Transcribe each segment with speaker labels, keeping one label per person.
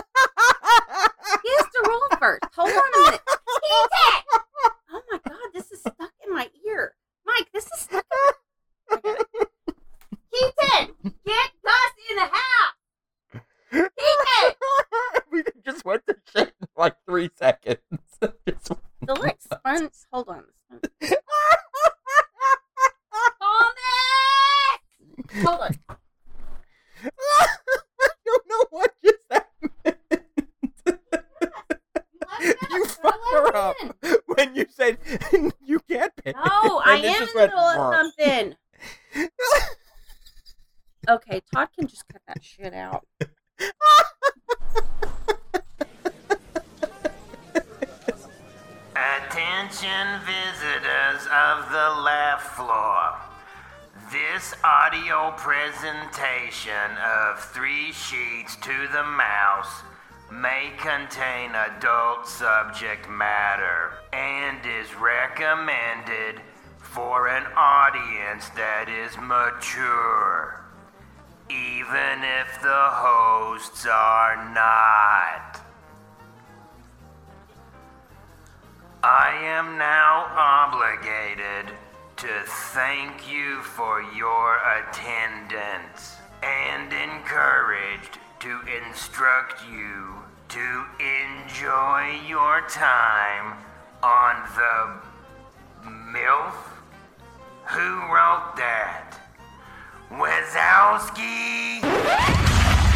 Speaker 1: Oh
Speaker 2: three seconds. Just-
Speaker 1: The like sponge. Hold on.
Speaker 3: "Ah,
Speaker 1: Thomas! Hold on.
Speaker 3: ah,
Speaker 2: I don't know what just happened.
Speaker 1: You left it
Speaker 2: You
Speaker 1: up. I
Speaker 2: fucked
Speaker 1: left
Speaker 2: her
Speaker 1: it
Speaker 2: up
Speaker 1: in.
Speaker 2: when you said you can't pay.
Speaker 1: No, I
Speaker 2: And it
Speaker 1: am in
Speaker 2: just
Speaker 1: the
Speaker 2: went
Speaker 1: middle of
Speaker 2: burp.
Speaker 1: something. Okay, Todd can just cut that shit out.
Speaker 4: Attention visitors of the laugh floor. This audio presentation of Three Sheets to the Mouse may contain adult subject matter and is recommended for an audience that is mature, even if the hosts are not. I am now obligated to thank you for your attendance and encouraged to instruct you to enjoy your time on the MILF? Who wrote that? Wazowski?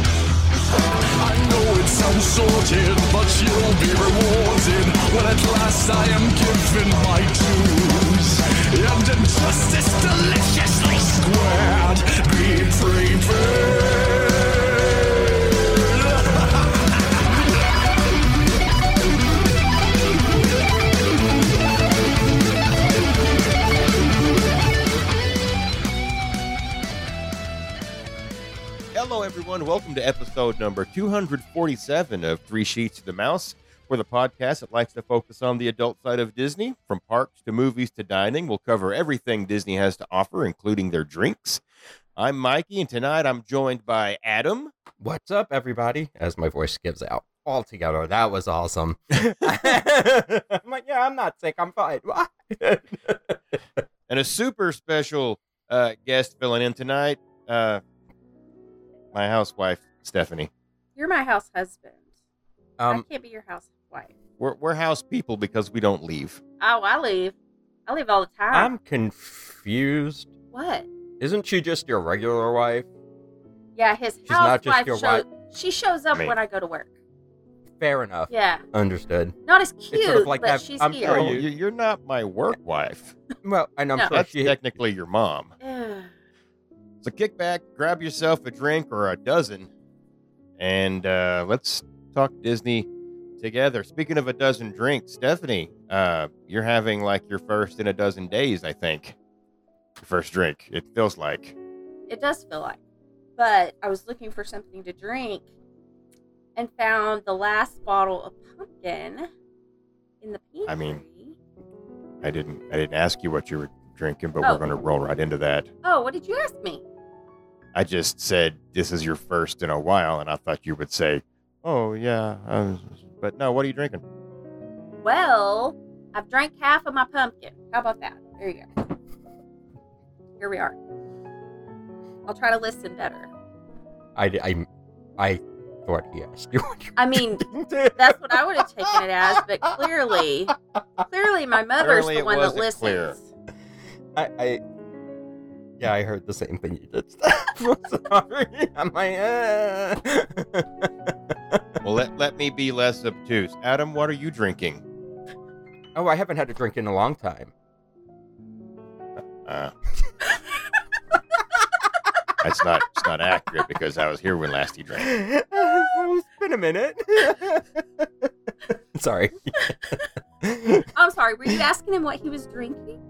Speaker 5: I know it sounds sorted, but you'll be rewarded when at last I am given my dues. And injustice deliciously squared, be prepared.
Speaker 2: Hello, everyone. Welcome to episode number 247 of Three Sheets to the Mouse. We're the podcast that likes to focus on the adult side of Disney. From parks to movies to dining, we'll cover everything Disney has to offer, including their drinks. I'm Mikey, and tonight I'm joined by Adam.
Speaker 3: What's up, everybody? As my voice gives out altogether, that was awesome. I'm like, yeah, I'm not sick. I'm fine.
Speaker 2: and a super special uh, guest filling in tonight. Uh, my housewife, Stephanie.
Speaker 1: You're my house husband. I
Speaker 3: um,
Speaker 1: can't be your house wife.
Speaker 2: We're, we're house people because we don't leave.
Speaker 1: Oh, I leave. I leave all the time.
Speaker 3: I'm confused.
Speaker 1: what?
Speaker 3: Isn't she just your regular wife?
Speaker 1: Yeah, his
Speaker 3: She's
Speaker 1: housewife
Speaker 3: not just your
Speaker 1: shows, She shows up
Speaker 2: I mean-
Speaker 1: when I go to work.
Speaker 3: Fair enough.
Speaker 1: Yeah,
Speaker 3: Understood.
Speaker 1: not as cute,
Speaker 3: Uh, sort of like
Speaker 1: but
Speaker 3: that-
Speaker 1: she's
Speaker 3: I'm
Speaker 1: here.
Speaker 3: sure
Speaker 2: Oh,
Speaker 3: you- Oh,
Speaker 2: you- You're not my work wife.
Speaker 3: Well, and I'm
Speaker 1: No.
Speaker 3: sure
Speaker 2: That's
Speaker 3: she.
Speaker 2: technically your mom.
Speaker 1: Ugh.
Speaker 2: So kick back, grab yourself a drink or a dozen, and uh, let's talk Disney together. Speaking of a dozen drinks, Stephanie, uh, you're having like your first in a dozen days, I think. Your first drink, it feels like.
Speaker 1: It does feel like. But I was looking for something to drink and found the last bottle of pumpkin in the pantry.
Speaker 2: I mean- I didn't. I didn't ask you what you were drinking, but
Speaker 1: Oh.
Speaker 2: we're gonna roll right into that.
Speaker 1: Oh, what did you ask me?
Speaker 2: I just said this is your first in a while, and I thought you would say, "Oh yeah," uh, but no. What are you drinking?
Speaker 1: Well, I've drank half of my pumpkin. How about that? There you go. Here we are. I'll try to listen better.
Speaker 3: I, I, I thought he asked you. what you-
Speaker 1: I mean, that's what I would have taken it as, but clearly, clearly my mother's
Speaker 2: Clearly
Speaker 1: the
Speaker 2: it
Speaker 1: one that listens.
Speaker 2: wasn't clear.
Speaker 3: I, I. Yeah, I heard the same thing you did. Sorry. I'm like, eh.
Speaker 2: Well, let let me be less obtuse. Adam, what are you drinking?
Speaker 3: oh, I haven't had a drink in a long time.
Speaker 2: Uh, that's not it's not accurate because I was here when last he drank.
Speaker 3: it's been a minute. Sorry.
Speaker 1: I'm sorry, were you asking him what he was drinking?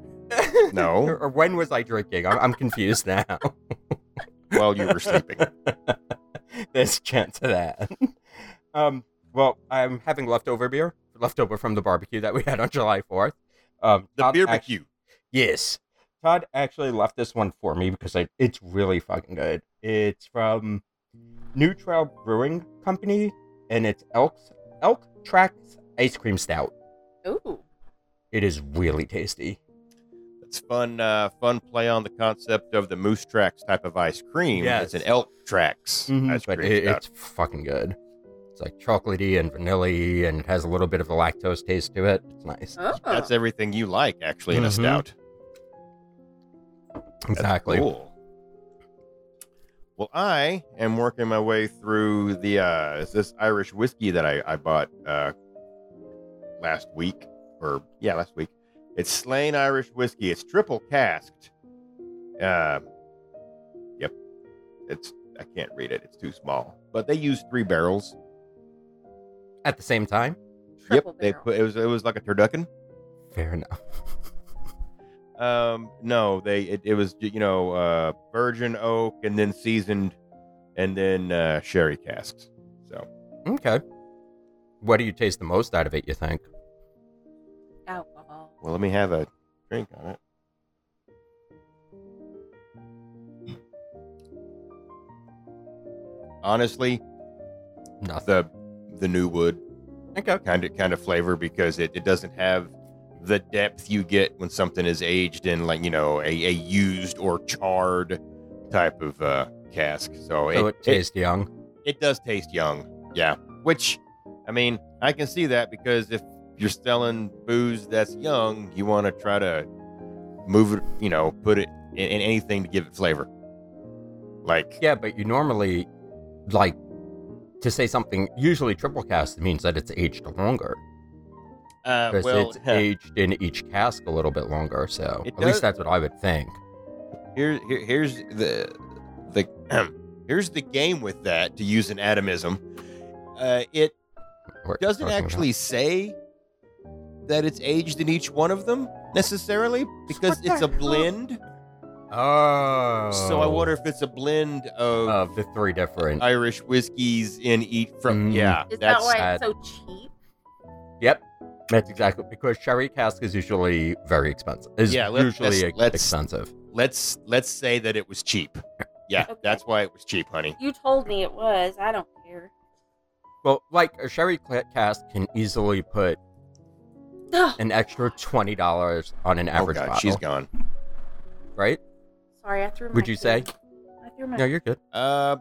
Speaker 2: No,
Speaker 3: or when was I drinking? I'm, I'm confused now.
Speaker 2: while you were sleeping.
Speaker 3: There's a chance of that. Um, well, I'm having leftover beer, leftover from the barbecue that we had on July 4th. Um,
Speaker 2: The
Speaker 3: Todd
Speaker 2: beer
Speaker 3: act-
Speaker 2: barbecue.
Speaker 3: Yes. Todd actually left this one for me because I, it's really fucking good. It's from New Trail Brewing Company, and it's Elk's Elk Tracks Ice Cream Stout.
Speaker 1: Ooh.
Speaker 3: It is really tasty.
Speaker 2: It's fun, uh, fun play on the concept of the Moose Tracks type of ice cream.
Speaker 3: Yes.
Speaker 2: It's an Elk Tracks ice
Speaker 3: but
Speaker 2: cream.
Speaker 3: it,
Speaker 2: style.
Speaker 3: it's fucking good. It's like chocolatey and vanilla, and it has a little bit of the lactose taste to it. It's nice.
Speaker 1: Oh,
Speaker 2: That's everything you like, actually, in a
Speaker 3: Mhm.
Speaker 2: stout.
Speaker 3: exactly.
Speaker 2: Cool. Well, I am working my way through the uh, it's this Irish whiskey that I, I bought uh, last week, or yeah, last week. It's Slain Irish whiskey. It's triple casked. Uh, yep, it's I can't read it. It's too small. But they use three barrels.
Speaker 3: At the same time,
Speaker 1: triple
Speaker 2: yep, they
Speaker 1: barrel.
Speaker 2: put it was it was like a turducken.
Speaker 3: fair enough.
Speaker 2: Um, no, they it, it was you know uh, virgin oak and then seasoned, and then uh, sherry casks. So
Speaker 3: okay. What do you taste the most out of it? You think?
Speaker 1: alcohol.
Speaker 2: well, let me have a drink on it. Honestly,
Speaker 3: Nothing.
Speaker 2: the the new wood
Speaker 3: Okay.
Speaker 2: kind of kind of flavor because it, it doesn't have the depth you get when something is aged in like you know a, a used or charred type of uh, cask. So,
Speaker 3: So it tastes young.
Speaker 2: it does taste young. Yeah. Which, I mean, I can see that because if you're selling booze that's young, you want to try to move it, you know, put it in, in anything to give it flavor. Like,
Speaker 3: Yeah, but you normally like to say something. Usually, triple cast means that it's aged longer
Speaker 2: uh,
Speaker 3: because
Speaker 2: well,
Speaker 3: it's aged in each cask a little bit longer. So
Speaker 2: It
Speaker 3: at least
Speaker 2: does-
Speaker 3: that's what I would think.
Speaker 2: here, here, here's the the here's the game with that to use an atomism. Uh, it
Speaker 3: we're
Speaker 2: doesn't
Speaker 3: talking about.
Speaker 2: actually say that it's aged in each one of them necessarily because
Speaker 3: What
Speaker 2: it's
Speaker 3: the
Speaker 2: a
Speaker 3: hell?
Speaker 2: blend.
Speaker 3: Oh.
Speaker 2: So I wonder if it's a blend of
Speaker 3: of the three different.
Speaker 2: Irish whiskeys in each from
Speaker 3: Mm.
Speaker 2: yeah.
Speaker 1: Is that
Speaker 2: that's
Speaker 1: why
Speaker 3: sad.
Speaker 1: it's so cheap?
Speaker 3: yep. That's exactly because sherry cask is usually very expensive. Is
Speaker 2: Yeah, let-
Speaker 3: usually
Speaker 2: let's-
Speaker 3: ex-
Speaker 2: let's-
Speaker 3: expensive.
Speaker 2: let's let's say that it was cheap. Yeah,
Speaker 1: Okay.
Speaker 2: that's why it was cheap, honey.
Speaker 1: You told me it was. I don't care.
Speaker 3: Well, like a sherry cla- cask can easily put
Speaker 1: Ugh,
Speaker 3: an extra twenty dollars on an average
Speaker 2: oh god,
Speaker 3: bottle,
Speaker 2: she's gone.
Speaker 3: right?
Speaker 1: Sorry, I threw. My
Speaker 3: Would you say?
Speaker 1: I threw my.
Speaker 3: No, you're good.
Speaker 2: Uh,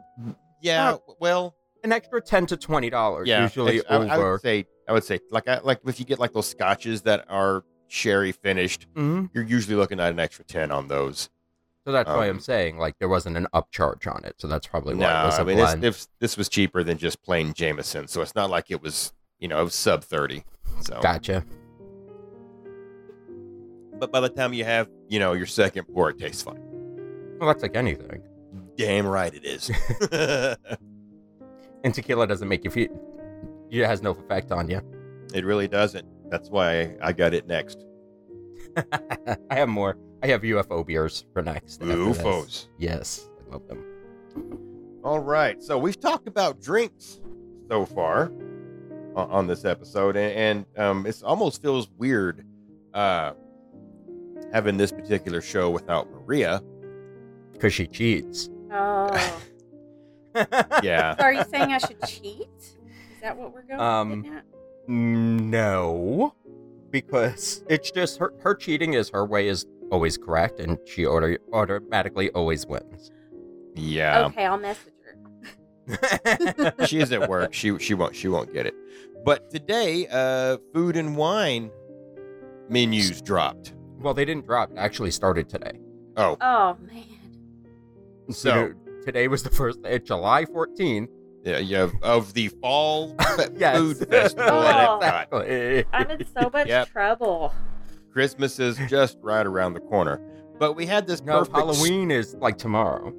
Speaker 2: yeah. well,
Speaker 3: An extra ten to twenty dollars
Speaker 2: yeah.
Speaker 3: usually
Speaker 2: it's- I, I
Speaker 3: over.
Speaker 2: would say I would say like I, like if you get like those scotches that are sherry finished,
Speaker 3: Mhm.
Speaker 2: you're usually looking at an extra ten on those.
Speaker 3: So that's why
Speaker 2: Um,
Speaker 3: I'm saying like there wasn't an upcharge on it. So that's probably why
Speaker 2: no,
Speaker 3: it was a
Speaker 2: I mean this,
Speaker 3: blend.
Speaker 2: this this was cheaper than just plain Jameson, so it's not like it was you know it was sub thirty. So
Speaker 3: Gotcha.
Speaker 2: but by the time you have you know your second pour, it tastes fine.
Speaker 3: Well, that's like anything.
Speaker 2: Damn right it is.
Speaker 3: And tequila doesn't make you feel. It has no effect on you.
Speaker 2: it really doesn't. That's why I got it next.
Speaker 3: I have more. I have UFO beers for next. after this.
Speaker 2: UFOs.
Speaker 3: Yes, I love them.
Speaker 2: All right. So we've talked about drinks so far o- on this episode, and, and um, it almost feels weird uh, having this particular show without Maria.
Speaker 3: Because she cheats.
Speaker 1: Oh.
Speaker 2: Yeah.
Speaker 1: So are you saying I should cheat? Is that what we're going
Speaker 3: Um,
Speaker 1: at?
Speaker 3: no. Because it's just her, her cheating is her way is always correct, and she auto, automatically always wins.
Speaker 2: yeah.
Speaker 1: okay, I'll message her.
Speaker 2: She's at work. She she won't she won't get it. But today, uh, food and wine menus dropped.
Speaker 3: well, they didn't drop. It actually started today.
Speaker 2: Oh,
Speaker 1: Oh man.
Speaker 2: so
Speaker 3: today was the first day, July 14th.
Speaker 2: Yeah, you have, of the fall fe-
Speaker 3: Yes.
Speaker 2: food festival at
Speaker 1: Oh.
Speaker 2: Epcot.
Speaker 1: I'm in so much
Speaker 2: Yep.
Speaker 1: trouble.
Speaker 2: Christmas is just right around the corner. But we had this
Speaker 3: No,
Speaker 2: perfect
Speaker 3: Halloween is like tomorrow.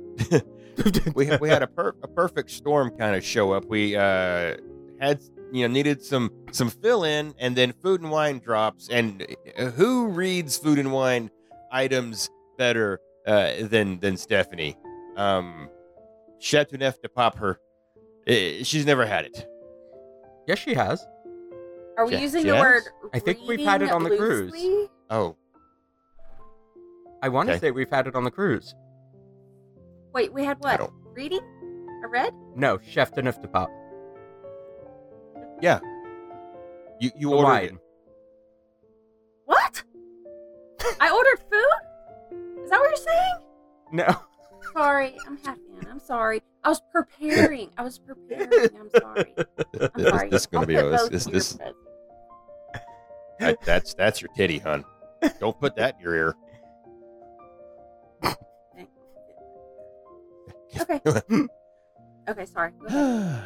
Speaker 2: we, we had a, per- a perfect storm kind of show up. We uh, had you know needed some some fill in, and then food and wine drops. And uh, who reads food and wine items better uh, than than Stephanie? Um, Chateauneuf de Pop her. Eh, She's never had it.
Speaker 3: yes, she has.
Speaker 1: Are we
Speaker 2: Yeah,
Speaker 1: using
Speaker 2: yes.
Speaker 1: the word?
Speaker 3: I think we've had
Speaker 1: reading
Speaker 3: it on the cruise.
Speaker 1: loosely?
Speaker 2: Oh,
Speaker 3: I want to
Speaker 2: Okay.
Speaker 3: say we've had it on the cruise.
Speaker 1: Wait, we had
Speaker 2: I
Speaker 1: what?
Speaker 2: don't.
Speaker 1: Reading? I read?
Speaker 3: No, Chef de Neuf de Pop.
Speaker 2: You you
Speaker 3: The
Speaker 2: ordered
Speaker 3: wine.
Speaker 2: it.
Speaker 1: What? I ordered food? Is that what you're saying?
Speaker 2: Uh,
Speaker 3: No.
Speaker 1: Sorry, I'm happy. Anna. I'm sorry. I was preparing. I was preparing. I'm sorry. I'm
Speaker 2: This-
Speaker 1: sorry.
Speaker 2: this is gonna
Speaker 1: I'll
Speaker 2: be
Speaker 1: put
Speaker 2: a- this-
Speaker 1: both
Speaker 2: this-
Speaker 1: in your
Speaker 2: this-
Speaker 1: bed.
Speaker 2: That- that's that's your titty, hun. Don't put that in your ear.
Speaker 1: Okay. okay. Sorry. Go ahead.
Speaker 2: so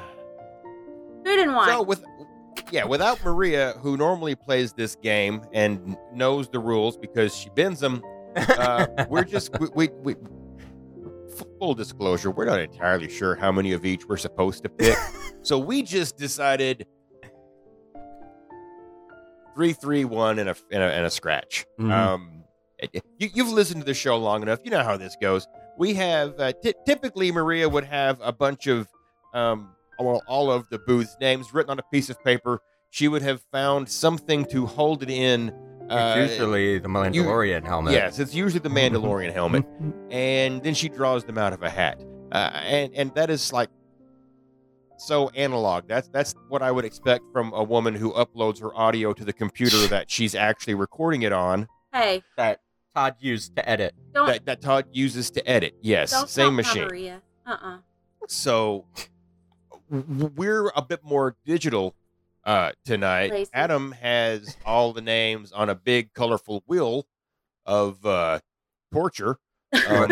Speaker 1: Food and wine.
Speaker 2: with yeah, without Maria, who normally plays this game and knows the rules because she bends them, uh, we're just we, we, we full disclosure, we're not entirely sure how many of each we're supposed to pick. so we just decided three, three, one, and a and a, and a scratch.
Speaker 3: Mhm.
Speaker 2: Um, you, you've listened to the show long enough. You know how this goes. We have uh, ty- typically Maria would have a bunch of um, all, all of the booth's names written on a piece of paper. She would have found something to hold it in. Uh,
Speaker 3: it's usually the Mandalorian helmet. Mm-hmm.
Speaker 2: Yes, it's usually the Mandalorian helmet, and then she draws them out of a hat, uh, and and that is like so analog. That's that's what I would expect from a woman who uploads her audio to the computer that she's actually recording it on.
Speaker 1: hey,
Speaker 3: That Todd used to edit.
Speaker 1: don't
Speaker 2: That that Todd uses to edit. Yes,
Speaker 1: don't
Speaker 2: same
Speaker 1: talk
Speaker 2: machine.
Speaker 1: Maria. Uh-uh.
Speaker 2: So w- we're a bit more digital uh, tonight.
Speaker 1: Lazy.
Speaker 2: Adam has all the names on a big colorful wheel of uh, torture. Um,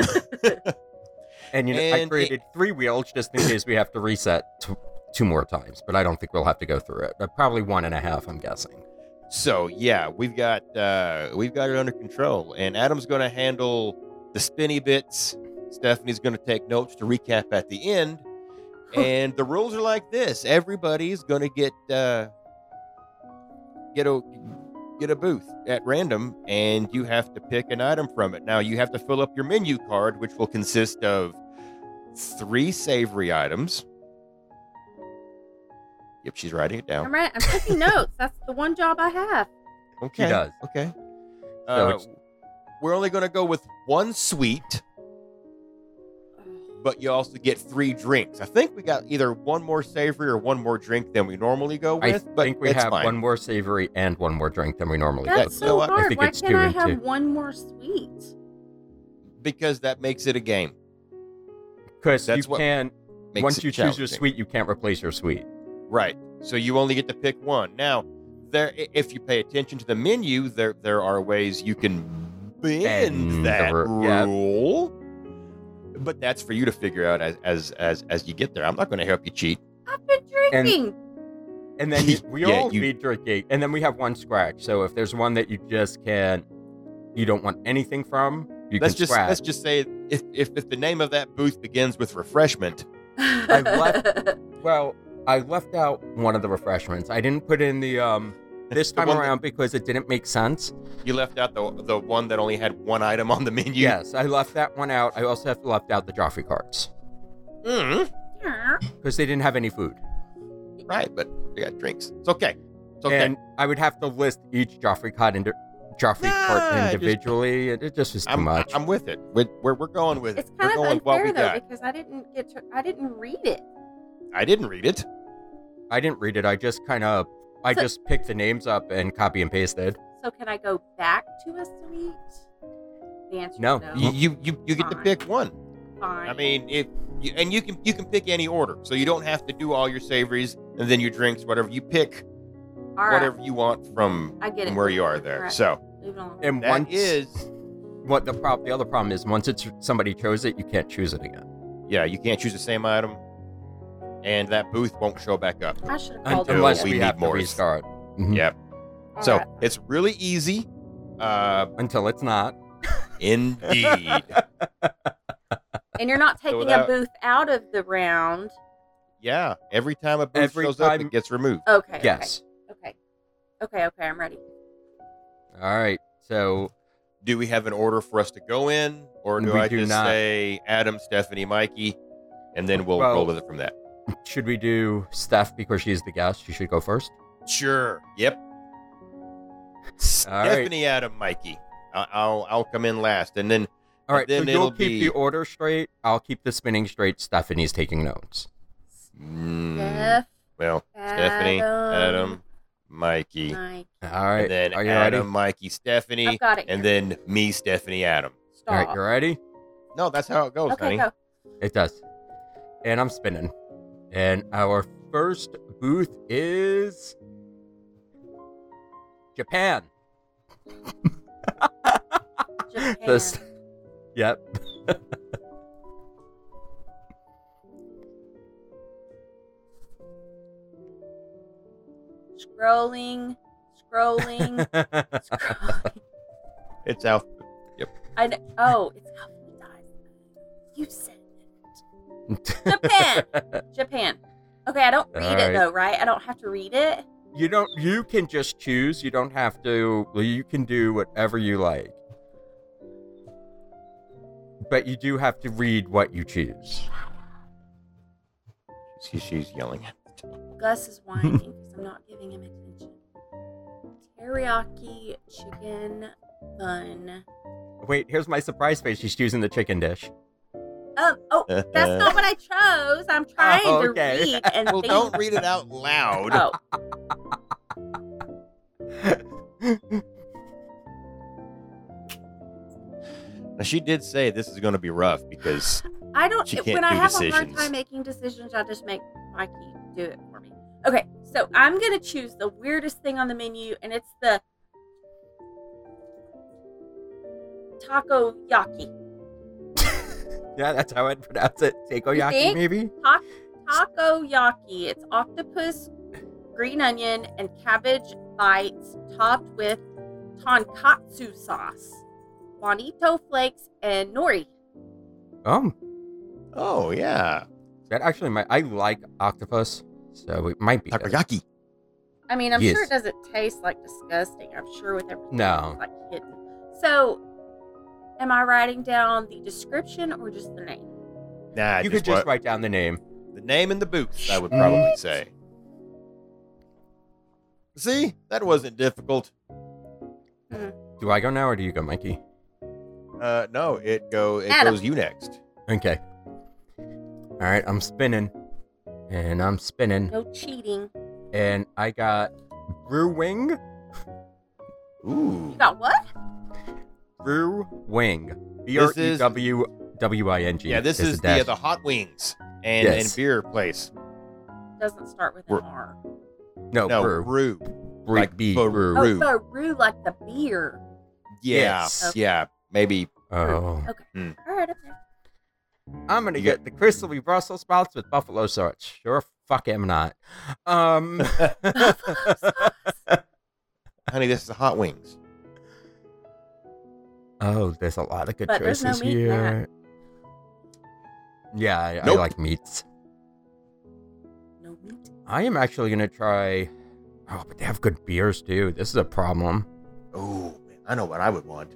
Speaker 3: And you know, I
Speaker 2: And it-
Speaker 3: created three wheels just in case we have to reset t- two more times, but I don't think we'll have to go through it. Uh, Probably one and a half, I'm guessing.
Speaker 2: So yeah, we've got uh, we've got it under control, and Adam's going to handle the spinny bits. Stephanie's going to take notes to recap at the end, and the rules are like this: everybody's going to get uh, get a get a booth at random, and you have to pick an item from it. Now you have to fill up your menu card, which will consist of three savory items. Yep, she's writing it down.
Speaker 1: I'm right. I'm taking notes. That's the one job I have.
Speaker 2: Okay.
Speaker 3: He does.
Speaker 2: Okay.
Speaker 3: So
Speaker 2: Uh,
Speaker 3: it's-
Speaker 2: we're only going to go with one sweet, but you also get three drinks. I think we got either one more savory or one more drink than we normally go
Speaker 3: I
Speaker 2: with. but
Speaker 3: think we
Speaker 2: it's
Speaker 3: have
Speaker 2: fine.
Speaker 3: one more savory and one more drink than we normally
Speaker 2: That's
Speaker 3: do.
Speaker 1: That's
Speaker 2: you know
Speaker 1: so
Speaker 2: what? I
Speaker 1: hard.
Speaker 3: think
Speaker 1: Why
Speaker 3: it's
Speaker 1: can't
Speaker 3: two
Speaker 1: I
Speaker 3: and
Speaker 1: have
Speaker 3: two.
Speaker 1: one more sweet?
Speaker 2: because that makes it a game.
Speaker 3: Chris,
Speaker 2: That's
Speaker 3: you
Speaker 2: what
Speaker 3: can
Speaker 2: Makes
Speaker 3: once
Speaker 2: it
Speaker 3: you choose your
Speaker 2: challenging.
Speaker 3: sweet, you can't replace your sweet.
Speaker 2: Right. So you only get to pick one. Now, there, i- if you pay attention to the menu, there there are ways you can bend,
Speaker 3: Bend the
Speaker 2: that
Speaker 3: ru- yeah.
Speaker 2: rule. But that's for you to figure out as as as as you get there. I'm not going to help you cheat.
Speaker 1: I've been drinking.
Speaker 3: And then you, we
Speaker 2: Yeah,
Speaker 3: all
Speaker 2: you-
Speaker 3: need drinking, and then we have one scratch. So if there's one that you just can't, you don't want anything from, you
Speaker 2: let's
Speaker 3: can
Speaker 2: just
Speaker 3: scratch.
Speaker 2: let's just say if, if if the name of that booth begins with refreshment,
Speaker 3: I've left- Well, I left out one of the refreshments. I didn't put in the um this time
Speaker 2: one that-
Speaker 3: around because it didn't make sense.
Speaker 2: you left out the the one that only had one item on the menu.
Speaker 3: Yes, I left that one out. I also have left out the Joffrey cards
Speaker 2: Mhm.
Speaker 3: because they didn't have any food.
Speaker 2: right, but we got drinks. It's okay. It's okay.
Speaker 3: And I would have to list each Joffrey card indi- Joffrey
Speaker 2: Nah,
Speaker 3: card
Speaker 2: just-
Speaker 3: individually. It, it just was too
Speaker 2: I'm,
Speaker 3: much.
Speaker 2: I'm with it. We're, we're, we're going with it.
Speaker 1: It's
Speaker 2: we're
Speaker 1: kind of
Speaker 2: going with what we
Speaker 1: unfair though
Speaker 2: got.
Speaker 1: because I didn't get to, I didn't read it.
Speaker 2: I didn't read it.
Speaker 3: Uh-huh. I didn't read it. I just kind of I
Speaker 1: So-
Speaker 3: just picked the names up and copy and pasted.
Speaker 1: So can I go back to a sweet? The answer
Speaker 3: No.
Speaker 1: is no.
Speaker 2: You you you, you get to
Speaker 1: Fine.
Speaker 2: pick one.
Speaker 1: Fine.
Speaker 2: I mean, if you, and you can you can pick any order, so you don't have to do all your savories and then your drinks, whatever you pick,
Speaker 1: All right.
Speaker 2: whatever you want from,
Speaker 1: I get
Speaker 2: from
Speaker 1: it.
Speaker 2: where you are there.
Speaker 1: Right.
Speaker 2: So
Speaker 1: Leave it alone.
Speaker 3: And
Speaker 2: that
Speaker 3: once
Speaker 2: is
Speaker 3: what the problem the other problem is once it's somebody chose it, you can't choose it again.
Speaker 2: yeah, you can't choose the same item, and that booth won't show back up.
Speaker 1: I should have
Speaker 3: Un-
Speaker 1: called it.
Speaker 3: Unless
Speaker 1: a
Speaker 2: we
Speaker 3: we,
Speaker 2: need
Speaker 3: have
Speaker 2: more.
Speaker 3: to restart. Mhm.
Speaker 2: Yeah.
Speaker 1: All
Speaker 2: so
Speaker 1: right.
Speaker 2: it's really easy. Uh,
Speaker 3: Until it's not.
Speaker 2: indeed.
Speaker 1: And you're not taking
Speaker 2: without-
Speaker 1: a booth out of the round.
Speaker 2: yeah. Every time a booth
Speaker 3: Every
Speaker 2: shows up,
Speaker 3: time-
Speaker 2: it gets removed.
Speaker 1: Okay. okay,
Speaker 3: Yes.
Speaker 1: Okay. Okay. Okay. I'm ready.
Speaker 3: All right. So
Speaker 2: Do we have an order for us to go in, or do
Speaker 3: We
Speaker 2: I
Speaker 3: do
Speaker 2: just
Speaker 3: not.
Speaker 2: say Adam, Stephanie, Mikey, and then we'll
Speaker 3: Well-
Speaker 2: roll with it from that?
Speaker 3: should we do Steph because she's the guest? She should go first.
Speaker 2: Sure. Yep.
Speaker 3: right.
Speaker 2: Stephanie, Adam, Mikey. I- I'll I'll come in last, and then
Speaker 3: All right.
Speaker 2: Then
Speaker 3: so
Speaker 2: it'll
Speaker 3: you'll keep
Speaker 2: be-
Speaker 3: the order straight. I'll keep the spinning straight. Stephanie's taking notes.
Speaker 2: mm,
Speaker 1: Steph,
Speaker 2: well, Stephanie, Adam, E, Mikey.
Speaker 1: Mike.
Speaker 3: All right.
Speaker 2: And then
Speaker 3: Are you
Speaker 2: Adam,
Speaker 3: ready?
Speaker 2: Mikey, Stephanie,
Speaker 1: I've got it.
Speaker 2: E, and
Speaker 1: here.
Speaker 2: then me, Stephanie, Adam.
Speaker 1: Stop.
Speaker 3: All right. You ready?
Speaker 2: No, that's how it goes,
Speaker 1: okay,
Speaker 2: honey.
Speaker 1: go.
Speaker 3: It does. And I'm spinning. And our first booth is Japan.
Speaker 1: Japan.
Speaker 3: This- Yep.
Speaker 1: Scrolling, scrolling, scrolling.
Speaker 2: It's out.
Speaker 1: I know. Oh, it's alphabetized. You said Japan. Japan. Okay, I don't read
Speaker 3: Alright.
Speaker 1: it though, right? I don't have to read it.
Speaker 3: you don't. You can just choose. You don't have to. well, You can do whatever you like. But you do have to read what you choose.
Speaker 2: She- She's yelling.
Speaker 1: Gus is whining because I'm not giving him attention. Teriyaki chicken bun.
Speaker 3: Wait, here's my surprise face. She's choosing the chicken dish.
Speaker 1: Um, oh, that's not what I chose. I'm trying
Speaker 3: Oh,
Speaker 1: to
Speaker 3: okay.
Speaker 1: read and
Speaker 2: Uh. well,
Speaker 1: think.
Speaker 2: don't read it out loud.
Speaker 1: Oh,
Speaker 2: Now, she did say this is going to be rough because
Speaker 1: I don't.
Speaker 2: She can't
Speaker 1: when I
Speaker 2: do
Speaker 1: have a hard
Speaker 2: decisions.
Speaker 1: time making decisions, I just make Mikey do it for me. Okay, so I'm gonna choose the weirdest thing on the menu, and it's the takoyaki.
Speaker 3: yeah, that's how I'd pronounce it.
Speaker 1: You
Speaker 3: Takoyaki,
Speaker 1: think?
Speaker 3: maybe.
Speaker 1: Takoyaki. It's octopus, green onion, and cabbage bites topped with tonkatsu sauce, bonito flakes, and nori.
Speaker 3: Um,
Speaker 2: oh yeah,
Speaker 3: that actually might. I like octopus, so it might be. good.
Speaker 2: takoyaki.
Speaker 1: I mean, I'm sure
Speaker 3: Yes.
Speaker 1: it doesn't taste like disgusting. I'm sure with everything
Speaker 3: No.
Speaker 1: it's, like hidden. So, am I writing down the description or just the name?
Speaker 2: Nah,
Speaker 3: You could just
Speaker 2: wa-
Speaker 3: write down the name.
Speaker 2: the name and the boots. I would
Speaker 3: Mhm.
Speaker 2: probably say. See, that wasn't difficult.
Speaker 3: Do I go now or do you go, Mikey?
Speaker 2: Uh, no, it go. It
Speaker 1: Adam.
Speaker 2: goes you next.
Speaker 3: Okay. All right, I'm spinning, and I'm spinning,
Speaker 1: No cheating.
Speaker 3: and I got brewing,
Speaker 2: Ooh,
Speaker 1: You got what?
Speaker 3: brewing, b r
Speaker 2: This
Speaker 3: e
Speaker 2: is-
Speaker 3: w w i n g.
Speaker 2: yeah. This
Speaker 3: There's
Speaker 2: is
Speaker 3: a
Speaker 2: the
Speaker 3: dash.
Speaker 2: uh, the hot wings and
Speaker 3: Yes.
Speaker 2: and beer place.
Speaker 1: Doesn't start with an
Speaker 2: We're-
Speaker 1: R.
Speaker 3: no,
Speaker 2: no,
Speaker 3: Oh, brew,
Speaker 2: brew.
Speaker 3: brew,
Speaker 2: like
Speaker 3: B,
Speaker 2: brew.
Speaker 3: brew.
Speaker 1: Oh,
Speaker 2: Rue.
Speaker 1: Baru, like the beer.
Speaker 2: Yeah,
Speaker 3: Yes.
Speaker 1: Okay.
Speaker 2: yeah. Maybe
Speaker 3: Oh,
Speaker 1: All right, okay.
Speaker 3: I'm gonna
Speaker 2: You
Speaker 3: get the crispy Brussels sprouts with buffalo sauce. Sure, fuck, am not. Um,
Speaker 2: honey, this is the hot wings.
Speaker 3: oh, there's a lot of good
Speaker 1: But there's
Speaker 3: choices
Speaker 1: no meat in that.
Speaker 3: here. Yeah, I, I
Speaker 2: Nope.
Speaker 3: like meats.
Speaker 1: No meat.
Speaker 3: I am actually gonna try. Oh, but they have good beers too. This is a problem.
Speaker 2: Oh, I know what I would want.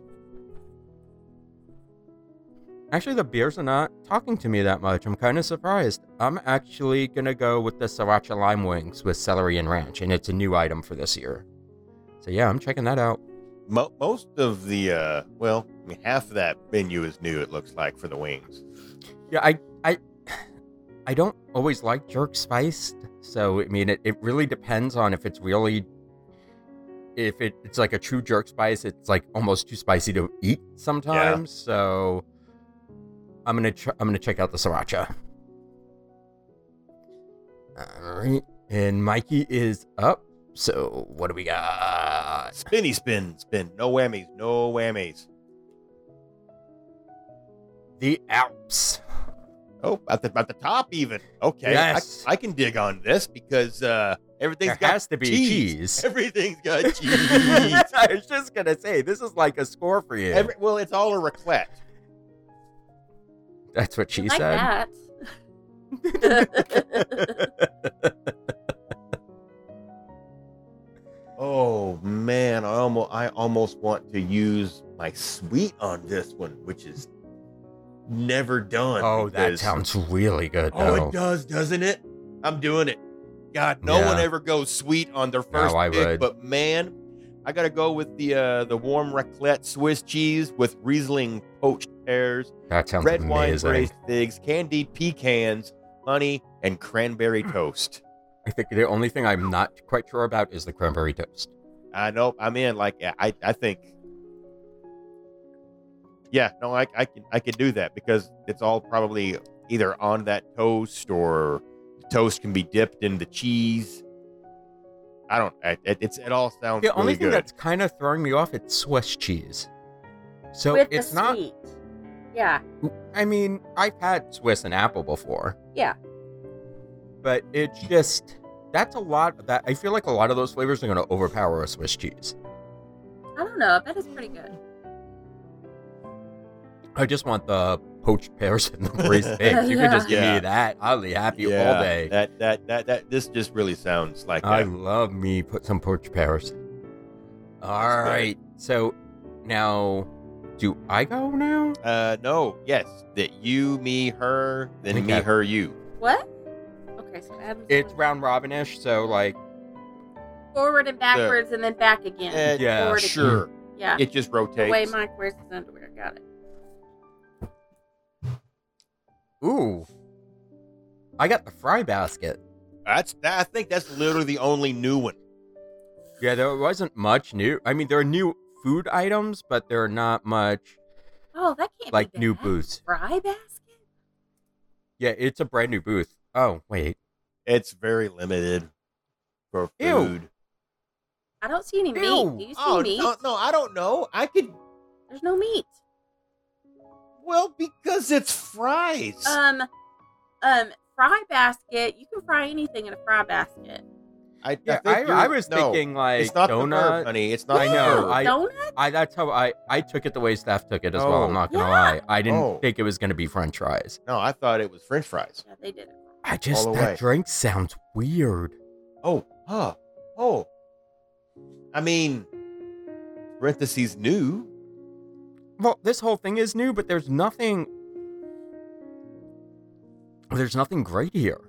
Speaker 3: Actually, the beers are not talking to me that much. I'm kind of surprised. I'm actually gonna go with the sriracha lime wings with celery and ranch, and it's a new item for this year. So yeah, I'm checking that out.
Speaker 2: Mo- most of the uh, well, I mean, half of that menu is new. It looks like for the wings.
Speaker 3: Yeah, I, I, I don't always like jerk spiced. So I mean, it, it really depends on if it's really, if it, it's like a true jerk spice. It's like almost too spicy to eat sometimes. So I'm gonna ch- I'm gonna check out the sriracha. All right, and Mikey is up. So what do we got?
Speaker 2: Spinny spin spin. No whammies. No whammies.
Speaker 3: The Alps.
Speaker 2: Oh, at the at the top even. Okay,
Speaker 3: Yes.
Speaker 2: I, I can dig on this because uh, everything's
Speaker 3: There
Speaker 2: got
Speaker 3: has to be
Speaker 2: cheese.
Speaker 3: cheese.
Speaker 2: everything's got cheese.
Speaker 3: I was just gonna say this is like a score for you.
Speaker 2: Every, well, it's all a raclette.
Speaker 3: That's what she
Speaker 1: like
Speaker 3: said.
Speaker 1: that.
Speaker 2: Oh man, I almost I almost want to use my sweet on this one, which is never done.
Speaker 3: Oh, that
Speaker 2: because-
Speaker 3: sounds really good.
Speaker 2: Oh,
Speaker 3: though.
Speaker 2: it does, doesn't it? I'm doing it. God, no one
Speaker 3: Yeah.
Speaker 2: ever goes sweet on their first
Speaker 3: I
Speaker 2: pick,
Speaker 3: would.
Speaker 2: but man, I gotta go with the uh, the warm raclette Swiss cheese with Riesling poached pears,
Speaker 3: That sounds
Speaker 2: red wine
Speaker 3: amazing.
Speaker 2: braised figs, candied pecans, honey, and cranberry toast.
Speaker 3: I think the only thing I'm not quite sure about is the cranberry toast.
Speaker 2: I know. I'm in. Like I, I think. Yeah, no, I, I can, I can do that because it's all probably either on that toast or the toast can be dipped in the cheese. I don't. I- It, it's it all sounds
Speaker 3: The only
Speaker 2: really
Speaker 3: thing
Speaker 2: good.
Speaker 3: that's kind of throwing me off it's Swiss cheese. So
Speaker 1: with
Speaker 3: it's
Speaker 1: the
Speaker 3: not.
Speaker 1: sweet. Yeah,
Speaker 3: I mean, I've had Swiss and apple before.
Speaker 1: Yeah.
Speaker 3: But it's just that's a lot. That I feel like a lot of those flavors are going to overpower a Swiss cheese.
Speaker 1: I don't know. I bet it's pretty good.
Speaker 3: I just want the poached pears and the braised eggs. You can just give
Speaker 2: Yeah.
Speaker 3: me that. I'll be happy
Speaker 2: Yeah,
Speaker 3: all day.
Speaker 2: That that that that this just really sounds like
Speaker 3: I
Speaker 2: a-
Speaker 3: love me put some poached pears. All
Speaker 2: That's good.
Speaker 3: right. So now, do I go now?
Speaker 2: Uh, no, yes, that you, me, her, then me,
Speaker 3: Okay.
Speaker 2: her, you.
Speaker 1: What? Okay, so Adam's
Speaker 3: It's round robinish, so like
Speaker 1: forward and backwards, and then back again.
Speaker 2: Eh,
Speaker 3: Yeah,
Speaker 1: forward
Speaker 2: Sure,
Speaker 1: Again. Yeah.
Speaker 2: it just
Speaker 1: the way
Speaker 2: rotates.
Speaker 1: Mike wears his underwear. Got it.
Speaker 3: ooh, I got the fry basket.
Speaker 2: That's that, I think that's literally the only new one.
Speaker 3: Yeah, there wasn't much new. I mean, there are new food items, but there are not much
Speaker 1: Oh, that can't
Speaker 3: like
Speaker 1: be
Speaker 3: new
Speaker 1: bad.
Speaker 3: booths.
Speaker 1: Fry basket.
Speaker 3: Yeah, it's a brand new booth. Oh wait,
Speaker 2: It's very limited for
Speaker 3: Ew.
Speaker 2: food.
Speaker 1: I don't see any meat.
Speaker 3: Ew.
Speaker 1: Do you see
Speaker 2: Oh
Speaker 1: meat?
Speaker 2: no, no, I don't know. I could.
Speaker 1: There's no meat.
Speaker 2: Well, because it's fries.
Speaker 1: Um, um, fry basket. You can fry anything in a fry basket.
Speaker 2: I,
Speaker 3: yeah,
Speaker 2: think
Speaker 3: I,
Speaker 2: you're-
Speaker 3: I was
Speaker 2: no,
Speaker 3: thinking like
Speaker 2: it's not the verb,
Speaker 3: donut.
Speaker 2: honey. It's not.
Speaker 3: I
Speaker 2: the
Speaker 3: know,
Speaker 2: verb.
Speaker 3: I-
Speaker 1: Donut.
Speaker 3: I that's how I I took it the way Steph took it as well.
Speaker 2: Oh.
Speaker 3: I'm not gonna
Speaker 1: Yeah.
Speaker 3: lie, I didn't
Speaker 2: Oh.
Speaker 3: think it was gonna be French fries.
Speaker 2: no, I thought it was French fries.
Speaker 1: Yeah, they did it.
Speaker 3: I just
Speaker 2: the
Speaker 3: that
Speaker 2: way.
Speaker 3: drink sounds weird.
Speaker 2: Oh, huh, oh. I mean, parentheses new.
Speaker 3: Well, this whole thing is new, but there's nothing. There's nothing great here.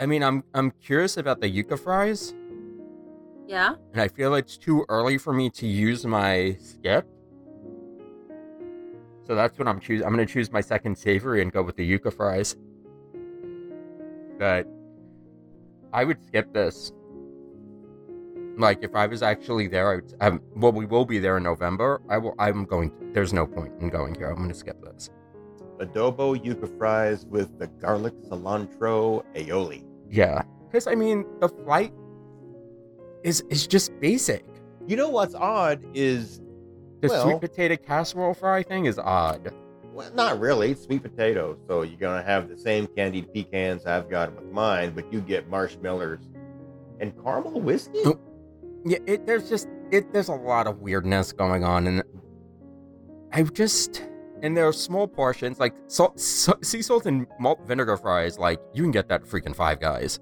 Speaker 3: I mean, I'm I'm curious about the yuca fries,
Speaker 1: Yeah.
Speaker 3: and I feel it's too early for me to use my skip. So that's what I'm choosing. I'm gonna choose my second savory and go with the yuca fries. But I would skip this. Like if I was actually there, I would. Um, well, we will be there in November. I will. I'm going. There's no point in going here. I'm gonna skip this.
Speaker 2: adobo yuca fries with the garlic cilantro aioli.
Speaker 3: Yeah, because I mean the flight is is just basic.
Speaker 2: You know what's odd is,
Speaker 3: The
Speaker 2: Well-
Speaker 3: sweet potato casserole fry thing is odd.
Speaker 2: well, not really, it's sweet potatoes. So you're going to have the same candied pecans I've got with mine, but you get marshmallows and caramel whiskey?
Speaker 3: Oh. Yeah, it, there's just it. There's a lot of weirdness going on, and I just and there are small portions like salt, sa- sea salt and malt vinegar fries. Like you can get that at freaking Five Guys.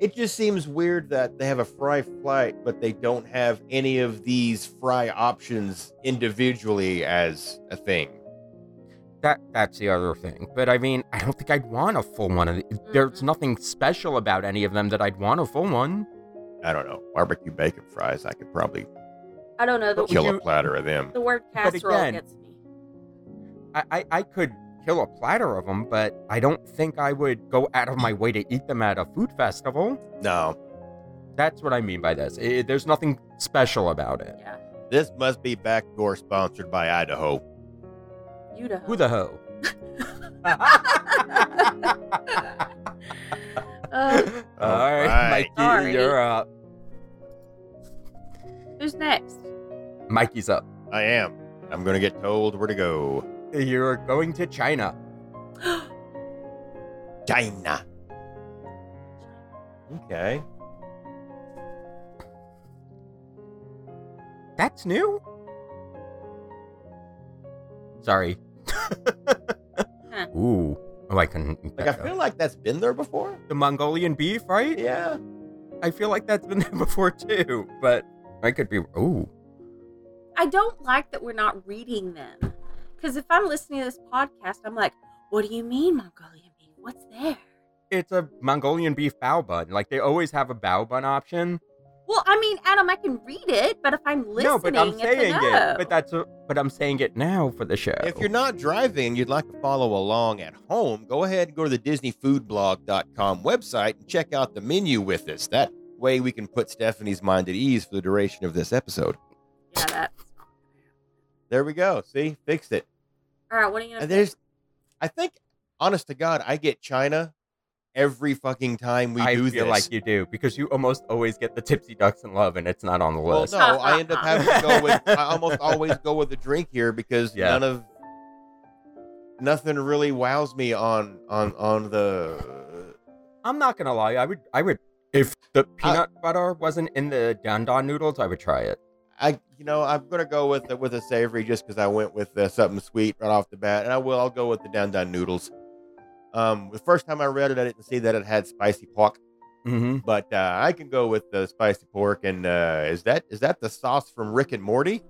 Speaker 2: It just seems weird that they have a fry flight, but they don't have any of these fry options individually as a thing.
Speaker 3: That that's the other thing. But I mean, I don't think I'd want a full one. of the- There's
Speaker 1: Mhm.
Speaker 3: nothing special about any of them that I'd want a full one.
Speaker 2: I don't know. Barbecue bacon fries, I could probably
Speaker 1: I don't know. The,
Speaker 3: But we
Speaker 2: kill
Speaker 3: do-
Speaker 2: a platter of them.
Speaker 1: the word
Speaker 3: But
Speaker 1: casserole
Speaker 3: again-
Speaker 1: gets me.
Speaker 3: I, I I could kill a platter of them, but I don't think I would go out of my way to eat them at a food festival.
Speaker 2: No,
Speaker 3: That's what I mean by this. It- there's nothing special about it.
Speaker 1: Yeah.
Speaker 2: This must be backdoor sponsored by Idaho.
Speaker 1: You know.
Speaker 3: Who the hoe?
Speaker 1: Uh,
Speaker 3: All
Speaker 2: right.
Speaker 3: right, Mikey,
Speaker 1: Sorry.
Speaker 3: you're up.
Speaker 1: who's next?
Speaker 3: Mikey's up.
Speaker 2: I am. I'm gonna get told where to go.
Speaker 3: You're going to China.
Speaker 2: China. Okay.
Speaker 3: That's new. Sorry. Ooh. Oh, I couldn't. eat
Speaker 2: Like
Speaker 3: that,
Speaker 2: I
Speaker 3: though.
Speaker 2: feel like that's been there before.
Speaker 3: the Mongolian beef, right?
Speaker 2: Yeah.
Speaker 3: I feel like that's been there before too, but I could be. Ooh.
Speaker 1: I don't like that we're not reading them. Because if I'm listening to this podcast, I'm like, what do you mean, Mongolian beef? What's there?
Speaker 3: It's a Mongolian beef bao bun. Like they always have a bao bun option.
Speaker 1: Well, I mean, Adam, I can read it, but if I'm listening,
Speaker 3: no, but I'm
Speaker 1: it's a
Speaker 3: saying
Speaker 1: no.
Speaker 3: it. But that's a, but I'm saying it now for the show.
Speaker 2: If you're not driving and you'd like to follow along at home, go ahead and go to the DisneyFoodBlog.com website and check out the menu with us. That way we can put Stephanie's mind at ease for the duration of this episode.
Speaker 1: yeah, that's
Speaker 2: There we go. See, fixed it.
Speaker 1: all right. What are you gonna?
Speaker 2: And Uh, there's, I think, honest to God, I get China every fucking time we
Speaker 3: I
Speaker 2: do
Speaker 3: feel
Speaker 2: this.
Speaker 3: like you do because you almost always get the tipsy ducks in love, and it's not on the
Speaker 2: well,
Speaker 3: list.
Speaker 2: no, I end up having to go with. I almost always go with a drink here because
Speaker 3: Yeah.
Speaker 2: none of nothing really wows me on on on the.
Speaker 3: I'm not gonna lie. I would. I would. If the peanut butter wasn't in the don don noodles, I would try it.
Speaker 2: I you know I'm gonna go with with a savory just because I went with uh, something sweet right off the bat, and I will. I'll go with the down down noodles. Um, the first time I read it, I didn't see that it had spicy pork.
Speaker 3: Mm-hmm.
Speaker 2: but uh, I can go with the spicy pork. And uh, is that is that the sauce from Rick and Morty?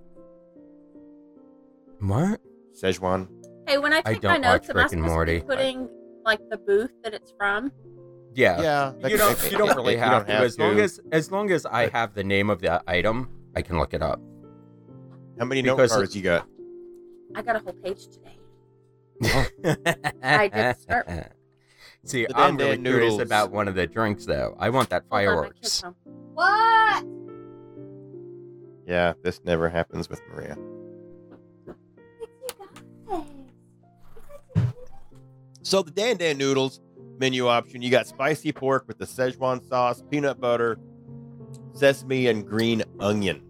Speaker 3: What?
Speaker 2: Szechuan.
Speaker 1: hey, when I
Speaker 3: I
Speaker 1: take my
Speaker 3: don't
Speaker 1: notes,
Speaker 3: watch
Speaker 1: am I
Speaker 3: Rick and
Speaker 1: supposed to
Speaker 3: Morty.
Speaker 1: be putting like the booth that it's from?
Speaker 3: Yeah.
Speaker 2: yeah, that-
Speaker 3: You don't. You don't really
Speaker 2: you
Speaker 3: have,
Speaker 2: don't have
Speaker 3: to. As long
Speaker 2: to.
Speaker 3: as as long as I
Speaker 2: But-
Speaker 3: have the name of the item, I can look it up.
Speaker 2: How many note
Speaker 3: because
Speaker 2: cards you got?
Speaker 1: I got a whole page today. I did start with
Speaker 3: See,
Speaker 2: The
Speaker 3: I'm
Speaker 2: Dan
Speaker 3: really
Speaker 2: Dan
Speaker 3: curious
Speaker 2: noodles.
Speaker 3: about one of the drinks, though. I want that
Speaker 1: Hold on, my
Speaker 3: fireworks.
Speaker 1: kid's home. What?
Speaker 2: Yeah, this never happens with Maria. So the Dan Dan noodles menu option, you got spicy pork with the Szechuan sauce, peanut butter, sesame, and green onion.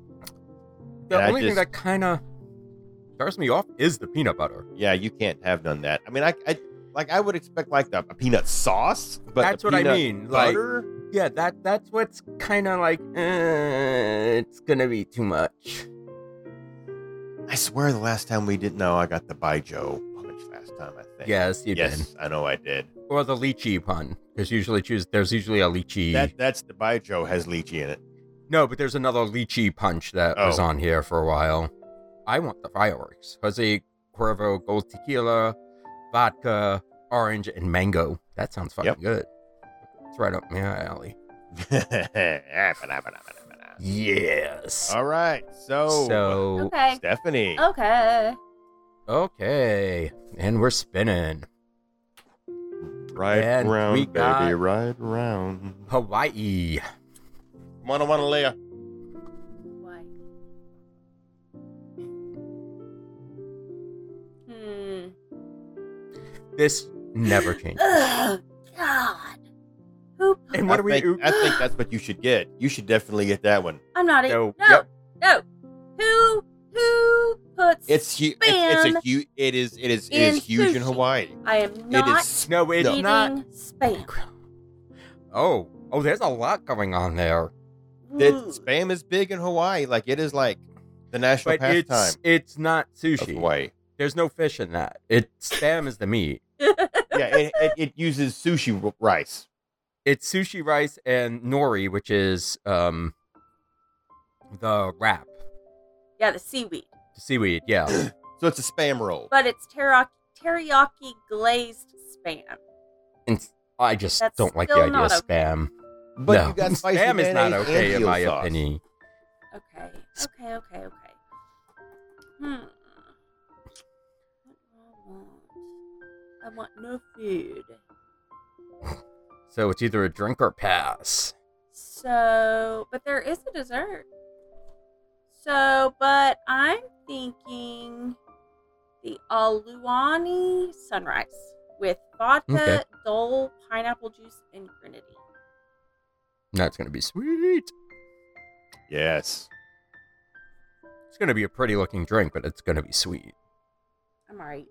Speaker 3: The
Speaker 2: And I
Speaker 3: only thing
Speaker 2: just-
Speaker 3: that kind of throws me off is the peanut butter.
Speaker 2: Yeah, you can't have none of that. I mean, I, I like I would expect like the a peanut sauce, but
Speaker 3: That's
Speaker 2: the
Speaker 3: what I
Speaker 2: peanut
Speaker 3: mean, like-
Speaker 2: Butter,
Speaker 3: Yeah, that that's what's kind of like eh, it's gonna be too much.
Speaker 2: I swear the last time we did no, I got the Baijiu punch last time, I think.
Speaker 3: Yes, you
Speaker 2: Yes,
Speaker 3: did.
Speaker 2: I know I did.
Speaker 3: Or the lychee pun. There's usually choose. There's usually a lychee.
Speaker 2: That that's the Baijiu has lychee in it.
Speaker 3: no, but there's another lychee punch that was
Speaker 2: Oh.
Speaker 3: on here for a while. I want the fireworks. Jose Cuervo Gold Tequila, vodka, orange, and mango. That sounds fucking
Speaker 2: Yep.
Speaker 3: good. It's right up my alley. Yes.
Speaker 2: Ah, All right, so,
Speaker 3: So
Speaker 1: Okay.
Speaker 2: Stephanie,
Speaker 1: Okay.
Speaker 3: okay, and we're spinning.
Speaker 2: right
Speaker 3: and
Speaker 2: round,
Speaker 3: we
Speaker 2: baby,
Speaker 3: got-
Speaker 2: right round.
Speaker 3: Hawaii.
Speaker 2: Wanna wanna Leah.
Speaker 1: Why? Hmm.
Speaker 3: This never changes.
Speaker 1: Ugh, God. Who?
Speaker 3: And what
Speaker 2: I
Speaker 3: do we?
Speaker 2: think, I think that's what you should get. You should definitely get that one.
Speaker 1: I'm not even.
Speaker 3: No,
Speaker 1: No. No. Who? Who puts?
Speaker 2: It's huge. It's, it's a
Speaker 1: Spam
Speaker 2: huge. It is. It is. It
Speaker 1: in
Speaker 2: is huge in
Speaker 1: sushi.
Speaker 2: Hawaii.
Speaker 1: I am
Speaker 2: It
Speaker 1: not
Speaker 2: is.
Speaker 3: no, it's
Speaker 1: eating
Speaker 3: not.
Speaker 1: spam.
Speaker 3: Oh, oh, there's a lot going on there,
Speaker 2: That
Speaker 1: Ugh.
Speaker 2: spam is big in Hawaii. Like it is like the national
Speaker 3: but it's
Speaker 2: pastime
Speaker 3: it's not
Speaker 2: of
Speaker 3: sushi.
Speaker 2: Hawaii.
Speaker 3: There's no fish in that. It spam is the meat.
Speaker 2: yeah, it, it, it uses sushi w- rice.
Speaker 3: It's sushi rice and nori, which is um the wrap,
Speaker 1: Yeah, the seaweed,
Speaker 3: the seaweed. Yeah,
Speaker 2: So it's a spam roll.
Speaker 1: but it's teriyaki, teriyaki glazed spam.
Speaker 3: and I just
Speaker 1: That's
Speaker 3: don't like the
Speaker 1: still
Speaker 3: idea
Speaker 1: not
Speaker 3: of
Speaker 1: okay.
Speaker 3: spam.
Speaker 2: But
Speaker 3: no,
Speaker 2: you got spicy
Speaker 3: spam is not
Speaker 2: mayonnaise
Speaker 3: okay
Speaker 2: and
Speaker 3: in
Speaker 2: eel
Speaker 3: my
Speaker 2: sauce.
Speaker 3: opinion.
Speaker 1: Okay. Okay. Okay. Okay. Hmm. What do I want? I want no food.
Speaker 3: So it's either a drink or pass.
Speaker 1: So, but there is a dessert. So, but I'm thinking the Aluani sunrise with vodka,
Speaker 3: Okay.
Speaker 1: dole, pineapple juice, and grenadine.
Speaker 3: That's gonna be sweet.
Speaker 2: Yes.
Speaker 3: It's gonna be a pretty looking drink, but it's gonna be sweet.
Speaker 1: I'm alright.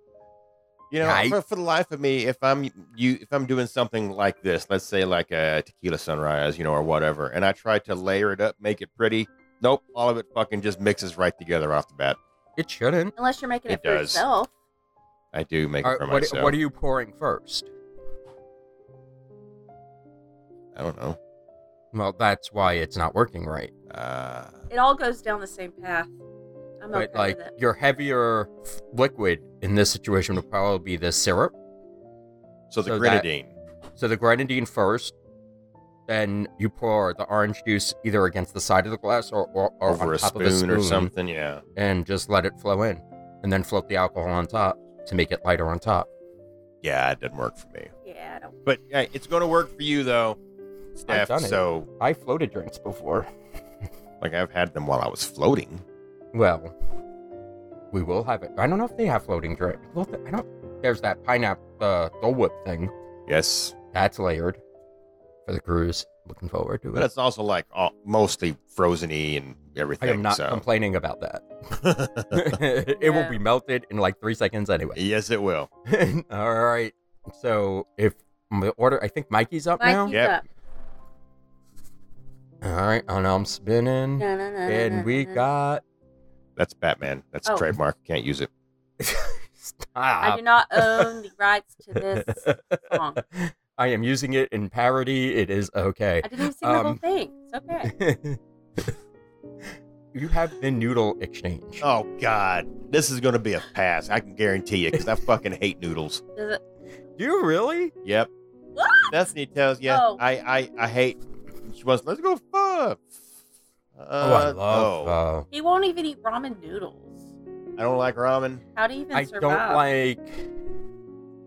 Speaker 2: You know,
Speaker 3: I-
Speaker 2: for, for the life of me, if I'm you, if I'm doing something like this, let's say like a tequila sunrise, you know, or whatever, and I try to layer it up, make it pretty. Nope, all of it fucking just mixes right together off the bat.
Speaker 3: It shouldn't.
Speaker 1: Unless you're making it,
Speaker 2: It
Speaker 1: for
Speaker 2: does.
Speaker 1: yourself.
Speaker 2: I do make
Speaker 3: All
Speaker 2: it for
Speaker 3: right, what,
Speaker 2: myself.
Speaker 3: what are you pouring first?
Speaker 2: I don't know.
Speaker 3: Well, that's why it's not working right.
Speaker 2: Uh,
Speaker 1: It all goes down the same path. I'm
Speaker 3: but
Speaker 1: okay
Speaker 3: like
Speaker 1: with it.
Speaker 3: your heavier f- liquid in this situation would probably be the syrup.
Speaker 2: so
Speaker 3: So
Speaker 2: the
Speaker 3: that-
Speaker 2: grenadine.
Speaker 3: So the grenadine first, then you pour the orange juice either against the side of the glass or, or, or
Speaker 2: over
Speaker 3: on
Speaker 2: a
Speaker 3: top
Speaker 2: spoon,
Speaker 3: of a spoon
Speaker 2: or something. Yeah.
Speaker 3: and just let it flow in, and then float the alcohol on top to make it lighter on top.
Speaker 2: Yeah, it didn't work for me.
Speaker 1: Yeah, I don't.
Speaker 2: But hey, it's going to work for you though, Steph.
Speaker 3: done it.
Speaker 2: So
Speaker 3: I floated drinks before.
Speaker 2: like I've had them while I was floating.
Speaker 3: Well, we will have it. I don't know if they have floating drink. Well, th- I don't. There's that pineapple uh, Dole Whip thing
Speaker 2: Yes,
Speaker 3: that's layered for the cruise. Looking forward to
Speaker 2: but
Speaker 3: it.
Speaker 2: it's also like all, mostly frozeny and
Speaker 3: I
Speaker 2: everything.
Speaker 3: am not
Speaker 2: so.
Speaker 3: complaining about that. it will
Speaker 1: Yeah.
Speaker 3: be melted in like three seconds anyway.
Speaker 2: yes, it will.
Speaker 3: All right. So if my order, I think Mikey's up
Speaker 1: Mikey's
Speaker 2: Yep.
Speaker 1: up.
Speaker 3: now. All right, and I'm spinning,
Speaker 1: Na, na, na, na, na,
Speaker 3: and we
Speaker 1: na.
Speaker 3: got.
Speaker 2: That's Batman. That's
Speaker 1: Oh.
Speaker 2: a trademark. Can't use it.
Speaker 1: I
Speaker 3: Stop.
Speaker 1: do not own the rights to this song.
Speaker 3: I am using it in parody. It is okay.
Speaker 1: I didn't even sing the whole
Speaker 3: Um,
Speaker 1: thing. It's okay.
Speaker 3: you have the noodle exchange.
Speaker 2: Oh God, this is going to be a pass. I can guarantee you because I fucking hate noodles.
Speaker 1: Does it-
Speaker 3: Do you really?
Speaker 2: Yep.
Speaker 1: What?
Speaker 2: Bethany tells you,
Speaker 1: Oh.
Speaker 2: I, I, I hate. She wants. Let's go pho. Uh,
Speaker 3: oh, I love.
Speaker 2: no.
Speaker 3: uh,
Speaker 1: He won't even eat ramen noodles.
Speaker 2: I don't like ramen.
Speaker 1: How do you even
Speaker 3: I
Speaker 1: survive?
Speaker 3: don't like.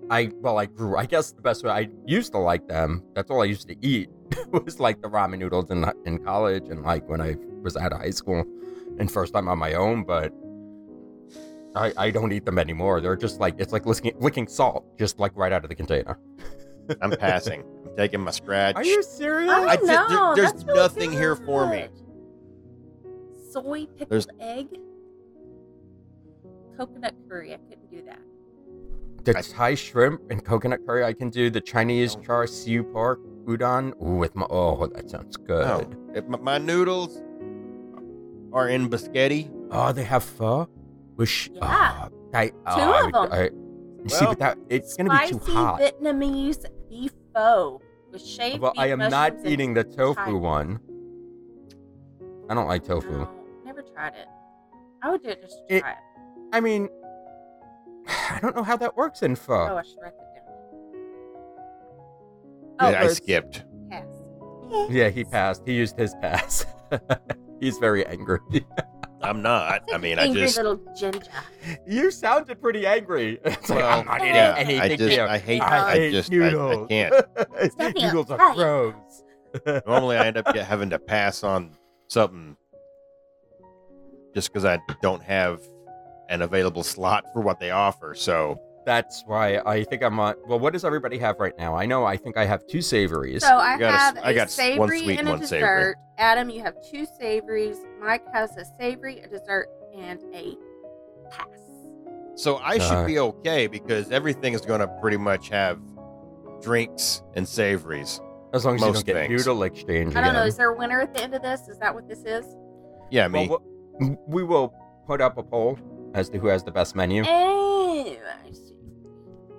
Speaker 3: I well, I grew. I guess the best way I used to like them. That's all I used to eat was like the ramen noodles in in college and like when I was out of high school and first time on my own. But I I don't eat them anymore. They're just like it's like licking, licking salt, just like right out of the container.
Speaker 2: I'm passing. I'm taking my scratch.
Speaker 3: Are you serious?
Speaker 1: I
Speaker 2: I
Speaker 1: don't
Speaker 2: just- there-
Speaker 1: know.
Speaker 2: there's
Speaker 1: That's really
Speaker 2: nothing here for me.
Speaker 1: good. Soy pickled
Speaker 2: There's-
Speaker 1: egg, coconut curry. I couldn't do that.
Speaker 3: The
Speaker 2: I-
Speaker 3: Thai shrimp and coconut curry I can do. The Chinese char siu pork udon Ooh, with my oh that sounds good.
Speaker 2: No. If my, my noodles are in biscotti.
Speaker 3: Oh, they have pho, which
Speaker 1: Yeah.
Speaker 3: oh, I, oh,
Speaker 1: Two
Speaker 3: I
Speaker 1: of
Speaker 3: would-
Speaker 1: them.
Speaker 3: I- you see,
Speaker 2: Well,
Speaker 3: but that it's gonna be too
Speaker 1: Spicy
Speaker 3: hot.
Speaker 1: Vietnamese beef pho with shaved
Speaker 3: well, I
Speaker 1: beef
Speaker 3: am not
Speaker 1: mushrooms and-
Speaker 3: eating the tofu
Speaker 1: Thai.
Speaker 3: one. I don't like tofu.
Speaker 1: No, never tried it. I would do it just to
Speaker 3: It-
Speaker 1: try it.
Speaker 3: I mean, I don't know how that works in
Speaker 2: Uh.
Speaker 3: pho.
Speaker 1: Oh, I should write that down. Oh,
Speaker 2: I
Speaker 1: Rose,
Speaker 2: skipped.
Speaker 1: pass.
Speaker 3: Yeah, he passed. He used his pass. He's very angry.
Speaker 2: I'm not. I mean, I
Speaker 1: Angry
Speaker 2: just.
Speaker 1: little ginger.
Speaker 3: you sounded pretty angry. It's like,
Speaker 2: Well,
Speaker 3: I'm not eating
Speaker 1: yeah,
Speaker 3: anything
Speaker 2: I just.
Speaker 3: here.
Speaker 2: I hate.
Speaker 1: I
Speaker 2: I,
Speaker 3: hate
Speaker 2: just. I, I
Speaker 3: noodles.
Speaker 2: can't.
Speaker 1: Steffi,
Speaker 3: noodles are
Speaker 1: right.
Speaker 3: gross.
Speaker 2: Normally, I end up get- having to pass on something just because I don't have an available slot for what they offer. So
Speaker 3: That's why I think I'm on. Well, what does everybody have right now? I know I think I have two savories.
Speaker 1: So I
Speaker 2: You got a-
Speaker 1: have
Speaker 2: I got
Speaker 1: a
Speaker 2: s- one
Speaker 1: savory
Speaker 2: sweet,
Speaker 1: and a
Speaker 2: one
Speaker 1: dessert.
Speaker 2: savory.
Speaker 1: Adam, you have two savories. Mike has a savory, a dessert, and a pass.
Speaker 2: So I should
Speaker 3: Alright.
Speaker 2: be okay because everything is going to pretty much have drinks and savories.
Speaker 3: as long as you
Speaker 2: most
Speaker 3: don't get
Speaker 2: things.
Speaker 3: noodle exchange.
Speaker 1: I don't know.
Speaker 3: again.
Speaker 1: Is there a winner at the end of this? Is that what this is?
Speaker 2: Yeah, me.
Speaker 3: Well, w- we will put up a poll as to who has the best menu.
Speaker 1: Oh, I see.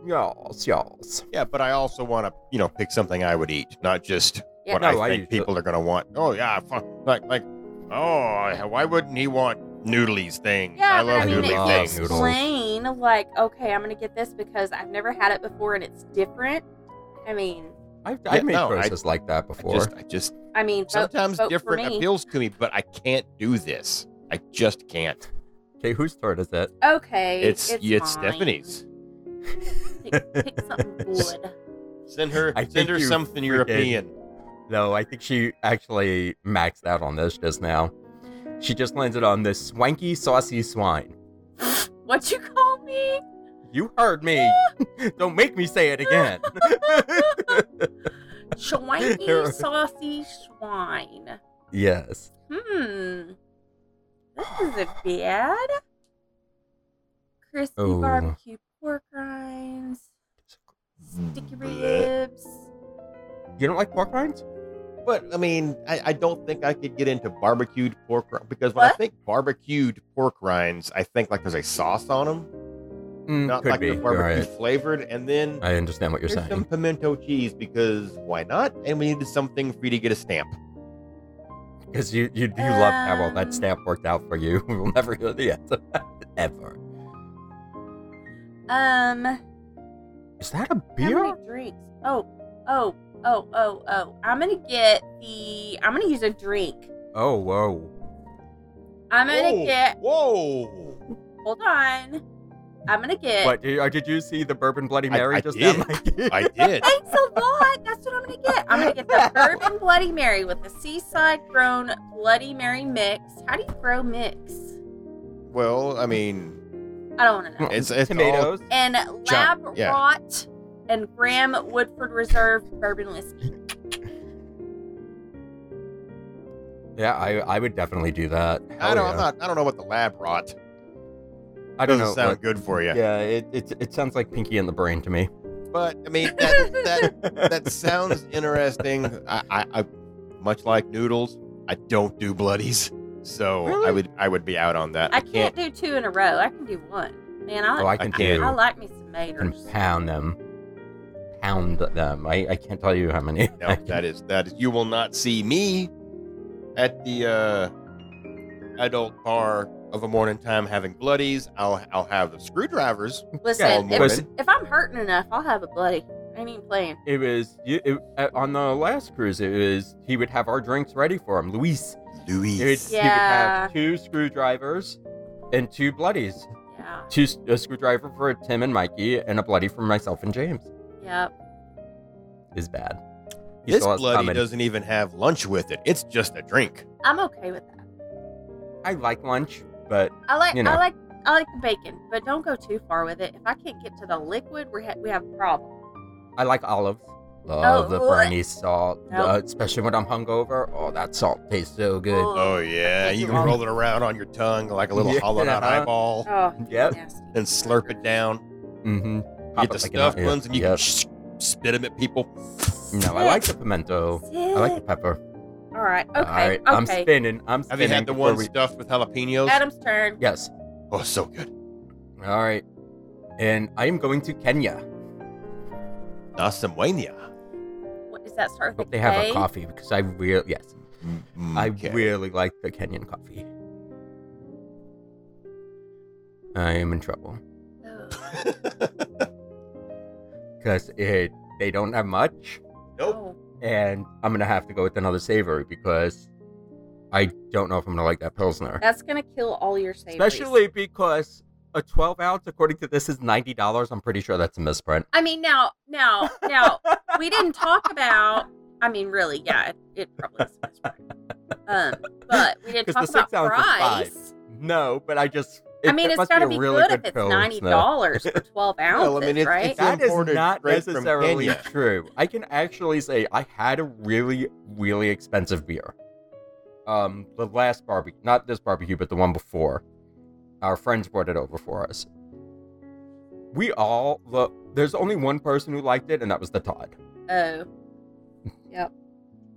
Speaker 3: Y'all's, y'all's.
Speaker 2: yeah, but I also want to, you know, pick something I would eat, not just
Speaker 1: Yeah.
Speaker 2: what
Speaker 3: No,
Speaker 2: I
Speaker 3: I
Speaker 2: think
Speaker 3: usually-
Speaker 2: people are going to want. Oh yeah, fuck. like like oh, why wouldn't he want noodlies things?
Speaker 1: Yeah,
Speaker 2: I
Speaker 1: but
Speaker 2: love
Speaker 1: I mean,
Speaker 3: noodle
Speaker 1: if
Speaker 2: noodly
Speaker 1: you
Speaker 3: love
Speaker 2: things.
Speaker 3: noodles.
Speaker 1: explain, like, okay, I'm gonna get this because I've never had it before and it's different. I mean,
Speaker 3: I've, I've made
Speaker 2: no, I-
Speaker 3: choices like that
Speaker 2: I
Speaker 3: before.
Speaker 2: just, I just
Speaker 1: I mean, vote-
Speaker 2: sometimes
Speaker 1: vote for
Speaker 2: different
Speaker 1: me.
Speaker 2: appeals to me, but I can't do this. I just can't.
Speaker 3: Okay, whose turn is it?
Speaker 1: Okay,
Speaker 2: It's it's,
Speaker 1: mine.
Speaker 2: Stephanie's.
Speaker 1: Pick, pick something good.
Speaker 2: Send her
Speaker 3: I
Speaker 2: send
Speaker 3: think
Speaker 2: her
Speaker 3: you
Speaker 2: something
Speaker 3: freaking-
Speaker 2: European.
Speaker 3: No, I think she actually maxed out on this just now. She just landed on this swanky, saucy swine.
Speaker 1: What you call me?
Speaker 3: You heard me. don't make me say it again. There-
Speaker 1: Schwanky saucy swine.
Speaker 3: yes.
Speaker 1: Hmm. This isn't bad. Crispy
Speaker 3: Oh.
Speaker 1: barbecue pork rinds, sticky ribs.
Speaker 3: You don't like pork rinds?
Speaker 2: But I mean, I, I don't think I could get into barbecued pork ri- because when I
Speaker 1: What?
Speaker 2: think barbecued pork rinds, I think like there's a sauce on them,
Speaker 3: Mm,
Speaker 2: not
Speaker 3: could
Speaker 2: like
Speaker 3: be.
Speaker 2: the
Speaker 3: You're
Speaker 2: barbecue
Speaker 3: right.
Speaker 2: flavored, and then
Speaker 3: I understand what you're
Speaker 2: there's
Speaker 3: saying.
Speaker 2: some pimento cheese because why not? And we needed something for you to get a stamp.
Speaker 3: Because you, you, you love how well
Speaker 1: Um,
Speaker 3: that stamp worked out for you. We'll never hear the end of that, ever.
Speaker 1: Um,
Speaker 3: Is that a
Speaker 1: how
Speaker 3: beer?
Speaker 1: many drinks? Oh, oh, oh, oh, oh. I'm gonna get the. I'm gonna use a drink.
Speaker 3: Oh, whoa.
Speaker 1: I'm gonna
Speaker 2: Whoa,
Speaker 1: get.
Speaker 2: Whoa!
Speaker 1: Hold on. I'm gonna get.
Speaker 3: What? Did, uh, did you see the bourbon Bloody
Speaker 2: I-
Speaker 3: Mary
Speaker 2: I
Speaker 3: just
Speaker 2: did.
Speaker 3: now? Mike?
Speaker 2: I did.
Speaker 1: Thanks a lot. That's what I'm gonna get. I'm gonna get the bourbon Bloody Mary with the seaside grown Bloody Mary mix. How do you grow mix?
Speaker 2: Well, I mean,
Speaker 1: I don't want to know.
Speaker 2: it's it's all-
Speaker 3: Tomatoes.
Speaker 1: And
Speaker 2: Mm. John-
Speaker 1: lab
Speaker 2: yeah.
Speaker 1: rot and Graham Woodford Reserve bourbon whiskey.
Speaker 3: Yeah, I, I would definitely do that.
Speaker 2: I
Speaker 3: Hell Oh,
Speaker 2: don't.
Speaker 3: yeah.
Speaker 2: I'm not. I don't know what the lab rot.
Speaker 3: I don't know.
Speaker 2: Doesn't sound
Speaker 3: but-
Speaker 2: good for you.
Speaker 3: Yeah, it, it it sounds like Pinky and the Brain to me.
Speaker 2: But I mean, that that, that sounds interesting. I, I, I much like noodles. I don't do bloodies, so I
Speaker 3: Really?
Speaker 2: would I would be out on that.
Speaker 1: I can't do two in a row. I can do one. Man, I,
Speaker 3: Oh, I can
Speaker 2: I
Speaker 3: do.
Speaker 1: I
Speaker 3: I
Speaker 1: like me
Speaker 3: can
Speaker 1: some maters.
Speaker 3: pound them, pound them. I, I can't tell you how many.
Speaker 2: No, that is that is. You will not see me at the uh, adult bar of a morning time having bloodies. I'll I'll have the screwdrivers.
Speaker 1: Listen,
Speaker 2: Yeah,
Speaker 1: if,
Speaker 2: women.
Speaker 1: if I'm hurting enough, I'll have a bloody. I ain't even playing.
Speaker 3: It was you, it, uh, on the last cruise. It was he would have our drinks ready for him, Luis.
Speaker 2: Louise.
Speaker 3: He would, he would
Speaker 1: Yeah.
Speaker 3: have two screwdrivers and two bloodies.
Speaker 1: Yeah.
Speaker 3: Two s- a screwdriver for Tim and Mikey, and a bloody for myself and James.
Speaker 1: Yep.
Speaker 3: Is bad. He
Speaker 2: this
Speaker 3: still has
Speaker 2: bloody
Speaker 3: comment.
Speaker 2: doesn't even have lunch with it. It's just a drink.
Speaker 1: I'm okay with that.
Speaker 3: I like lunch, but
Speaker 1: I like
Speaker 3: You know.
Speaker 1: I like I like the bacon, but don't go too far with it. If I can't get to the liquid, we ha- we have a problem.
Speaker 3: I like olives. Love the
Speaker 1: ugh.
Speaker 3: briny salt,
Speaker 1: Oh, No.
Speaker 3: uh, especially when I'm hungover. Oh, that salt tastes so good.
Speaker 1: Ugh.
Speaker 2: Oh yeah,
Speaker 1: Take
Speaker 2: you
Speaker 1: it
Speaker 2: can
Speaker 1: off.
Speaker 2: roll it around on your tongue like a little
Speaker 3: Yeah. uh-huh.
Speaker 2: hollowed out eyeball,
Speaker 1: Oh,
Speaker 3: Yep.
Speaker 1: nasty.
Speaker 2: and slurp it down.
Speaker 3: Mm-hmm.
Speaker 2: You get the stuffed ones, and you can sh- spit them at people.
Speaker 3: No, I like the
Speaker 1: Sick.
Speaker 3: pimento. I like the pepper.
Speaker 1: All right. Okay.
Speaker 3: All right,
Speaker 1: Okay.
Speaker 3: I'm spinning. I'm
Speaker 2: Have
Speaker 3: spinning.
Speaker 2: you had the
Speaker 3: before
Speaker 2: one
Speaker 3: we-
Speaker 2: stuffed with jalapenos?
Speaker 1: Adam's turn.
Speaker 3: Yes.
Speaker 2: Oh, so good.
Speaker 3: All right. And I am going to Kenya.
Speaker 2: Nasamwania.
Speaker 1: What does that start with?
Speaker 3: Hope they have
Speaker 1: K?
Speaker 3: a coffee because I really yes, I
Speaker 2: Mm, Okay.
Speaker 3: really like the Kenyan coffee. I am in trouble
Speaker 1: Oh,
Speaker 3: because it they don't have much.
Speaker 1: oh.
Speaker 3: and I'm gonna have to go with another savory because I don't know if I'm gonna like that pilsner.
Speaker 1: That's gonna kill all your savings.
Speaker 3: Especially because a 12 ounce, according to this, is ninety dollars. I'm pretty sure that's a misprint.
Speaker 1: I mean, now, now, now, we didn't talk about. I mean, really, yeah, it, it probably is. Um, but we didn't
Speaker 3: 'Cause
Speaker 1: talk
Speaker 3: the
Speaker 1: about
Speaker 3: six ounce is five.
Speaker 1: price.
Speaker 3: No, but I just. It,
Speaker 1: I
Speaker 3: it
Speaker 1: mean, it's
Speaker 3: must
Speaker 1: got to
Speaker 3: a
Speaker 1: be
Speaker 3: really
Speaker 1: good,
Speaker 3: good
Speaker 1: if it's
Speaker 3: pilsner.
Speaker 1: ninety dollars for twelve ounces,
Speaker 2: Well, I mean, it's-
Speaker 1: right?
Speaker 2: it's-
Speaker 3: That
Speaker 2: Imported
Speaker 3: is not
Speaker 2: straight from
Speaker 3: necessarily
Speaker 2: Kenya.
Speaker 3: true. I can actually say I had a really, really expensive beer. Um, the last barbecue, not this barbecue, but the one before. Our friends brought it over for us. We all look. There's only one person who liked it, and that was the Todd.
Speaker 1: oh,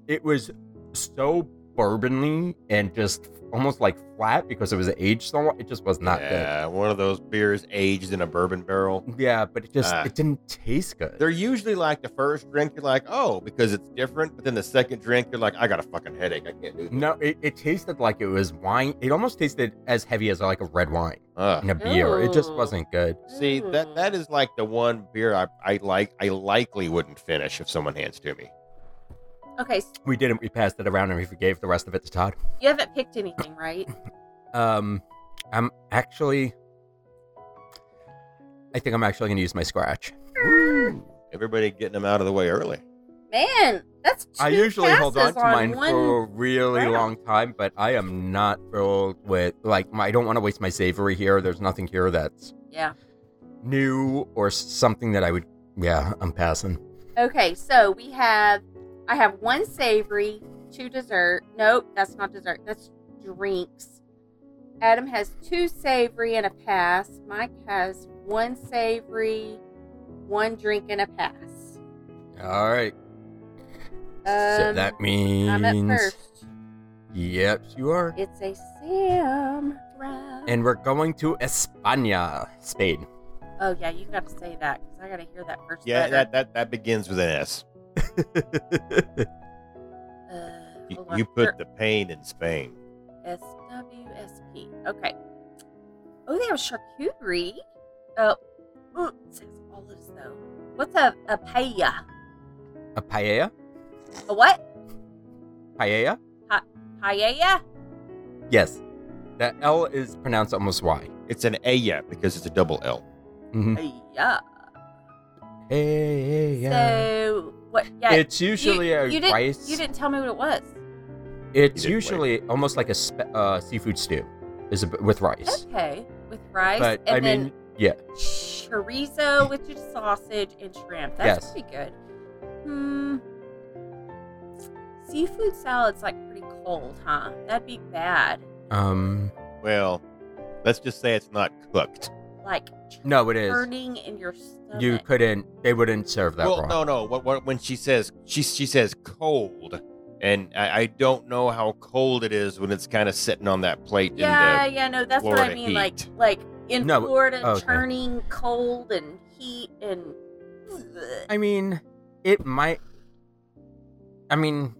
Speaker 3: It was so bourbonly and just almost like flat because it was aged so long. It just was not
Speaker 2: yeah, one of those beers aged in a bourbon barrel.
Speaker 3: good. Yeah, but it just
Speaker 2: Ah.
Speaker 3: it didn't taste good.
Speaker 2: They're usually like the first drink, you're like, oh, because it's different. But then the second drink, you're like, I got a fucking headache. I can't do this.
Speaker 3: No, it, it tasted like it was wine. It almost tasted as heavy as like a red wine
Speaker 2: Ugh.
Speaker 3: in a beer. It just
Speaker 1: Ooh.
Speaker 3: wasn't good.
Speaker 2: See that that is like the one beer I, I like I likely wouldn't finish if someone hands to me.
Speaker 1: okay. So
Speaker 3: We didn't. We passed it around and we gave the rest of it to Todd.
Speaker 1: you haven't picked anything, right?
Speaker 3: Um, I'm actually. I think I'm actually going to use my scratch.
Speaker 2: Everybody getting them out of the way early.
Speaker 1: Man, that's. Two
Speaker 3: I usually hold on
Speaker 1: passes
Speaker 3: to mine
Speaker 1: one...
Speaker 3: for a really
Speaker 1: round.
Speaker 3: long time, but I am not filled with like my, I don't want to waste my savory here. There's nothing here that's
Speaker 1: Yeah.
Speaker 3: new or something that I would. Yeah, I'm passing.
Speaker 1: Okay, so we have I have one savory, two dessert. Nope, that's not dessert. That's drinks. Adam has two savory and a pass. Mike has one savory, one drink and a pass.
Speaker 3: All right. so
Speaker 1: Um,
Speaker 3: that means
Speaker 1: I'm at first.
Speaker 3: Yep, you are.
Speaker 1: It's a Sam round.
Speaker 3: And we're going to España, Spain.
Speaker 1: oh yeah, you got to say that because I got to hear that first.
Speaker 2: Yeah,
Speaker 1: letter.
Speaker 2: that, that that begins with an S.
Speaker 1: Uh,
Speaker 2: You,
Speaker 1: hold on.
Speaker 2: you
Speaker 1: Here.
Speaker 2: put the pain in Spain.
Speaker 1: SWSP. Okay. Oh, they have charcuterie. mm, Oh, ooh, it says olives though. What's a a paella?
Speaker 3: A paella?
Speaker 1: A what?
Speaker 3: Paella?
Speaker 1: Paella?
Speaker 3: Yes. The L is pronounced almost Y.
Speaker 2: It's an A yeah because it's a double L.
Speaker 3: Mm-hmm.
Speaker 1: Yeah.
Speaker 3: Paella.
Speaker 1: So what? Yeah.
Speaker 3: It's usually
Speaker 1: you,
Speaker 3: a
Speaker 1: you didn't-
Speaker 3: rice.
Speaker 1: You didn't tell me what it was.
Speaker 3: It's
Speaker 2: You didn't
Speaker 3: usually almost like a spe- uh, seafood stew, is a, with rice.
Speaker 1: Okay, with rice
Speaker 3: But
Speaker 1: and
Speaker 3: I
Speaker 1: then
Speaker 3: mean, yeah,
Speaker 1: chorizo with your sausage and shrimp. That's
Speaker 3: Yes.
Speaker 1: pretty good. Hmm. Seafood salad's like pretty cold, huh? That'd be bad.
Speaker 3: um,
Speaker 2: Well, let's just say it's not cooked.
Speaker 1: Like
Speaker 3: no, it is.
Speaker 1: turning in your stomach.
Speaker 3: You couldn't. They wouldn't serve that
Speaker 2: well, uh,
Speaker 3: raw.
Speaker 2: no, no. What, what when she says she she says cold, and I, I don't know how cold it is when it's kind of sitting on that plate.
Speaker 1: Yeah,
Speaker 2: In
Speaker 1: yeah, no, that's what I
Speaker 2: Florida
Speaker 1: mean. Like,
Speaker 2: heat.
Speaker 1: like in
Speaker 3: No,
Speaker 1: Florida,
Speaker 3: oh, okay.
Speaker 1: turning cold and heat and.
Speaker 3: I mean, it might. I mean,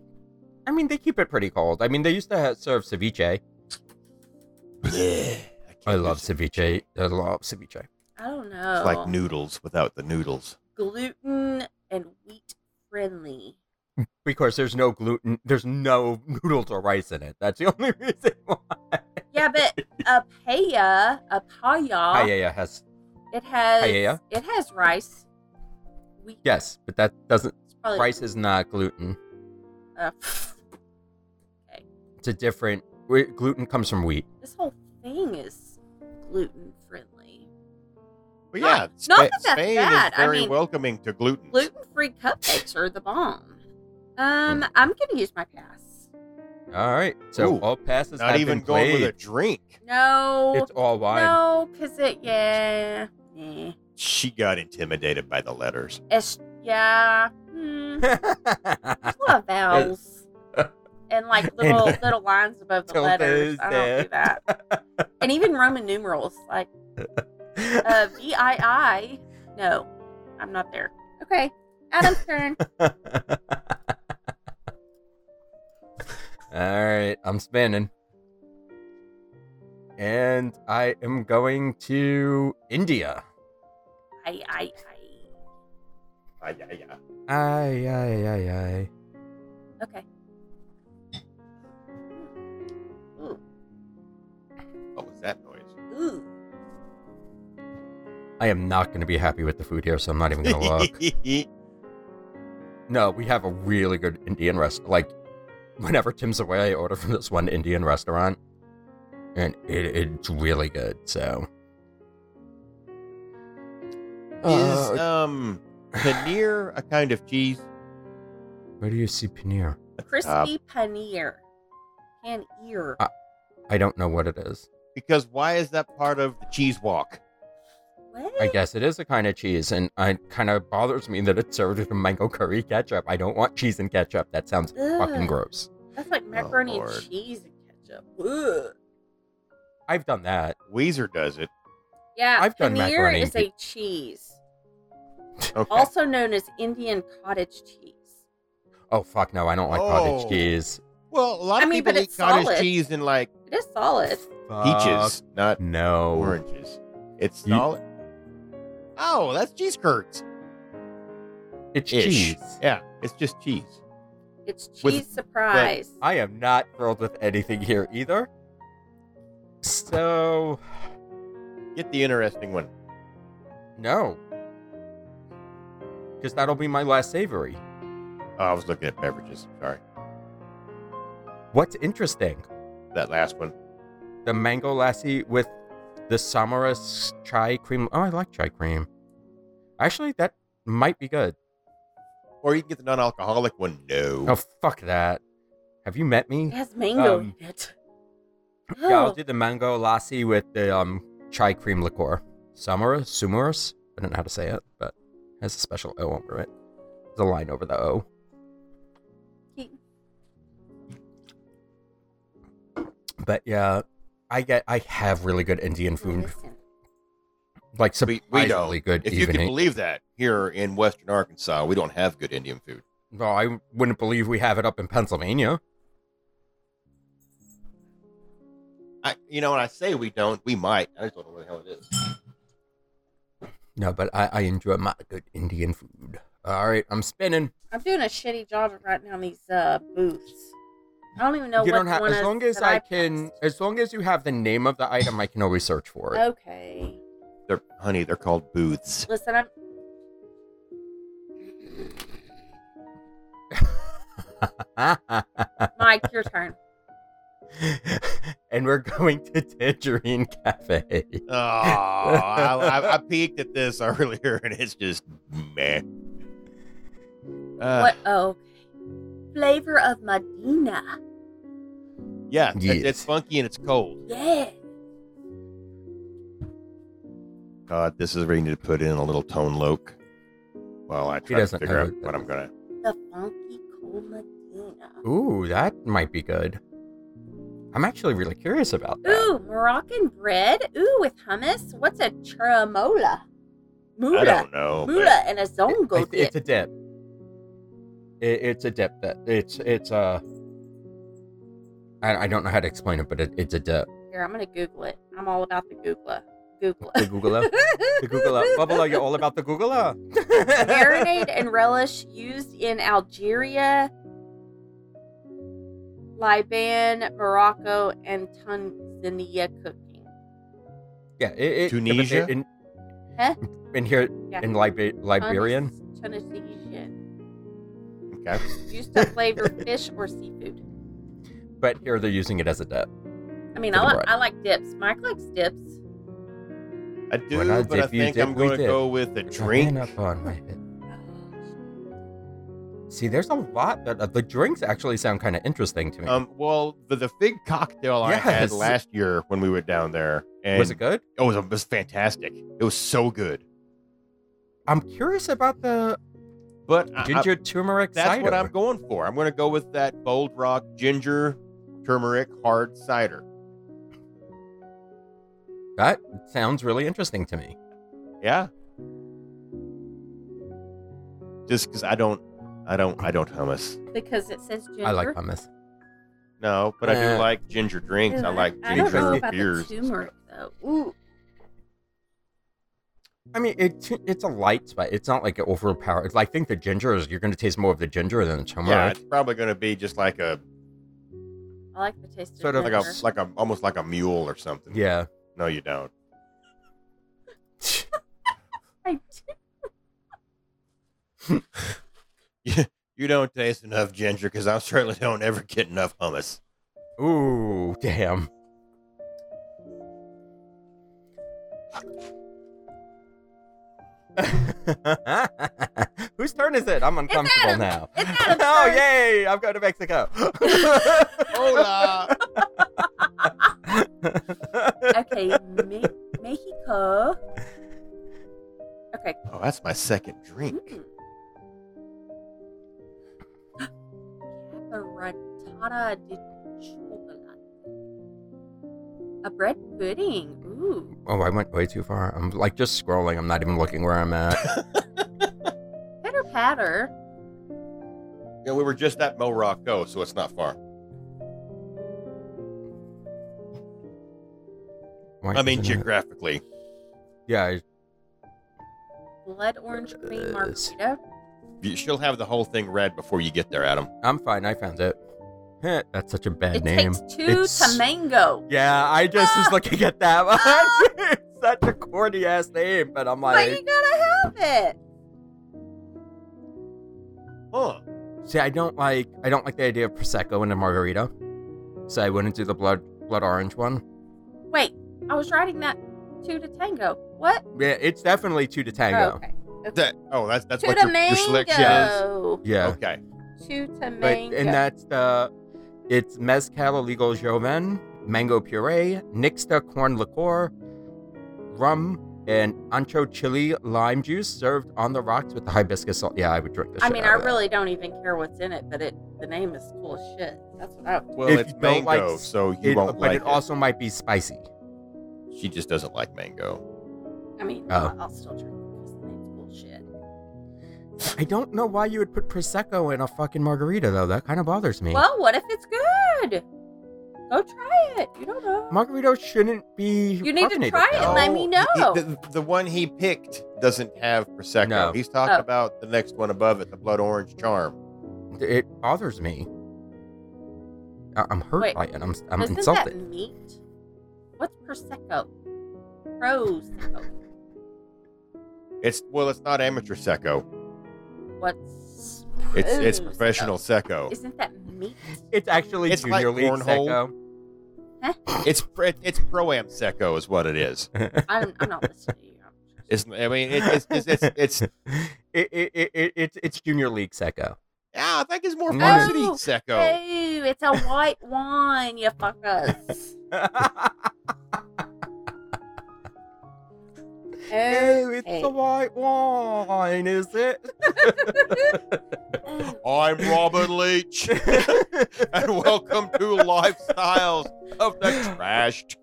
Speaker 3: I mean they keep it pretty cold. I mean they used to have, serve ceviche.
Speaker 2: the, Bleh.
Speaker 3: I
Speaker 2: can't
Speaker 3: love
Speaker 2: do-
Speaker 3: ceviche. I love ceviche.
Speaker 1: I don't know.
Speaker 2: It's like noodles without the noodles.
Speaker 1: gluten and wheat friendly.
Speaker 3: Because there's no gluten. There's no noodles or rice in it. That's the only reason why.
Speaker 1: Yeah, but a paella, a paella,
Speaker 3: Paella Ah, has
Speaker 1: it has
Speaker 3: paella?
Speaker 1: it has rice. Wheat
Speaker 3: yes, but that doesn't.
Speaker 1: it's probably
Speaker 3: Rice is not gluten.
Speaker 1: Uh,
Speaker 3: It's a different. wh- Gluten comes from wheat.
Speaker 1: this whole thing is gluten friendly.
Speaker 2: But
Speaker 1: Not-
Speaker 2: yeah,
Speaker 1: not
Speaker 2: Spa-
Speaker 1: that that's
Speaker 2: Spain
Speaker 1: bad.
Speaker 2: is
Speaker 1: I
Speaker 2: very
Speaker 1: mean,
Speaker 2: welcoming to gluten.
Speaker 1: Gluten free cupcakes are the bomb.
Speaker 3: Hmm.
Speaker 1: Um, I'm gonna use my pass.
Speaker 3: All right. So
Speaker 2: Ooh,
Speaker 3: all passes.
Speaker 2: Not
Speaker 3: have
Speaker 2: even
Speaker 3: been
Speaker 2: going with a
Speaker 3: played.
Speaker 2: drink.
Speaker 1: No,
Speaker 3: It's all wine.
Speaker 1: no, cause it yeah, yeah,
Speaker 2: She got intimidated by the letters.
Speaker 1: it's yeah. Hmm. There's a lot of vowels and like little little lines above the
Speaker 3: Till
Speaker 1: letters. I don't do that. And even Roman numerals, like uh, V I I. No, I'm not there. Okay, Adam's turn.
Speaker 3: all right. I'm spinning. And I am going to India.
Speaker 1: I I
Speaker 2: Ah, yeah, yeah.
Speaker 3: Ay, ay, ay, ay.
Speaker 1: I. Okay. Ooh,
Speaker 2: What was that noise?
Speaker 1: ooh.
Speaker 3: I am not going to be happy with the food here, so I'm not even going to look. No, we have a really good Indian restaurant. Like, whenever Tim's away, I order from this one Indian restaurant, and it, it's really good. So, Uh,
Speaker 2: is um paneer a kind of cheese?
Speaker 3: where do you see paneer?
Speaker 1: Crispy paneer. Pan ear.
Speaker 3: Uh, I don't know what it is.
Speaker 2: Because why is that part of the cheese walk?
Speaker 1: what?
Speaker 3: I guess it is a kind of cheese, and it kind of bothers me that it's served with mango curry ketchup. I don't want cheese and ketchup. That sounds fucking Oh,
Speaker 1: Ugh.
Speaker 3: gross.
Speaker 1: That's like macaroni
Speaker 2: Lord.
Speaker 1: and cheese and ketchup. Ugh.
Speaker 3: I've done that.
Speaker 2: Weezer does it.
Speaker 1: Yeah,
Speaker 3: I've done
Speaker 1: paneer
Speaker 3: macaroni and
Speaker 1: is a cheese,
Speaker 2: Okay.
Speaker 1: also known as Indian cottage cheese.
Speaker 3: Oh fuck no, I don't like
Speaker 2: Oh.
Speaker 3: cottage cheese.
Speaker 2: well, a lot
Speaker 1: I
Speaker 2: of
Speaker 1: mean,
Speaker 2: people
Speaker 1: but
Speaker 2: eat
Speaker 1: it's
Speaker 2: cottage
Speaker 1: solid.
Speaker 2: cheese in like
Speaker 1: It is solid.
Speaker 3: Fuck
Speaker 2: peaches, not
Speaker 3: Uh, No.
Speaker 2: oranges. It's
Speaker 3: You-
Speaker 2: solid. Oh, that's cheese curds.
Speaker 3: It's
Speaker 2: Ish.
Speaker 3: cheese.
Speaker 2: Yeah, it's just cheese.
Speaker 1: It's cheese
Speaker 2: With-
Speaker 1: surprise.
Speaker 3: I am not thrilled with anything here either. So,
Speaker 2: Get the interesting one.
Speaker 3: no. Because that'll be my last savory.
Speaker 2: Oh, I was looking at beverages. Sorry,
Speaker 3: What's interesting?
Speaker 2: that last one.
Speaker 3: The mango lassi with the Samaras chai cream. Oh, I like chai cream. Actually, that might be good.
Speaker 2: Or you can get the non-alcoholic one. No.
Speaker 3: Oh, fuck that. Have you met me?
Speaker 1: it has mango
Speaker 3: um,
Speaker 1: in it.
Speaker 3: Yeah, I'll
Speaker 1: Oh,
Speaker 3: do the mango lassi with the um, chai cream liqueur. Samara, Sumaris. I don't know how to say it, but it has a special O over it. There's a line over the O.
Speaker 1: he-
Speaker 3: But yeah, I get I have really good Indian food,
Speaker 1: listen.
Speaker 3: like
Speaker 2: we, we
Speaker 3: surprisingly
Speaker 2: don't.
Speaker 3: good.
Speaker 2: If you
Speaker 3: even
Speaker 2: can
Speaker 3: in-
Speaker 2: believe that, here in Western Arkansas, we don't have good Indian food.
Speaker 3: no, I wouldn't believe we have it up in Pennsylvania.
Speaker 2: I, you know, when I say we don't, we might. I just don't know where the hell it is.
Speaker 3: No, but I, I enjoy my good Indian food. All right, I'm spinning.
Speaker 1: I'm doing a shitty job of writing down these uh, booths. I don't even know
Speaker 3: you
Speaker 1: what
Speaker 3: don't have
Speaker 1: one
Speaker 3: as
Speaker 1: is
Speaker 3: long as
Speaker 1: that
Speaker 3: I
Speaker 1: I
Speaker 3: can
Speaker 1: passed.
Speaker 3: as long as you have the name of the item I can always search for it.
Speaker 1: Okay.
Speaker 2: They're, honey, they're called booths.
Speaker 1: Listen, I'm. Mike, your turn.
Speaker 3: and we're going to Tangerine Cafe.
Speaker 2: Oh, I, I, I peeked at this earlier, and it's just meh. Uh,
Speaker 1: what? Oh. Flavor of Medina.
Speaker 2: Yeah, it's-
Speaker 3: Yes.
Speaker 2: it's funky and it's cold.
Speaker 1: Yeah.
Speaker 2: God, this is where you need to put in a little tone loke. Well, I try to
Speaker 3: doesn't
Speaker 2: figure
Speaker 3: know
Speaker 2: out
Speaker 3: what that
Speaker 2: what I'm
Speaker 3: is.
Speaker 2: gonna.
Speaker 1: The funky cold Medina.
Speaker 3: Ooh, that might be good. I'm actually really curious about that.
Speaker 1: Ooh, Moroccan bread. Ooh, with hummus. What's a chramola? Mula.
Speaker 2: I don't know. but-
Speaker 1: Mula and a
Speaker 3: It-
Speaker 1: zongo
Speaker 3: it-
Speaker 1: dip.
Speaker 3: it's a dip. It, it's a dip that it's it's uh I, I don't know how to explain it, but it, it's a dip.
Speaker 1: Here, I'm gonna Google it. I'm all about the Googler. Googler.
Speaker 3: The Googler, the Googler, Bubble, you're all about the Googler.
Speaker 1: Marinade and relish used in Algeria, Liban, Morocco, and Tanzania cooking.
Speaker 3: Yeah, it, it,
Speaker 2: Tunisia?
Speaker 3: it- in,
Speaker 1: Huh?
Speaker 3: in here
Speaker 1: Yeah.
Speaker 3: in Liber- Liberian.
Speaker 1: Tunis- Tunisian.
Speaker 2: Okay.
Speaker 1: Used to flavor fish or seafood.
Speaker 3: but here they're using it as a dip.
Speaker 1: I mean,
Speaker 3: For
Speaker 1: I,
Speaker 3: the
Speaker 1: li-
Speaker 3: bread.
Speaker 1: I like dips. Mike likes dips.
Speaker 2: I do,
Speaker 3: When I
Speaker 2: but I
Speaker 3: dip, you
Speaker 2: think
Speaker 3: dip,
Speaker 2: I'm
Speaker 3: we
Speaker 2: gonna
Speaker 3: dip.
Speaker 2: go with a drink.
Speaker 3: Ran up on my bit. See, there's a lot that uh, the drinks actually sound kind of interesting to me.
Speaker 2: Um, well, the, the fig cocktail I had
Speaker 3: Yes.
Speaker 2: last year when we went down there, and
Speaker 3: Was it good?
Speaker 2: oh, it was, it was fantastic. It was so good.
Speaker 3: I'm curious about the
Speaker 2: But I- I-
Speaker 3: ginger turmeric
Speaker 2: that's
Speaker 3: cider.
Speaker 2: what I'm going for. I'm going to go with that Bold Rock ginger turmeric hard cider.
Speaker 3: That sounds really interesting to me.
Speaker 2: Yeah. Just because I don't, I don't, I don't hummus.
Speaker 1: Because it says ginger.
Speaker 3: I like hummus.
Speaker 2: No, but I do
Speaker 3: Uh,
Speaker 2: like ginger drinks. I
Speaker 1: Ew,
Speaker 2: like
Speaker 1: I don't know
Speaker 2: ginger
Speaker 1: about
Speaker 2: beers.
Speaker 1: the turmeric though. Ooh,
Speaker 3: I mean, it it's a light spice. It's not like an overpowered. I think the ginger is you're going to taste more of the ginger than the
Speaker 2: Yeah,
Speaker 3: turmeric.
Speaker 2: it's probably going to be just like a
Speaker 1: I like the taste
Speaker 3: Sort
Speaker 1: of
Speaker 3: of
Speaker 2: like
Speaker 1: ginger.
Speaker 2: a like a almost like a mule or something.
Speaker 3: Yeah.
Speaker 2: No, you don't.
Speaker 1: I do.
Speaker 2: You don't taste enough ginger because I certainly don't ever get enough hummus.
Speaker 3: Ooh, damn. Whose turn is it? I'm uncomfortable
Speaker 1: Adam.
Speaker 3: now.
Speaker 1: It's Adam's
Speaker 3: oh,
Speaker 1: turn.
Speaker 3: yay! I'm going to Mexico.
Speaker 2: Hola.
Speaker 1: okay, Me- Mexico. Okay.
Speaker 2: oh, that's my second drink.
Speaker 1: Mm. Capirotada de chocolate. A bread pudding. Ooh.
Speaker 3: oh, I went way too far. I'm like just scrolling. I'm not even looking where I'm at.
Speaker 1: Pitter patter.
Speaker 2: Yeah, we were just at Morocco, so it's not far.
Speaker 3: Why
Speaker 2: I
Speaker 3: isn't
Speaker 2: mean,
Speaker 3: it-
Speaker 2: geographically.
Speaker 3: yeah, I-
Speaker 1: Blood orange cream
Speaker 3: Yes.
Speaker 1: margarita.
Speaker 2: You- She'll have the whole thing read before you get there, Adam.
Speaker 3: I'm fine. I found it. Heh, That's such a bad
Speaker 1: It
Speaker 3: name.
Speaker 1: takes two
Speaker 3: It's-
Speaker 1: to mango.
Speaker 3: Yeah, I just was
Speaker 1: Ah!
Speaker 3: looking at that one. it's such a corny ass name, but I'm
Speaker 1: But you
Speaker 3: like,
Speaker 1: gotta have it.
Speaker 2: Huh.
Speaker 3: see, I don't like, I don't like the idea of prosecco and a margarita, so I wouldn't do the blood, blood orange one.
Speaker 1: Wait, I was writing that two to tango. What?
Speaker 3: Yeah, it's definitely two to
Speaker 1: Oh,
Speaker 3: tango.
Speaker 1: okay.
Speaker 2: That, oh, that's that's
Speaker 1: Two
Speaker 2: what
Speaker 1: to
Speaker 2: your, your selection is.
Speaker 1: mango.
Speaker 3: Yeah,
Speaker 2: Okay.
Speaker 1: Two to
Speaker 3: but
Speaker 1: mango.
Speaker 3: and that's the, it's mezcal legal joven, mango puree, nixta corn liqueur, rum, and ancho chili lime juice served on the rocks with the hibiscus salt. Yeah, I would drink this.
Speaker 1: I
Speaker 3: shit
Speaker 1: mean,
Speaker 3: out
Speaker 1: I
Speaker 3: of that.
Speaker 1: really don't even care what's in it, but it the name is cool as shit. That's what I.
Speaker 2: Well,
Speaker 3: If
Speaker 2: it's
Speaker 3: you don't
Speaker 2: mango,
Speaker 3: like-
Speaker 2: so you
Speaker 3: It-
Speaker 2: won't
Speaker 3: but
Speaker 2: like
Speaker 3: it also might be spicy.
Speaker 2: She just doesn't like mango.
Speaker 1: I mean,
Speaker 3: Oh.
Speaker 1: I'll, I'll still drink it because the name's cool as shit.
Speaker 3: I don't know why you would put prosecco in a fucking margarita though. That kind of bothers me.
Speaker 1: Well, what if it's good? Go try it. You don't know.
Speaker 3: Margarito shouldn't be.
Speaker 1: You need to
Speaker 3: carbonated,
Speaker 1: try it,
Speaker 3: though.
Speaker 1: let me know.
Speaker 2: he- the, the one he picked doesn't have Prosecco.
Speaker 3: No.
Speaker 2: He's talking
Speaker 1: Oh.
Speaker 2: about the next one above it, the Blood Orange Charm.
Speaker 3: It bothers me. I- I'm hurt
Speaker 1: Wait,
Speaker 3: by it. I'm I'm
Speaker 1: Isn't
Speaker 3: insulted.
Speaker 1: that meat? What's prosecco? Prosecco.
Speaker 2: It's well, it's not amateur secco.
Speaker 1: What's
Speaker 2: It's it's
Speaker 1: prosecco?
Speaker 2: professional secco.
Speaker 1: Isn't that meat?
Speaker 3: It's actually
Speaker 2: It's
Speaker 3: junior
Speaker 2: like
Speaker 3: league
Speaker 2: cornhole. It's pro- it's pro am secco is what it is.
Speaker 3: Seco.
Speaker 1: I'm, I'm not listening to you.
Speaker 2: It's I mean it, it's it's it's, it's
Speaker 3: it, it, it, it, it's it's junior league Seco.
Speaker 2: yeah, I think it's more
Speaker 3: Oh,
Speaker 2: varsity secco.
Speaker 1: Ooh, it's a white wine, you fuckers.
Speaker 3: Oh, it's
Speaker 1: Okay.
Speaker 3: the white wine, is it?
Speaker 2: I'm Robin Leach, and welcome to Lifestyles of the Trashed.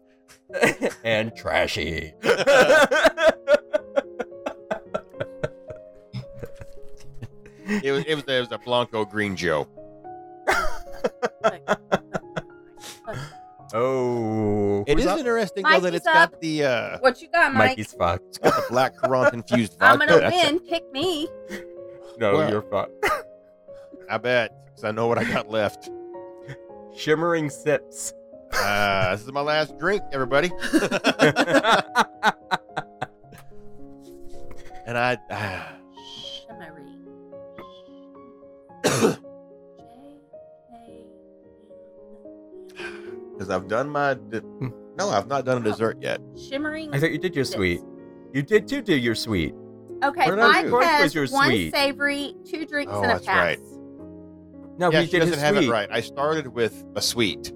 Speaker 3: and trashy.
Speaker 2: It was it was, it was a Blanco Green Joe.
Speaker 3: oh,
Speaker 2: It
Speaker 3: who's
Speaker 2: is
Speaker 3: up?
Speaker 2: interesting though that
Speaker 1: Mikey's
Speaker 2: it's
Speaker 1: up.
Speaker 2: got the uh,
Speaker 1: What you got, Mike?
Speaker 3: Mikey's fucked.
Speaker 2: it's got the black currant infused
Speaker 1: I'm
Speaker 2: vodka.
Speaker 1: gonna
Speaker 2: That's a-
Speaker 1: win. Pick me.
Speaker 3: No,
Speaker 2: Well-
Speaker 3: you're fucked.
Speaker 2: I bet, because I know what I got left.
Speaker 3: Shimmering sips.
Speaker 2: Uh, this is my last drink, everybody. and I, ah,
Speaker 1: Shimmery.
Speaker 2: because I've done my, de- no, I've not done a dessert yet.
Speaker 1: Shimmering.
Speaker 3: I thought you did your
Speaker 1: sips.
Speaker 3: sweet. You did too do your sweet.
Speaker 1: Okay,
Speaker 2: What did I
Speaker 1: Mike
Speaker 2: do?
Speaker 3: What
Speaker 1: has
Speaker 3: was your
Speaker 1: one
Speaker 3: sweet?
Speaker 1: savory, two drinks,
Speaker 2: Oh,
Speaker 1: and a
Speaker 2: that's
Speaker 1: pass.
Speaker 2: right.
Speaker 3: No,
Speaker 2: yeah,
Speaker 3: he
Speaker 2: she
Speaker 3: did
Speaker 2: doesn't
Speaker 3: his
Speaker 2: have
Speaker 3: sweet.
Speaker 2: it right. I started with a sweet.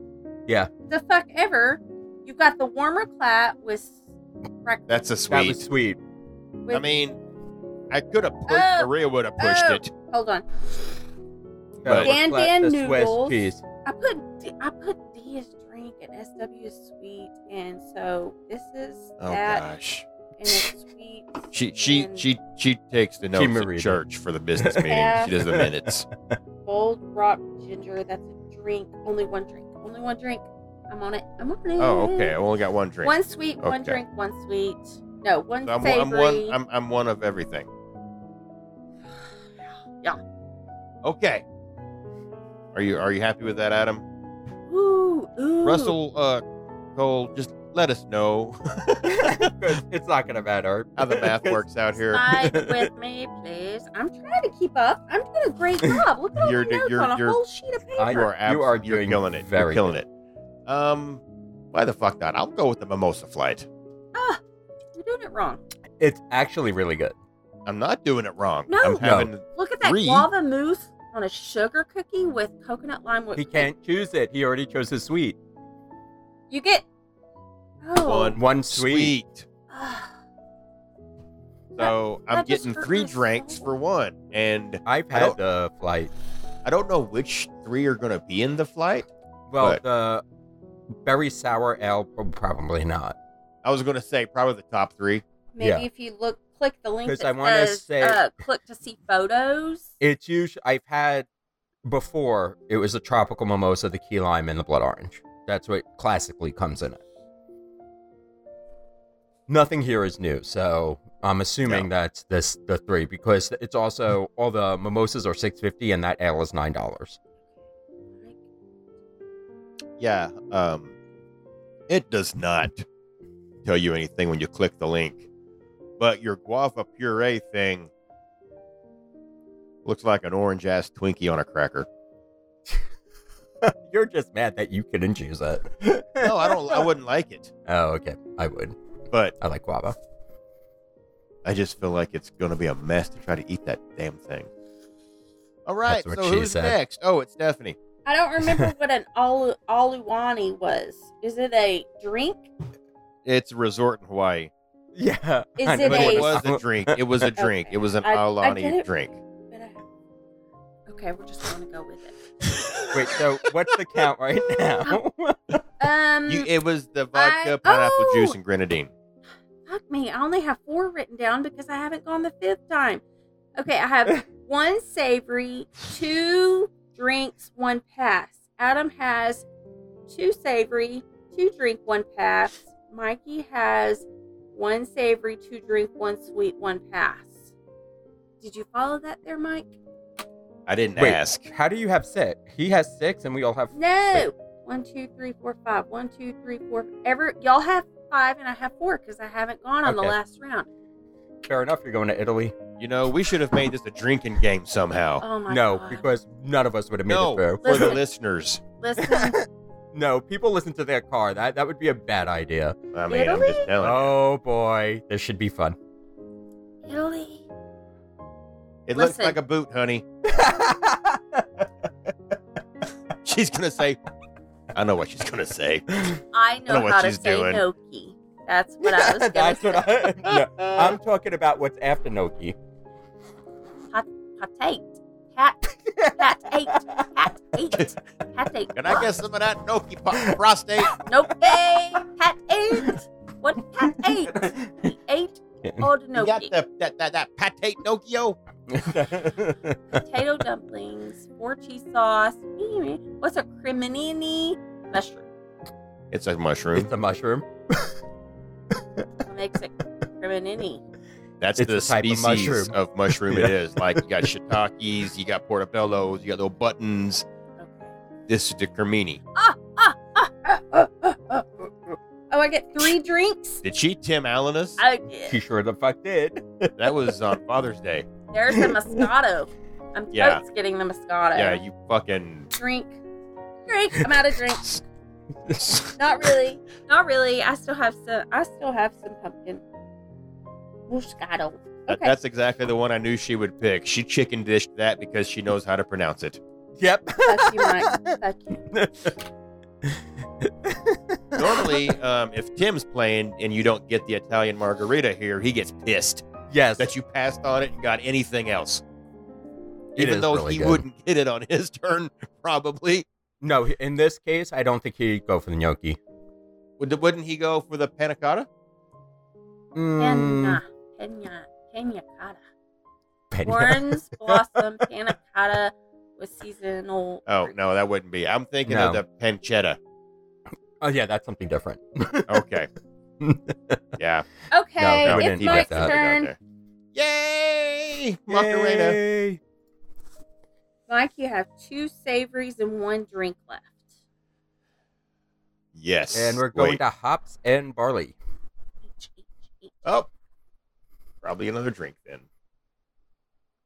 Speaker 1: The fuck ever. You got the warmer plat with. rec-
Speaker 2: That's a
Speaker 3: That was sweet.
Speaker 2: sweet.
Speaker 1: with-
Speaker 2: I mean, I could have pushed,
Speaker 1: Oh,
Speaker 2: Maria would have pushed
Speaker 1: oh.
Speaker 2: it.
Speaker 1: hold on.
Speaker 3: No,
Speaker 2: But
Speaker 1: Dan Dan
Speaker 3: the Swiss
Speaker 1: noodles.
Speaker 3: cheese.
Speaker 1: I put D, I put D as drink and SW is sweet, and so this is
Speaker 2: oh
Speaker 1: that
Speaker 2: gosh,
Speaker 1: and it's sweet.
Speaker 2: she she
Speaker 1: and
Speaker 2: she she takes the notes
Speaker 3: Maria
Speaker 2: at
Speaker 3: did.
Speaker 2: church for the business meeting.
Speaker 1: Yeah.
Speaker 2: She does the minutes.
Speaker 1: bold rock ginger. That's a drink. Only one drink. Only one drink. I'm on it. I'm on it.
Speaker 2: Oh, okay. I only got one drink.
Speaker 1: One sweet, one
Speaker 2: Okay.
Speaker 1: drink, one sweet. No, one
Speaker 2: So I'm,
Speaker 1: savory.
Speaker 2: I'm one. I'm, I'm one of everything.
Speaker 1: Yeah.
Speaker 2: Okay. Are you Are you happy with that, Adam?
Speaker 1: ooh, ooh.
Speaker 2: Russell uh, Cole, just let us know
Speaker 3: 'Cause it's not gonna matter.
Speaker 2: how the math works out here.
Speaker 1: Side with me, please. I'm trying to keep up. I'm doing a great job. Look at all
Speaker 2: You're
Speaker 1: my
Speaker 2: do-
Speaker 1: notes
Speaker 2: you're-
Speaker 1: on a
Speaker 2: you're-
Speaker 1: whole sheet of paper.
Speaker 3: I-
Speaker 2: You are abs-
Speaker 3: You are
Speaker 2: you're
Speaker 3: doing
Speaker 2: killing it.
Speaker 3: very
Speaker 2: you're killing it. Um, why the fuck not? I'll go with the mimosa flight.
Speaker 1: Ah, you're doing it wrong.
Speaker 3: It's actually really good.
Speaker 2: I'm not doing it wrong.
Speaker 1: No.
Speaker 2: I'm
Speaker 1: No.
Speaker 2: having
Speaker 1: Look at that
Speaker 2: Three.
Speaker 1: guava mousse on a sugar cookie with coconut lime. With
Speaker 3: He can't choose it. He already chose his sweet.
Speaker 1: You get. Oh.
Speaker 2: One.
Speaker 3: One sweet.
Speaker 2: sweet.
Speaker 1: Ah,
Speaker 2: So I'm
Speaker 1: that just
Speaker 2: getting
Speaker 1: hurt
Speaker 2: three
Speaker 1: my
Speaker 2: drinks
Speaker 1: soul.
Speaker 2: for one, and
Speaker 3: I've
Speaker 2: I don't-
Speaker 3: had the flight.
Speaker 2: I don't know which three are gonna be in the flight.
Speaker 3: Well,
Speaker 2: But-
Speaker 3: the berry sour ale prob- probably not.
Speaker 2: I was gonna say probably the top three.
Speaker 1: maybe
Speaker 3: Yeah.
Speaker 1: if you look, click the link.
Speaker 3: 'Cause
Speaker 1: that
Speaker 3: I wanna
Speaker 1: says,
Speaker 3: say-
Speaker 1: uh, click to see photos.
Speaker 3: It's usually I've had before. It was a tropical mimosa, the key lime, and the blood orange. That's what classically comes in it. Nothing here is new, so I'm assuming that's this the three because it's also all the mimosas are six fifty and that ale is nine dollars.
Speaker 2: Yeah. Um, it does not tell you anything when you click the link, but your guava puree thing looks like an orange ass Twinkie on a cracker.
Speaker 3: You're just mad that you couldn't choose it.
Speaker 2: No, I don't. I wouldn't like it,
Speaker 3: Oh, okay. I would.
Speaker 2: but
Speaker 3: I like guava.
Speaker 2: I just feel like it's gonna be a mess to try to eat that damn thing. All right.
Speaker 3: That's what
Speaker 2: So
Speaker 3: she
Speaker 2: who's
Speaker 3: said.
Speaker 2: next? Oh, it's Stephanie.
Speaker 1: I don't remember what an alu- aluwani was. Is it a drink?
Speaker 2: It's a resort in Hawaii.
Speaker 3: Yeah.
Speaker 1: Is
Speaker 3: I
Speaker 1: it
Speaker 3: know
Speaker 2: But it
Speaker 1: a-
Speaker 2: was a drink. It was a drink. It was an
Speaker 1: I- I did
Speaker 2: Alani
Speaker 1: it-
Speaker 2: drink.
Speaker 1: But I- Okay, we're just going to go with it.
Speaker 3: Wait, so what's the count right now?
Speaker 1: Um,
Speaker 2: You, it was the vodka,
Speaker 1: I-
Speaker 2: pineapple
Speaker 1: oh!
Speaker 2: juice, and grenadine.
Speaker 1: fuck me. I only have four written down because I haven't gone the fifth time. Okay, I have one savory, two drinks, one pass. Adam has two savory, two drink, one pass. Mikey has one savory, two drink, one sweet, one pass. Did you follow that there, Mike?
Speaker 2: I didn't
Speaker 3: Wait,
Speaker 2: ask.
Speaker 3: how do you have six? He has six, and we all have.
Speaker 1: No. One, two, three, four, five. One, two, three, four. Every y'all have five, and I have four because I haven't gone on
Speaker 3: Okay.
Speaker 1: the last round.
Speaker 3: Fair enough. You're going to Italy.
Speaker 2: You know, we should have made this a drinking game somehow.
Speaker 1: Oh my
Speaker 3: no,
Speaker 1: god!
Speaker 3: because none of us would have made
Speaker 2: No,
Speaker 3: it through.
Speaker 2: for the
Speaker 1: Listen.
Speaker 2: listeners.
Speaker 1: Listen,
Speaker 3: No, people listen to their car. That that would be a bad idea.
Speaker 2: I mean, I'm
Speaker 1: Italy?
Speaker 2: just telling you.
Speaker 3: Oh boy, this should be fun.
Speaker 1: Italy.
Speaker 2: It looks
Speaker 1: listen.
Speaker 2: like a boot, honey. She's going to say, I know what she's going to say.
Speaker 1: I know,
Speaker 2: know what
Speaker 1: how to
Speaker 2: she's
Speaker 1: say
Speaker 2: doing.
Speaker 1: Noki. That's what I was gonna
Speaker 3: That's
Speaker 1: say.
Speaker 3: what I. No, I'm talking about what's after Noki.
Speaker 1: Patate. Pat. Pat eight. Pat eight. Pat eight.
Speaker 2: Can I get some of that Noki po- prostate?
Speaker 1: Nope. Hey, Pat eight. What Pat eight? The eight or the
Speaker 2: You got
Speaker 1: Noki?
Speaker 2: the, that, that, that patate Nokio?
Speaker 1: Potato dumplings, four cheese sauce. Mm, What's a creminini mushroom?
Speaker 2: It's a mushroom.
Speaker 3: it's a mushroom.
Speaker 1: What makes it creminini?
Speaker 2: That's
Speaker 3: It's
Speaker 2: the
Speaker 3: a type of
Speaker 2: species of mushroom,
Speaker 3: mushroom.
Speaker 2: it is. Like, you got shiitakes, you got portobellos, you got little buttons.
Speaker 1: Okay.
Speaker 2: This is the cremini.
Speaker 1: Oh, I get three drinks.
Speaker 2: Did she Tim Allen us?
Speaker 1: I did.
Speaker 3: She sure the fuck did.
Speaker 2: That was on Father's Day.
Speaker 1: There's the Moscato. I'm
Speaker 2: Yeah.
Speaker 1: totes getting the Moscato.
Speaker 2: Yeah, you fucking.
Speaker 1: drink. Drink. I'm out of drink. Not really. Not really. I still have some. I still have some pumpkin. Moscato.
Speaker 2: That-
Speaker 1: Okay.
Speaker 2: That's exactly the one I knew she would pick. She chicken dished that because she knows how to pronounce it.
Speaker 3: Yep.
Speaker 1: Fuck you, Mike. Fuck you.
Speaker 2: Normally, um, if Tim's playing and you don't get the Italian margarita here, he gets pissed
Speaker 3: Yes.
Speaker 2: that you passed on it and got anything else.
Speaker 3: It
Speaker 2: Even
Speaker 3: is
Speaker 2: though
Speaker 3: really
Speaker 2: he
Speaker 3: good.
Speaker 2: wouldn't get it on his turn, probably.
Speaker 3: No, in this case, I don't think he'd go for the gnocchi.
Speaker 2: Would- Wouldn't he go for the panna cotta?
Speaker 3: Mm,
Speaker 1: Pena. Pena. Pena cotta.
Speaker 3: Pena.
Speaker 1: Orange blossom panacotta with seasonal.
Speaker 2: Oh,
Speaker 1: fruit.
Speaker 2: no, that wouldn't be. I'm thinking of
Speaker 3: No.
Speaker 2: the pancetta.
Speaker 3: Oh yeah, that's something different.
Speaker 2: Okay. yeah.
Speaker 1: Okay,
Speaker 3: No, no, we
Speaker 1: it's
Speaker 3: didn't do
Speaker 1: Mike's
Speaker 3: that.
Speaker 1: turn.
Speaker 2: Yay! Macarena.
Speaker 3: Yay.
Speaker 1: Mike, you have two savories and one drink left.
Speaker 2: Yes.
Speaker 3: And we're going
Speaker 2: Wait.
Speaker 3: to hops and barley.
Speaker 1: Each, each, each.
Speaker 2: Oh. Probably another drink then.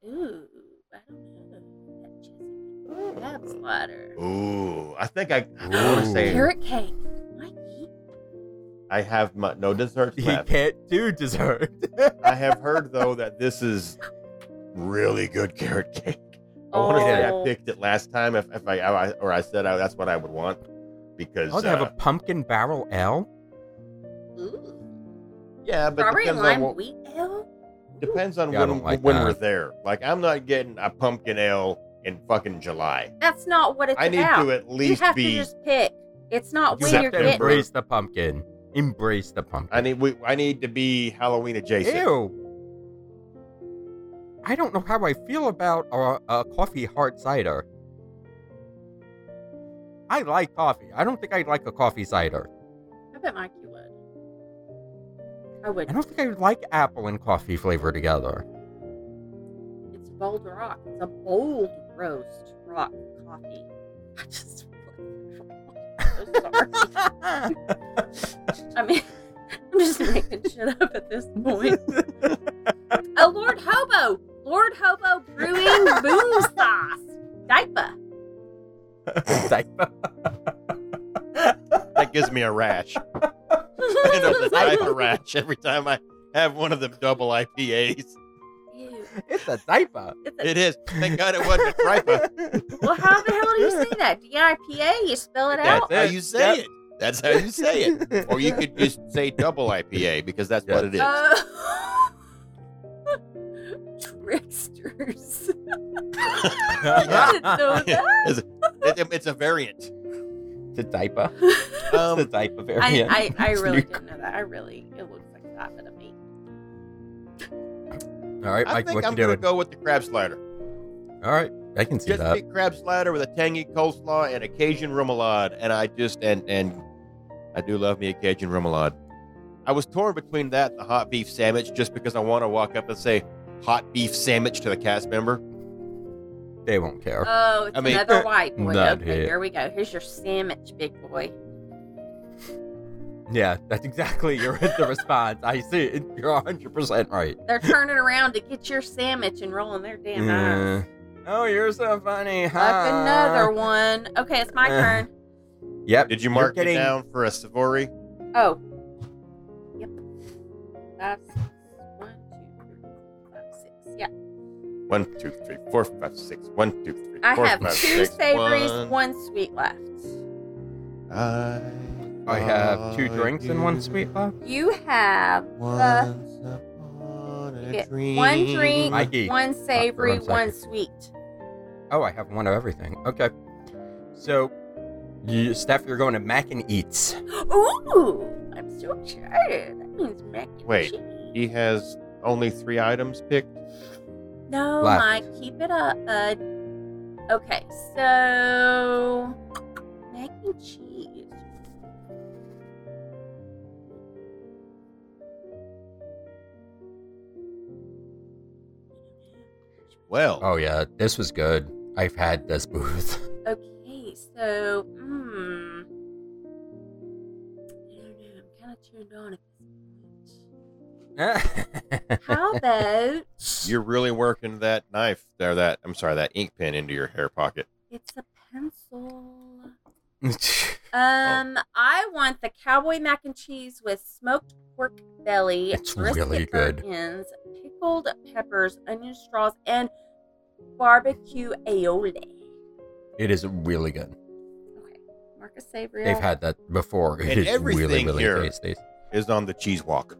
Speaker 1: Ooh, I don't know. That Chesapeake crab slider.
Speaker 2: Ooh, I think I, I want to
Speaker 3: Ooh.
Speaker 2: say
Speaker 1: Carrot cake. Mikey.
Speaker 2: I have mu no desserts
Speaker 3: He
Speaker 2: left.
Speaker 3: can't do dessert.
Speaker 2: I have heard though that this is really good carrot cake. I want to say I
Speaker 1: Oh.
Speaker 2: picked it last time, if, if I, I or I said I, that's what I would want because
Speaker 3: Oh, they have a
Speaker 2: uh,
Speaker 3: pumpkin barrel ale.
Speaker 1: Ooh.
Speaker 2: yeah, but
Speaker 1: Strawberry and
Speaker 2: depends
Speaker 1: lime
Speaker 2: on what,
Speaker 1: wheat ale?
Speaker 2: depends on
Speaker 3: Yeah, I
Speaker 2: when
Speaker 3: don't like
Speaker 2: when
Speaker 3: that.
Speaker 2: we're there. Like I'm not getting a pumpkin ale in fucking July.
Speaker 1: That's not what it's
Speaker 2: I need
Speaker 1: about.
Speaker 2: to at
Speaker 1: you
Speaker 2: least
Speaker 1: have to
Speaker 2: be.
Speaker 1: just pick. It's not
Speaker 3: You
Speaker 1: when you're
Speaker 3: have to
Speaker 1: getting it.
Speaker 3: embrace the pumpkin. Embrace the pumpkin.
Speaker 2: I need we, I need to be Halloween adjacent.
Speaker 3: Ew. I don't know how I feel about a, a coffee hard cider. I like coffee. I don't think I'd like a coffee cider.
Speaker 1: I bet Mikey would. I
Speaker 3: I
Speaker 1: would.
Speaker 3: don't think I would like apple and coffee flavor together.
Speaker 1: It's bold rock. It's a bold roast rock coffee. I just. I'm so sorry. I mean, I'm just making shit up at this point. A Lord Hobo, Lord Hobo Brewing Boom Sauce Diaper.
Speaker 3: Diaper.
Speaker 2: That gives me a rash. I end up with a diaper rash every time I have one of them double IPAs.
Speaker 1: Ew.
Speaker 3: it's a diaper.
Speaker 1: It's a-
Speaker 2: It is. Thank God it wasn't a tripa.
Speaker 1: well, how the hell do you say that? DIPA, you spell it
Speaker 2: That's
Speaker 1: out.
Speaker 3: it.
Speaker 2: how you say
Speaker 3: Yep.
Speaker 2: it. That's how you say it. Or you could just say double IPA because that's what it is.
Speaker 1: Oh. Tricksters. I didn't know that.
Speaker 2: it's, it- it's a variant.
Speaker 3: It's a diaper. it's a
Speaker 2: Um,
Speaker 3: diaper variant.
Speaker 1: I, I, I
Speaker 3: It's
Speaker 1: really
Speaker 3: new.
Speaker 1: didn't know that. I really, it looks like that, but I mean,
Speaker 3: All right,
Speaker 2: I
Speaker 3: Mike,
Speaker 2: think
Speaker 3: what
Speaker 2: I'm
Speaker 3: you
Speaker 2: going to
Speaker 3: doing?
Speaker 2: go with the crab slider.
Speaker 3: All right, I can see
Speaker 2: Just
Speaker 3: that.
Speaker 2: big crab slider with a tangy coleslaw and a Cajun remoulade, and I just and and I do love me a Cajun remoulade. I was torn between that and the hot beef sandwich, just because I want to walk up and say hot beef sandwich to the cast member.
Speaker 3: They won't care.
Speaker 1: Oh, it's
Speaker 2: I mean-
Speaker 1: another white boy.
Speaker 3: Not
Speaker 1: okay,
Speaker 3: here.
Speaker 1: here we go. Here's your sandwich, big boy.
Speaker 3: yeah, that's exactly your the response. I see. It. You're 100 percent right.
Speaker 1: They're turning around to get your sandwich and rolling their damn
Speaker 2: Mm.
Speaker 1: eyes.
Speaker 3: Yeah. Oh, you're so funny. Huh?
Speaker 1: Like
Speaker 2: Ah.
Speaker 1: another one. Okay, it's my
Speaker 3: Uh.
Speaker 1: turn.
Speaker 3: Yep.
Speaker 2: Did you
Speaker 3: you're
Speaker 2: mark
Speaker 3: getting-
Speaker 2: it down for a Savory?
Speaker 1: Oh. Yep. Five, six, one, two, three, five, six. Yeah.
Speaker 2: One, two, three, four, five, six. One, two, three,
Speaker 1: I
Speaker 2: four,
Speaker 1: have
Speaker 2: five,
Speaker 1: two
Speaker 2: six.
Speaker 1: savories,
Speaker 2: One.
Speaker 1: one. sweet left.
Speaker 2: I,
Speaker 3: I have two drinks and one sweet love.
Speaker 1: You have the
Speaker 2: Once upon a
Speaker 1: you get
Speaker 2: dream.
Speaker 1: Uh, one drink,
Speaker 3: Mikey.
Speaker 1: one
Speaker 2: Oh,
Speaker 1: savory,
Speaker 3: Hold on a
Speaker 1: one sweet.
Speaker 3: Oh, I have one of everything. Okay. So, you, Steph, you're going to Mac and Eats.
Speaker 1: Ooh, I'm so excited. That means mac and
Speaker 2: Wait.
Speaker 1: cheese.
Speaker 2: He has only three items picked.
Speaker 1: No,
Speaker 3: Left.
Speaker 1: Mike, keep it up, bud. Okay, so mac and cheese.
Speaker 2: Well,
Speaker 3: Oh yeah, this was good. I've had this booth.
Speaker 1: Okay, so hmm. I don't know. I'm kind of turned on at this point. How about
Speaker 2: you're really working that knife there. That I'm sorry, that ink pen into your hair pocket.
Speaker 1: it's a pencil?
Speaker 3: Oh.
Speaker 1: Um, I want the cowboy mac and cheese with smoked pork belly,
Speaker 3: It's
Speaker 1: brisket
Speaker 3: really good.
Speaker 1: gherkins, pickled peppers, onion straws, and barbecue aioli.
Speaker 3: it is really good.
Speaker 1: Okay, Marcus Savory.
Speaker 3: They've had that before. It
Speaker 2: And
Speaker 3: is really
Speaker 2: everything
Speaker 3: really
Speaker 2: here-
Speaker 3: tasty.
Speaker 2: Is on the cheese walk.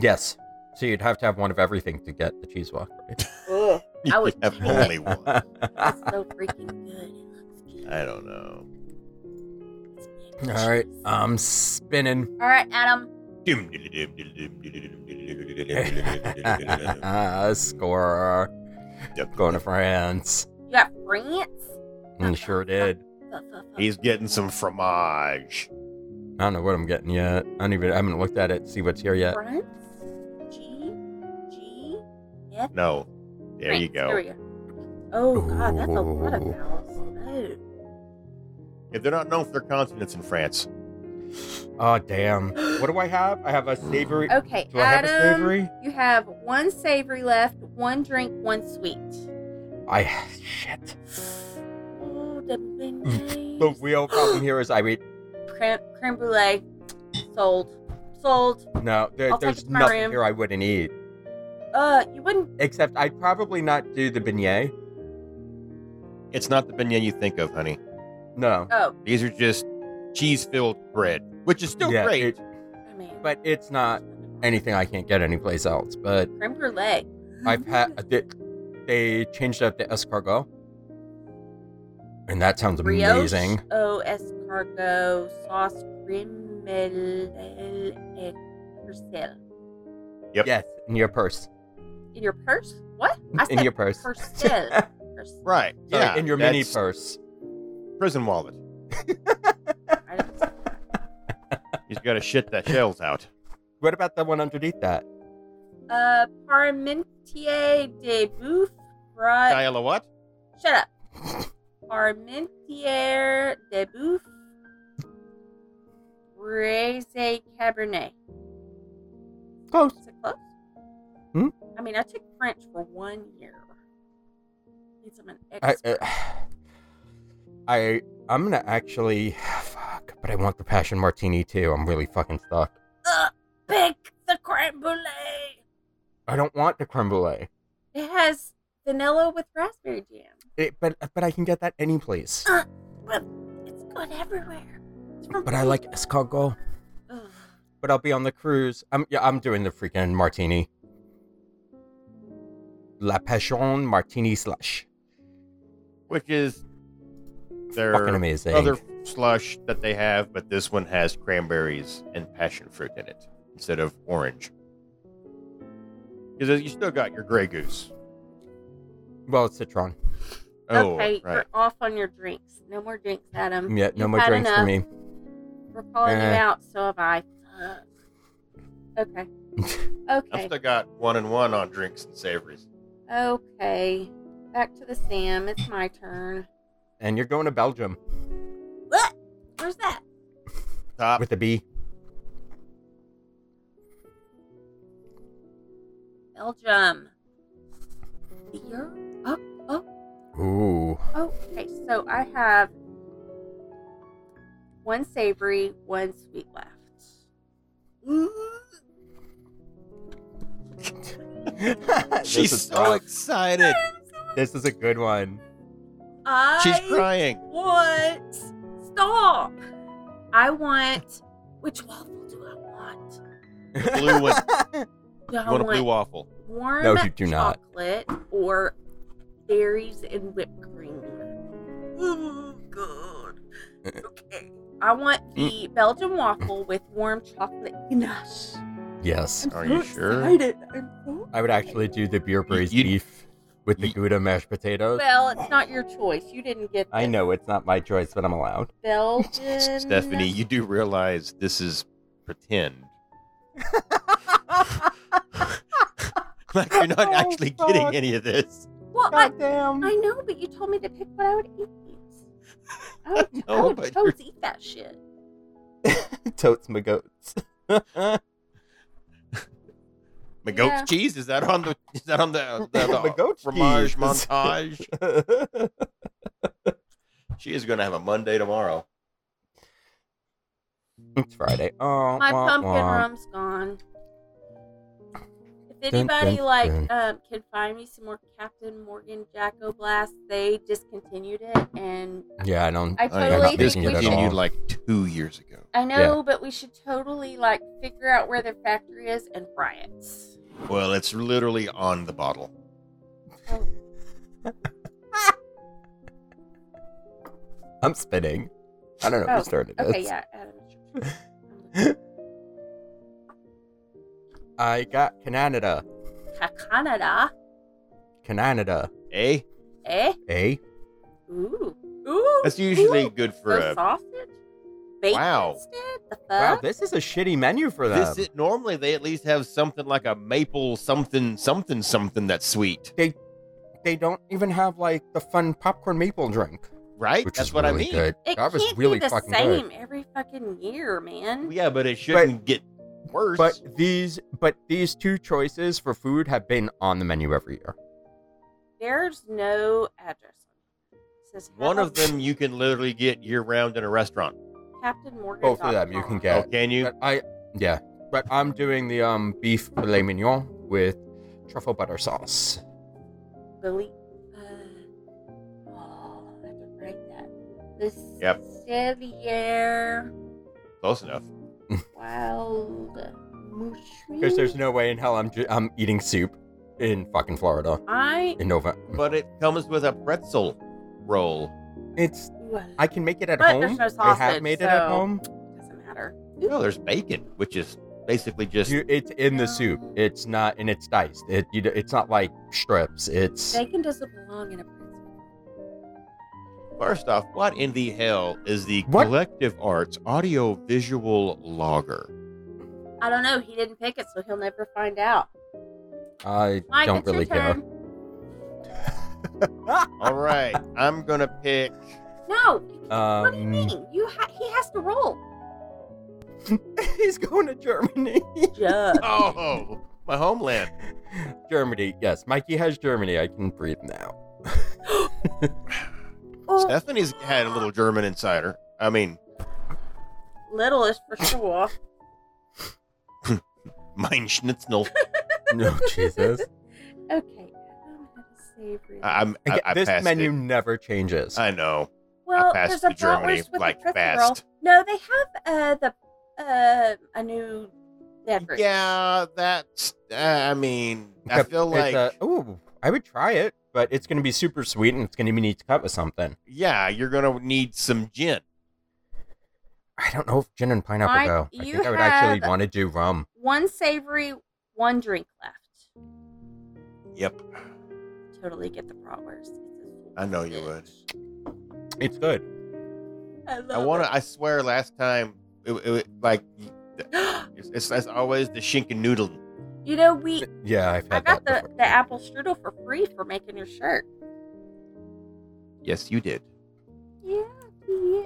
Speaker 3: Yes. So you'd have to have one of everything to get the cheese walk. Right?
Speaker 1: Ugh, I would
Speaker 2: You have
Speaker 1: take it.
Speaker 2: only one.
Speaker 1: that's so freaking good. It looks good.
Speaker 2: I don't know.
Speaker 3: All right, um I'm spinning.
Speaker 1: All right, Adam.
Speaker 3: Score. Going to France.
Speaker 1: You got France.
Speaker 3: Mm, sure did.
Speaker 1: Fuh, fuh, fuh.
Speaker 2: He's getting some fromage.
Speaker 3: I don't know what I'm getting yet. I don't even. I haven't looked at it. See what's here yet.
Speaker 1: France. G. G. F.
Speaker 2: No, there you
Speaker 1: France. Here
Speaker 2: go.
Speaker 1: we Oh God, that's a lot of
Speaker 3: Ooh.
Speaker 1: vowels.
Speaker 2: If they're not known for their consonants in France,
Speaker 3: Oh damn. What do I have? I have a savory.
Speaker 1: Oh. Okay,
Speaker 3: Do I have a
Speaker 1: Adam.
Speaker 3: savory?
Speaker 1: You have one savory left, one drink, one sweet.
Speaker 3: I shit.
Speaker 1: Oh, the
Speaker 3: The
Speaker 1: midnight.
Speaker 3: real problem here is I mean
Speaker 1: creme, creme brulee. Sold. Sold.
Speaker 3: no. There,
Speaker 1: I'll take it
Speaker 3: there's
Speaker 1: to my
Speaker 3: nothing
Speaker 1: room.
Speaker 3: here I wouldn't eat
Speaker 1: Uh, you wouldn't.
Speaker 3: except I'd probably not do the beignet.
Speaker 2: it's not the beignet you think of, honey.
Speaker 3: No,
Speaker 1: Oh,
Speaker 2: These are just cheese-filled bread, which is still
Speaker 3: Yeah,
Speaker 2: great.
Speaker 3: it-
Speaker 1: I mean.
Speaker 3: but it's not anything I can't get anyplace else. But
Speaker 1: creme brulee.
Speaker 3: I've had they, they changed up the escargot, and that sounds amazing.
Speaker 1: O escargot sauce creme brulee et persil.
Speaker 2: Yep.
Speaker 3: Yes, in your purse.
Speaker 1: In your purse? What? I
Speaker 3: in
Speaker 1: said
Speaker 3: your purse.
Speaker 1: persil. Persil.
Speaker 2: Right.
Speaker 3: Sorry,
Speaker 2: yeah.
Speaker 3: in your mini
Speaker 2: that's
Speaker 3: purse.
Speaker 2: Prison wallet.
Speaker 1: I didn't-
Speaker 2: He's got to shit that shells out.
Speaker 3: What about the one underneath that?
Speaker 1: Uh, parmentier de boeuf brought
Speaker 2: Dial a what?
Speaker 1: Shut up. Armentier de Boeuf Braise Cabernet.
Speaker 3: Close.
Speaker 1: Is it close?
Speaker 3: Hmm?
Speaker 1: I mean, I took French for one year. Need some an
Speaker 3: I,
Speaker 1: expert.
Speaker 3: uh, I, I'm gonna actually, fuck, but I want the passion martini too. I'm really fucking stuck.
Speaker 1: Ugh, pick the creme brulee.
Speaker 3: I don't want the creme brulee,
Speaker 1: It has vanilla with raspberry jam.
Speaker 3: It- but but I can get that any place.
Speaker 1: But it's good everywhere. It's from
Speaker 3: But I
Speaker 1: France.
Speaker 3: like escargot.
Speaker 1: Ugh.
Speaker 3: But I'll be on the cruise. I'm yeah, I'm doing the freaking martini. La passion martini slush.
Speaker 2: Which is their
Speaker 3: Fucking amazing.
Speaker 2: other slush that they have, but this one has cranberries and passion fruit in it instead of orange. Because you still got your Grey Goose.
Speaker 3: Well, it's citron.
Speaker 2: Oh,
Speaker 1: okay,
Speaker 2: right.
Speaker 1: you're off on your drinks. No more drinks, Adam.
Speaker 3: Mm, Yeah, no
Speaker 1: You've
Speaker 3: more
Speaker 1: had
Speaker 3: drinks for
Speaker 1: enough.
Speaker 3: me.
Speaker 1: We're calling you
Speaker 3: Eh.
Speaker 1: out, so have I. Fuck. Okay.
Speaker 2: I've
Speaker 1: Okay.
Speaker 2: still got one and one on drinks and savories.
Speaker 1: Okay. Back to the Sam. It's my turn.
Speaker 3: And you're going to Belgium
Speaker 1: What? Where's that?
Speaker 2: Top.
Speaker 3: with a B.
Speaker 1: Belgium. You're up.
Speaker 3: Ooh.
Speaker 1: Oh, Okay, so I have one savory, one sweet left.
Speaker 3: this,
Speaker 2: She's
Speaker 3: is
Speaker 2: so
Speaker 3: rough.
Speaker 2: excited.
Speaker 3: this is a good one.
Speaker 1: I
Speaker 2: She's crying.
Speaker 1: want stop. I want which waffle do I want?
Speaker 2: Blue one.
Speaker 1: Do I
Speaker 2: You want a blue
Speaker 1: want
Speaker 2: waffle?
Speaker 1: warm
Speaker 3: No, you do not.
Speaker 1: chocolate or berries and whipped cream? Oh god. Okay. I want the
Speaker 3: Mm.
Speaker 1: Belgian waffle with warm chocolate ganache.
Speaker 3: yes.
Speaker 2: Are you sure?
Speaker 1: I'm so-
Speaker 3: I would actually do the beer braised
Speaker 2: you-
Speaker 3: beef with the
Speaker 2: you-
Speaker 3: Gouda mashed potatoes.
Speaker 1: Well, it's not your choice. You didn't get.
Speaker 3: I
Speaker 1: this.
Speaker 3: know it's not my choice, but I'm allowed.
Speaker 1: Belgian.
Speaker 2: Stephanie, you do realize this is pretend. like you're not
Speaker 3: Oh,
Speaker 2: actually
Speaker 3: fuck.
Speaker 2: getting any of this.
Speaker 1: Well, I,
Speaker 3: God damn.
Speaker 1: I know, but you told me to pick what I would eat. I would, I
Speaker 2: know,
Speaker 1: would
Speaker 2: but
Speaker 1: totally eat that shit.
Speaker 3: Totes my goats.
Speaker 2: My goat's
Speaker 1: Yeah.
Speaker 2: cheese is that on the is that on the the, the
Speaker 3: My goat's
Speaker 2: fromage
Speaker 3: cheese.
Speaker 2: montage? she is going to have a Monday tomorrow.
Speaker 3: it's Friday. Oh,
Speaker 1: My
Speaker 3: wah,
Speaker 1: pumpkin
Speaker 3: wah.
Speaker 1: rum's gone. If
Speaker 3: Dun,
Speaker 1: anybody
Speaker 3: dun,
Speaker 1: like
Speaker 3: dun.
Speaker 1: um can find me some more Captain Morgan Jacko Blast, they discontinued it, and
Speaker 3: Yeah, I don't.
Speaker 1: I
Speaker 2: Oh, yeah,
Speaker 3: not
Speaker 1: totally think
Speaker 3: missing it
Speaker 1: we
Speaker 3: at
Speaker 1: should
Speaker 3: all.
Speaker 2: discontinued like two years ago.
Speaker 1: I know, but we should totally like figure out where their factory is and fry it.
Speaker 2: Well, it's literally on the bottle.
Speaker 1: Oh,
Speaker 3: I'm spitting. I don't know
Speaker 1: Oh,
Speaker 3: who started this.
Speaker 1: Okay, yeah. um, Adam, it's your turn.
Speaker 3: I got Canada.
Speaker 1: Ca- Canada,
Speaker 3: Canada.
Speaker 2: Eh?
Speaker 1: eh?
Speaker 3: Eh?
Speaker 1: Ooh, ooh.
Speaker 2: That's usually
Speaker 1: ooh.
Speaker 2: good for
Speaker 1: No
Speaker 2: a.
Speaker 1: sausage. Bacon
Speaker 2: Wow.
Speaker 1: instead? The
Speaker 3: Wow,
Speaker 1: fuck?
Speaker 3: this is a shitty menu for them.
Speaker 2: This is, normally they at least have something like a maple something something something that's sweet,
Speaker 3: they don't even have like the fun popcorn maple drink,
Speaker 2: right?
Speaker 3: which
Speaker 2: that's
Speaker 3: is
Speaker 2: what
Speaker 3: really
Speaker 2: I mean.
Speaker 3: good.
Speaker 1: It
Speaker 3: that was
Speaker 1: can't
Speaker 3: really
Speaker 1: be the
Speaker 3: fucking
Speaker 1: same
Speaker 3: good.
Speaker 1: every fucking year, man.
Speaker 2: Yeah, but it shouldn't get worse.
Speaker 3: But these, but these two choices for food have been on the menu every year.
Speaker 1: There's no address. It says
Speaker 2: One of
Speaker 1: Captain-
Speaker 2: them you can literally get year round in a restaurant.
Speaker 1: Captain Morgan.
Speaker 3: Both of them you can get.
Speaker 2: Oh, can you?
Speaker 3: But I, yeah, but I'm doing the um beef filet mignon with truffle butter sauce.
Speaker 1: Billy. Uh, oh, I have to write that. The
Speaker 2: Yep.
Speaker 1: Sevier
Speaker 2: Close enough.
Speaker 1: Wild Mushroom.
Speaker 3: Because there's no way in hell I'm ju- I'm eating soup in fucking Florida
Speaker 1: I.
Speaker 3: in November.
Speaker 2: But it comes with a pretzel roll.
Speaker 3: It's
Speaker 1: uh,
Speaker 3: I can make it at
Speaker 1: But
Speaker 3: home.
Speaker 1: there's no
Speaker 3: I have
Speaker 1: sausage,
Speaker 3: made it at
Speaker 1: so-
Speaker 3: home.
Speaker 1: doesn't matter.
Speaker 2: No, there's bacon, which is basically just
Speaker 3: You, it's in the soup. It's not, and it's diced. It, you, d- it's not like strips. It's
Speaker 1: Bacon doesn't belong in a pretzel.
Speaker 2: First off, what in the hell is the
Speaker 3: What?
Speaker 2: Collective Arts Audio Visual Logger?
Speaker 1: I don't know. He didn't pick it, so he'll never find out.
Speaker 3: I
Speaker 1: Mike,
Speaker 3: don't
Speaker 1: it's your
Speaker 3: really care.
Speaker 1: turn.
Speaker 2: All right, I'm gonna pick.
Speaker 1: No. you can't- what do you
Speaker 3: Um,
Speaker 1: mean? You ha- he has to roll.
Speaker 3: He's going to Germany.
Speaker 1: Yeah.
Speaker 2: Oh, my homeland.
Speaker 3: Germany, yes. Mikey has Germany. I can breathe now.
Speaker 1: Oh,
Speaker 2: Stephanie's had a little German insider. I mean,
Speaker 1: little is for sure.
Speaker 2: mein Schnitzel.
Speaker 3: No,
Speaker 2: Oh,
Speaker 3: Jesus.
Speaker 1: Okay. I'm gonna save you.
Speaker 2: I- I'm. I,
Speaker 3: Again,
Speaker 2: I
Speaker 3: this
Speaker 2: passed
Speaker 3: menu
Speaker 2: it.
Speaker 3: never changes.
Speaker 2: I know.
Speaker 1: well,
Speaker 2: passed
Speaker 1: there's a
Speaker 2: to Germany,
Speaker 1: bratwurst with
Speaker 2: like,
Speaker 1: a pretzel roll.
Speaker 2: fast.
Speaker 1: No, they have uh the uh a new beverage.
Speaker 2: Yeah, that's. Uh, I mean, I
Speaker 3: Except
Speaker 2: feel
Speaker 3: it's
Speaker 2: like.
Speaker 3: a- ooh, I would try it, but it's going to be super sweet and it's going to need to cut with something.
Speaker 2: yeah, you're gonna need some gin.
Speaker 3: I don't know if gin and pineapple
Speaker 1: Mike,
Speaker 3: go. I
Speaker 1: you
Speaker 3: think I would actually
Speaker 1: have-
Speaker 3: want to do rum.
Speaker 1: One savory, one drink left.
Speaker 2: Yep.
Speaker 1: Totally get the bratwurst. It's a
Speaker 2: I know you would.
Speaker 3: It's good.
Speaker 1: I love
Speaker 2: I want to. I swear, last time it, it, it like it's, it's, it's always the shinken noodle.
Speaker 1: you know, we
Speaker 3: Yeah, I've had
Speaker 1: I got the,
Speaker 3: that. before.
Speaker 1: the apple strudel for free for making your shirt.
Speaker 2: Yes, you did.
Speaker 1: Yeah, yeah.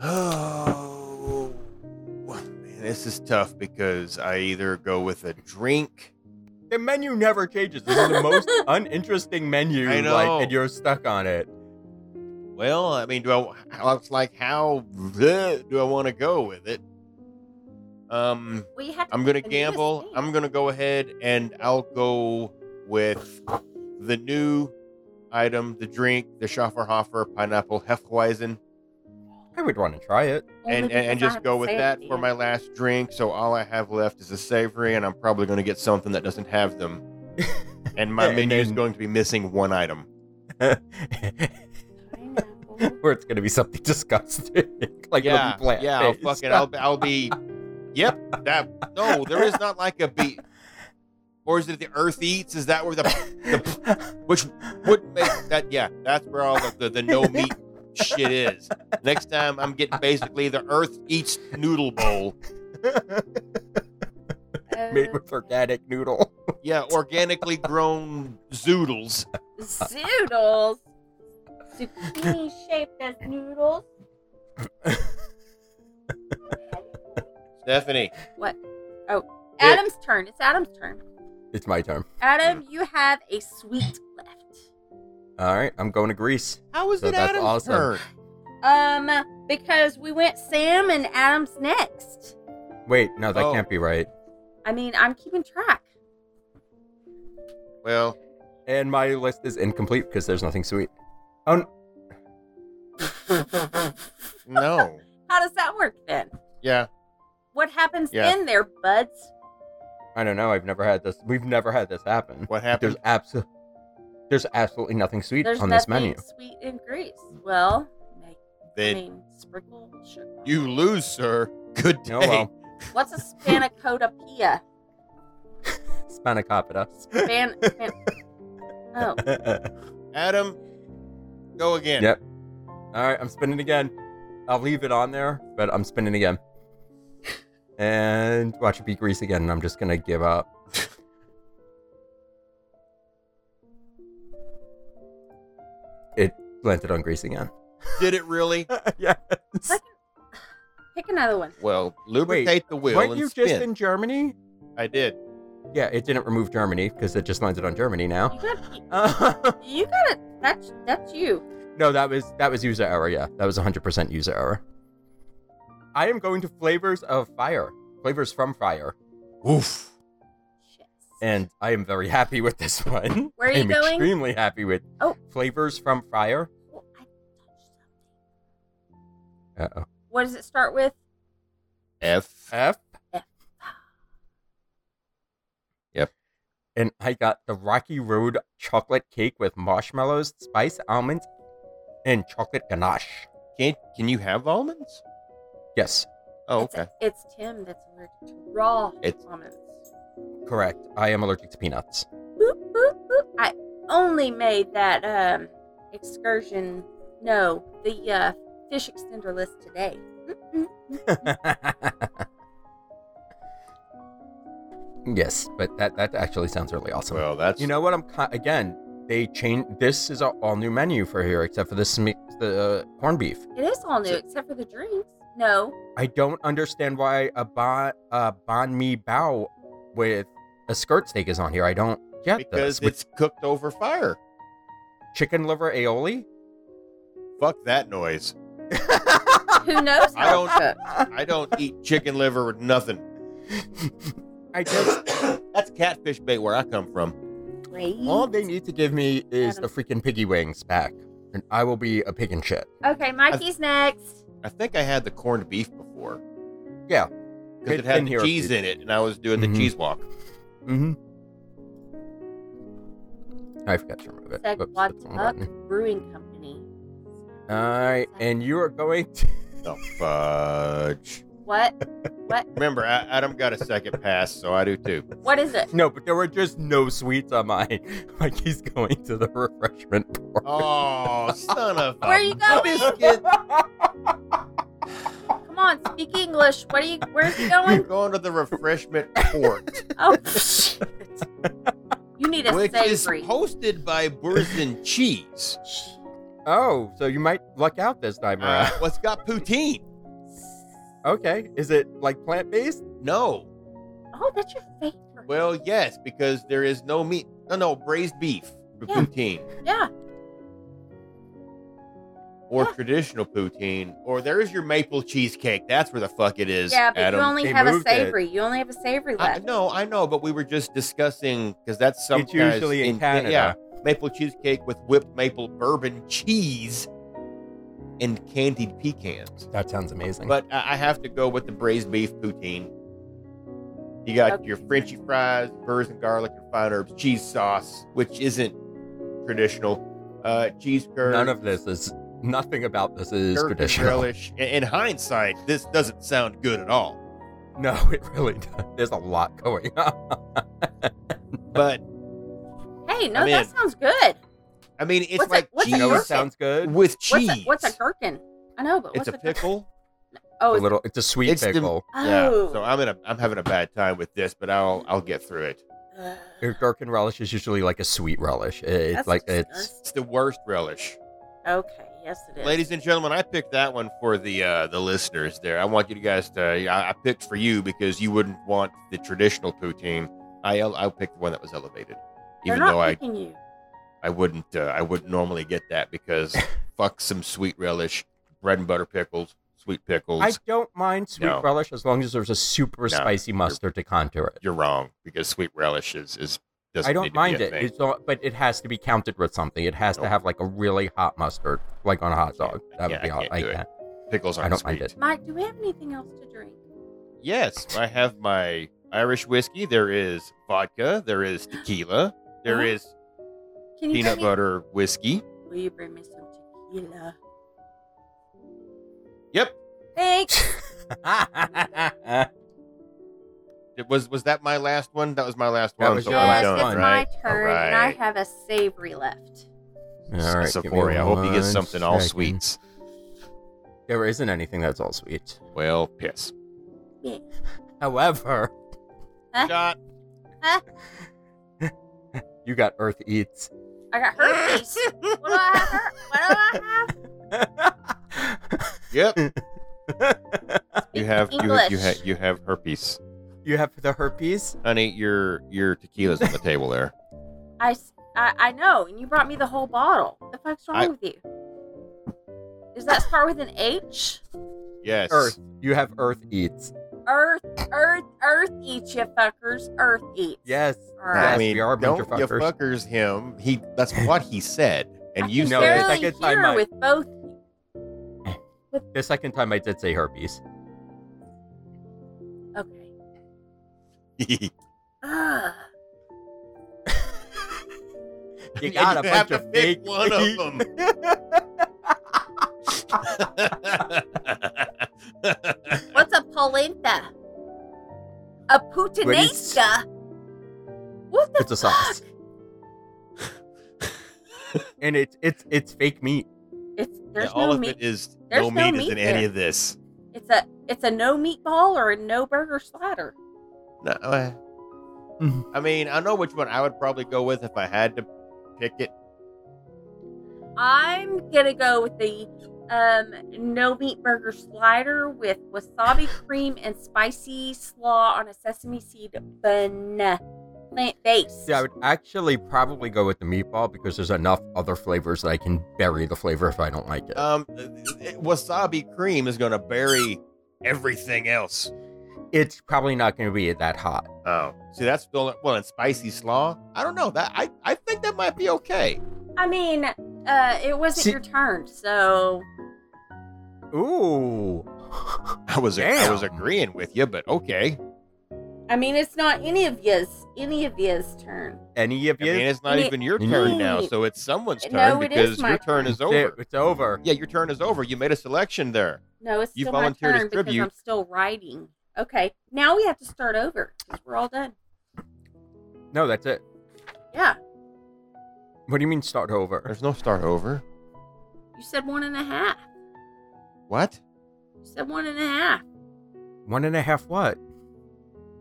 Speaker 2: Oh man, this is tough because I either go with a drink.
Speaker 3: The menu never changes. This is the most uninteresting menu,
Speaker 2: I know.
Speaker 3: like, and you're stuck on it.
Speaker 2: Well, I mean, do I? I was like, how bleh, do I want to go with it? Um,
Speaker 1: Well, you have to
Speaker 2: I'm gonna
Speaker 1: pick the newest
Speaker 2: gamble.
Speaker 1: thing.
Speaker 2: I'm gonna go ahead and I'll go with the new item, the drink, the Schafferhofer pineapple Hefeweizen,
Speaker 3: I would want to try it.
Speaker 1: Only
Speaker 2: and and,
Speaker 1: because I
Speaker 2: and just
Speaker 1: have
Speaker 2: go
Speaker 1: to
Speaker 2: with
Speaker 1: say
Speaker 2: that
Speaker 1: it
Speaker 2: for
Speaker 1: at
Speaker 2: my
Speaker 1: the end.
Speaker 2: last drink. So all I have left is a savory, and I'm probably gonna get something that doesn't have them. And my
Speaker 3: And
Speaker 2: menu is
Speaker 3: then-
Speaker 2: going to be missing one item.
Speaker 3: or
Speaker 1: Pineapple.
Speaker 3: it's gonna be something disgusting, like it'll
Speaker 2: yeah,
Speaker 3: be plant
Speaker 2: yeah, I'll fucking, I'll, be- I'll be. Yep, that no, there is not like a beat. Or is it the Earth Eats? Is that where the Which would make that, yeah, that's where all the, the, the no meat shit is. Next time I'm getting basically the Earth Eats Noodle Bowl.
Speaker 3: made with organic noodle.
Speaker 2: Yeah, organically grown zoodles.
Speaker 1: Uh, zoodles. Zucchini shaped as noodles.
Speaker 2: Stephanie,
Speaker 1: Adam's turn. It's Adam's turn.
Speaker 3: It's my turn.
Speaker 1: Adam,
Speaker 3: Hmm.
Speaker 1: you have a sweet left.
Speaker 3: All right, I'm going to Greece.
Speaker 2: how is
Speaker 3: So
Speaker 2: it
Speaker 3: that's
Speaker 2: Adam's
Speaker 3: awesome.
Speaker 2: turn?
Speaker 1: Um, because we went Sam and Adam's next.
Speaker 3: Wait, no, that
Speaker 2: Oh.
Speaker 3: can't be right.
Speaker 1: I mean, I'm keeping track.
Speaker 2: Well,
Speaker 3: And my list is incomplete because there's nothing sweet. Oh, n-
Speaker 2: no.
Speaker 1: How does that work then?
Speaker 2: Yeah,
Speaker 1: What happens
Speaker 2: Yeah.
Speaker 1: in there, buds?
Speaker 3: I don't know. I've never had this. We've never had this happen.
Speaker 2: what happened?
Speaker 3: There's absolutely, there's absolutely nothing sweet
Speaker 1: There's
Speaker 3: on
Speaker 1: nothing
Speaker 3: this menu.
Speaker 1: sweet in Greece. Well, make, I
Speaker 2: Then
Speaker 1: mean, sprinkle sugar.
Speaker 2: you lose, sir. Good day.
Speaker 3: Oh well,
Speaker 1: What's a spanakotapia?
Speaker 3: spanakopita.
Speaker 1: Span. span oh,
Speaker 2: Adam, go again.
Speaker 3: Yep. All right, I'm spinning again. I'll leave it on there, but I'm spinning again. And watch it be grease again, and I'm just gonna give up. it landed on grease again.
Speaker 2: Did it really?
Speaker 3: yes.
Speaker 1: pick another one.
Speaker 2: Well, lubricate the wheel
Speaker 3: Weren't
Speaker 2: and
Speaker 3: you
Speaker 2: spin.
Speaker 3: just in Germany?
Speaker 2: I did.
Speaker 3: Yeah, it didn't remove Germany because it just landed on Germany now.
Speaker 1: You got.
Speaker 3: Uh,
Speaker 1: You got it. That's that's you.
Speaker 3: no, that was that was user error. Yeah, that was 100% user error. I am going to flavors of fire, flavors from fire.
Speaker 2: Oof.
Speaker 1: Shit.
Speaker 3: and I am very happy with this one.
Speaker 1: Where are you
Speaker 3: I'm
Speaker 1: going?
Speaker 3: extremely happy with
Speaker 1: Oh.
Speaker 3: flavors from Fryer.
Speaker 1: Oh, I touched something.
Speaker 3: Uh oh.
Speaker 1: What does it start with?
Speaker 2: F.
Speaker 3: F.
Speaker 1: F.
Speaker 2: Yep.
Speaker 3: And I got the Rocky Road chocolate cake with marshmallows, spice, almonds, and chocolate ganache.
Speaker 2: Can can you have almonds?
Speaker 3: Yes,
Speaker 2: Oh,
Speaker 1: It's-
Speaker 2: okay.
Speaker 1: It's, Tim that's allergic to raw
Speaker 2: It's-
Speaker 1: almonds.
Speaker 3: correct. I am allergic to peanuts.
Speaker 1: Boop, boop, boop. I only made that um excursion. No, the uh, fish extender list today. Mm-mm.
Speaker 3: yes, but that that actually sounds really awesome.
Speaker 2: Well, that's
Speaker 3: You know what? I'm ki- again. They changed. This is a all new menu for here, except for the smi- the uh, corned beef.
Speaker 1: It is all new except for the drinks. No,
Speaker 3: I don't understand why a bon a banh mi bao with a skirt steak is on here. I don't get this.
Speaker 2: because
Speaker 3: With
Speaker 2: it's cooked over fire.
Speaker 3: chicken liver aioli?
Speaker 2: Fuck that noise.
Speaker 1: who knows?
Speaker 2: I
Speaker 1: how
Speaker 2: don't-
Speaker 1: it's cooked?
Speaker 2: I don't eat chicken liver with nothing.
Speaker 3: I just
Speaker 2: That's catfish bait where I come from.
Speaker 3: all they need to give me is
Speaker 1: Adam.
Speaker 3: the freaking piggy wings back, and I will be a pig and shit.
Speaker 1: Okay, Mikey's next.
Speaker 2: I think I had the corned beef before.
Speaker 3: Yeah.
Speaker 2: Because it
Speaker 3: Been
Speaker 2: had
Speaker 3: here a few
Speaker 2: cheese in it, and I was doing
Speaker 3: Mhm.
Speaker 2: the cheese walk.
Speaker 3: Mm-hmm. I forgot to remove it. Oops, that's the wrong button.
Speaker 1: Saguatuck Brewing Company.
Speaker 3: All right, and you are going to
Speaker 2: The Oh, fudge.
Speaker 1: What?
Speaker 2: Remember, A- Adam got a second pass, so I do too.
Speaker 1: What is it?
Speaker 3: No, but there were just no sweets on mine. Like he's going to the refreshment bar.
Speaker 2: Oh, son of a
Speaker 1: Where are you going?
Speaker 2: biscuit.
Speaker 1: Come on, speak English. What are you? Where's he
Speaker 2: You're
Speaker 1: going?
Speaker 2: going to the refreshment court,
Speaker 1: Oh, shit. You need a
Speaker 2: which is
Speaker 1: savory.
Speaker 2: hosted by Burson Cheese.
Speaker 3: Oh, so you might luck out this time
Speaker 2: Uh,
Speaker 3: around.
Speaker 2: what's got poutine?
Speaker 3: Okay, is it like plant based?
Speaker 2: No.
Speaker 1: Oh, that's your favorite.
Speaker 2: Well, yes, because there is no meat. No, no, braised beef for
Speaker 1: Yeah.
Speaker 2: poutine
Speaker 1: Yeah.
Speaker 2: or
Speaker 1: Yeah.
Speaker 2: traditional poutine. Or there is your maple cheesecake. That's where the fuck it is,
Speaker 1: Yeah, but
Speaker 2: Adam.
Speaker 1: you only
Speaker 3: they
Speaker 1: have a
Speaker 3: moved it.
Speaker 1: savory. You only have a savory
Speaker 2: I,
Speaker 1: left.
Speaker 2: no, I know, but we were just discussing because that's some
Speaker 3: It's usually in Canada.
Speaker 2: Yeah, maple cheesecake with whipped maple bourbon cheese and candied pecans.
Speaker 3: That sounds amazing.
Speaker 2: But I, I have to go with the braised beef poutine. You got
Speaker 1: Okay.
Speaker 2: your Frenchy fries, burrs and garlic and fine herbs, cheese sauce, which isn't traditional, uh, cheese curd,
Speaker 3: none of this is nothing about this is
Speaker 2: dirt and
Speaker 3: traditional.
Speaker 2: relish. In, in hindsight, this doesn't sound good at all.
Speaker 3: No, it really does. There's a lot going on.
Speaker 2: But
Speaker 1: Hey, no,
Speaker 2: I'm
Speaker 1: that
Speaker 2: in.
Speaker 1: sounds good.
Speaker 2: I mean, it's
Speaker 1: What's a-
Speaker 2: like
Speaker 1: what's a
Speaker 3: You know
Speaker 2: cheese
Speaker 3: what sounds good?
Speaker 2: with cheese.
Speaker 1: What's a, what's a gherkin? I know, but
Speaker 2: it's
Speaker 1: what's
Speaker 2: a pickle.
Speaker 3: A
Speaker 1: Oh, it's-
Speaker 3: little. It's a sweet
Speaker 2: It's the-
Speaker 3: pickle.
Speaker 2: Yeah.
Speaker 1: oh.
Speaker 2: So I'm in a I'm having a bad time with this, but I'll I'll get through it.
Speaker 1: Ugh.
Speaker 3: Your gherkin relish is usually like a sweet relish. It's
Speaker 1: That's
Speaker 3: like it's.
Speaker 1: disgusting.
Speaker 2: It's the worst relish.
Speaker 1: Okay, yes it is.
Speaker 2: Ladies and gentlemen, I picked that one for the uh, the listeners there. I want you guys to I, I picked for you because you wouldn't want the traditional poutine. I I picked the one that was elevated.
Speaker 1: They're
Speaker 2: Even
Speaker 1: not
Speaker 2: though I,
Speaker 1: picking you.
Speaker 2: I wouldn't uh, I wouldn't normally get that because fuck some sweet relish, bread and butter pickles, sweet pickles.
Speaker 3: I don't mind sweet
Speaker 2: No.
Speaker 3: relish as long as there's a super
Speaker 2: No,
Speaker 3: spicy mustard to contour it.
Speaker 2: You're wrong because sweet relish is is doesn't
Speaker 3: I
Speaker 2: need
Speaker 3: don't
Speaker 2: to
Speaker 3: mind
Speaker 2: be a
Speaker 3: it.
Speaker 2: thing.
Speaker 3: It's all, but it has to be counted with something. It has to
Speaker 2: Nope.
Speaker 3: have like a really hot mustard, like on a hot dog.
Speaker 2: Yeah,
Speaker 3: That
Speaker 2: yeah,
Speaker 3: would be
Speaker 2: I
Speaker 3: all.
Speaker 2: can't
Speaker 3: I
Speaker 2: do it.
Speaker 3: can't.
Speaker 2: Pickles
Speaker 3: I
Speaker 2: aren't
Speaker 3: don't
Speaker 2: sweet.
Speaker 3: mind it.
Speaker 1: Mike, do we have anything else to drink?
Speaker 2: Yes, I have my Irish whiskey. There is vodka. There is tequila. There
Speaker 1: Huh?
Speaker 2: is
Speaker 1: Can you
Speaker 2: peanut
Speaker 1: bring me-
Speaker 2: butter whiskey.
Speaker 1: Will you bring me some tequila?
Speaker 2: Yep.
Speaker 1: Thanks.
Speaker 3: that
Speaker 2: It was was that my last one? That was my last
Speaker 3: That
Speaker 2: one.
Speaker 3: was
Speaker 2: so
Speaker 3: your
Speaker 2: I'm
Speaker 1: yes,
Speaker 3: last
Speaker 2: done,
Speaker 1: it's
Speaker 3: one,
Speaker 1: my
Speaker 2: right?
Speaker 1: turn, and I have a savory left.
Speaker 3: All right, give me
Speaker 2: Savory. I hope he gets
Speaker 3: one
Speaker 2: something all
Speaker 3: second.
Speaker 2: sweets.
Speaker 3: There isn't anything that's all sweet.
Speaker 2: Well, piss.
Speaker 1: Yeah.
Speaker 3: However,
Speaker 1: Huh?
Speaker 2: Shot.
Speaker 3: you got Earth Eats.
Speaker 1: I got herpes. what do I have? her- What do I have?
Speaker 2: Yep. you
Speaker 1: Speak
Speaker 2: have you have, you
Speaker 1: English.
Speaker 2: have you have herpes,
Speaker 3: you have the herpes.
Speaker 2: honey. Your your tequila's on the table there.
Speaker 1: I, s- I- I know, and you brought me the whole bottle. The fuck's wrong
Speaker 2: I-
Speaker 1: with you? Does that start with an H?
Speaker 2: Yes.
Speaker 3: Earth. You have Earth Eats.
Speaker 1: Earth, Earth, Earth eats you fuckers. Earth eats.
Speaker 3: Yes.
Speaker 1: All right.
Speaker 3: Yes,
Speaker 2: I mean,
Speaker 3: we are a bunch
Speaker 2: don't
Speaker 3: of
Speaker 2: you
Speaker 3: fuckers.
Speaker 2: fuckers him. He that's what he said, and you
Speaker 1: I can
Speaker 3: know
Speaker 2: said
Speaker 3: that.
Speaker 1: barely
Speaker 3: Second time
Speaker 1: hear
Speaker 3: I-
Speaker 1: with both.
Speaker 3: The second time I did say herpes.
Speaker 1: Okay. Ugh.
Speaker 3: You
Speaker 2: And
Speaker 3: got
Speaker 2: you
Speaker 3: a bunch
Speaker 2: have to
Speaker 3: of
Speaker 2: pick
Speaker 3: fake
Speaker 2: one of
Speaker 3: teeth.
Speaker 2: them.
Speaker 1: What's a polenta? A puttanesca? What the
Speaker 3: It's a sauce.
Speaker 1: fuck?
Speaker 3: and it's it's it's fake meat.
Speaker 1: It's there's
Speaker 2: Yeah, all
Speaker 1: no
Speaker 2: of
Speaker 1: meat.
Speaker 2: it is
Speaker 1: There's
Speaker 2: no
Speaker 1: no
Speaker 2: meat
Speaker 1: meat
Speaker 2: is in any
Speaker 1: there.
Speaker 2: of this.
Speaker 1: It's a it's a no meatball or a no burger slider.
Speaker 2: No, I,
Speaker 3: Mhm.
Speaker 2: I mean, I know which one I would probably go with if I had to pick it.
Speaker 1: I'm gonna go with the um no meat burger slider with wasabi cream and spicy slaw on a sesame seed bun, plant based.
Speaker 3: Yeah, I would actually probably go with the meatball because there's enough other flavors that I can bury the flavor if I don't like it.
Speaker 2: Um, wasabi cream is gonna bury everything else.
Speaker 3: it's probably not going to be that hot.
Speaker 2: Oh, see, that's still well, and spicy slaw. I don't know that. I I think that might be okay.
Speaker 1: I mean, uh, it wasn't
Speaker 3: See-
Speaker 1: your turn, so
Speaker 3: Ooh.
Speaker 2: I was I was
Speaker 3: Damn.
Speaker 2: agreeing with you, but okay.
Speaker 1: I mean, it's not any of yous, any of yous' turn.
Speaker 3: Any of
Speaker 2: I
Speaker 3: you?
Speaker 2: mean, it's not
Speaker 1: Yeah.
Speaker 2: even your turn now,
Speaker 1: Yeah.
Speaker 2: so it's someone's turn
Speaker 1: No, it is
Speaker 2: because
Speaker 1: my
Speaker 2: your turn
Speaker 1: turn.
Speaker 2: is over.
Speaker 3: It's over.
Speaker 2: Yeah, your turn is over. You made a selection there.
Speaker 1: No, it's
Speaker 2: You
Speaker 1: still my
Speaker 2: volunteered as
Speaker 1: turn because
Speaker 2: tribute.
Speaker 1: I'm still writing. Okay, now we have to start over 'cause we're all done.
Speaker 3: No, that's it.
Speaker 1: Yeah,
Speaker 3: What do you mean start over?
Speaker 2: There's no start over.
Speaker 1: you said one and a half.
Speaker 2: What?
Speaker 1: You said one and a half
Speaker 3: One and a half what?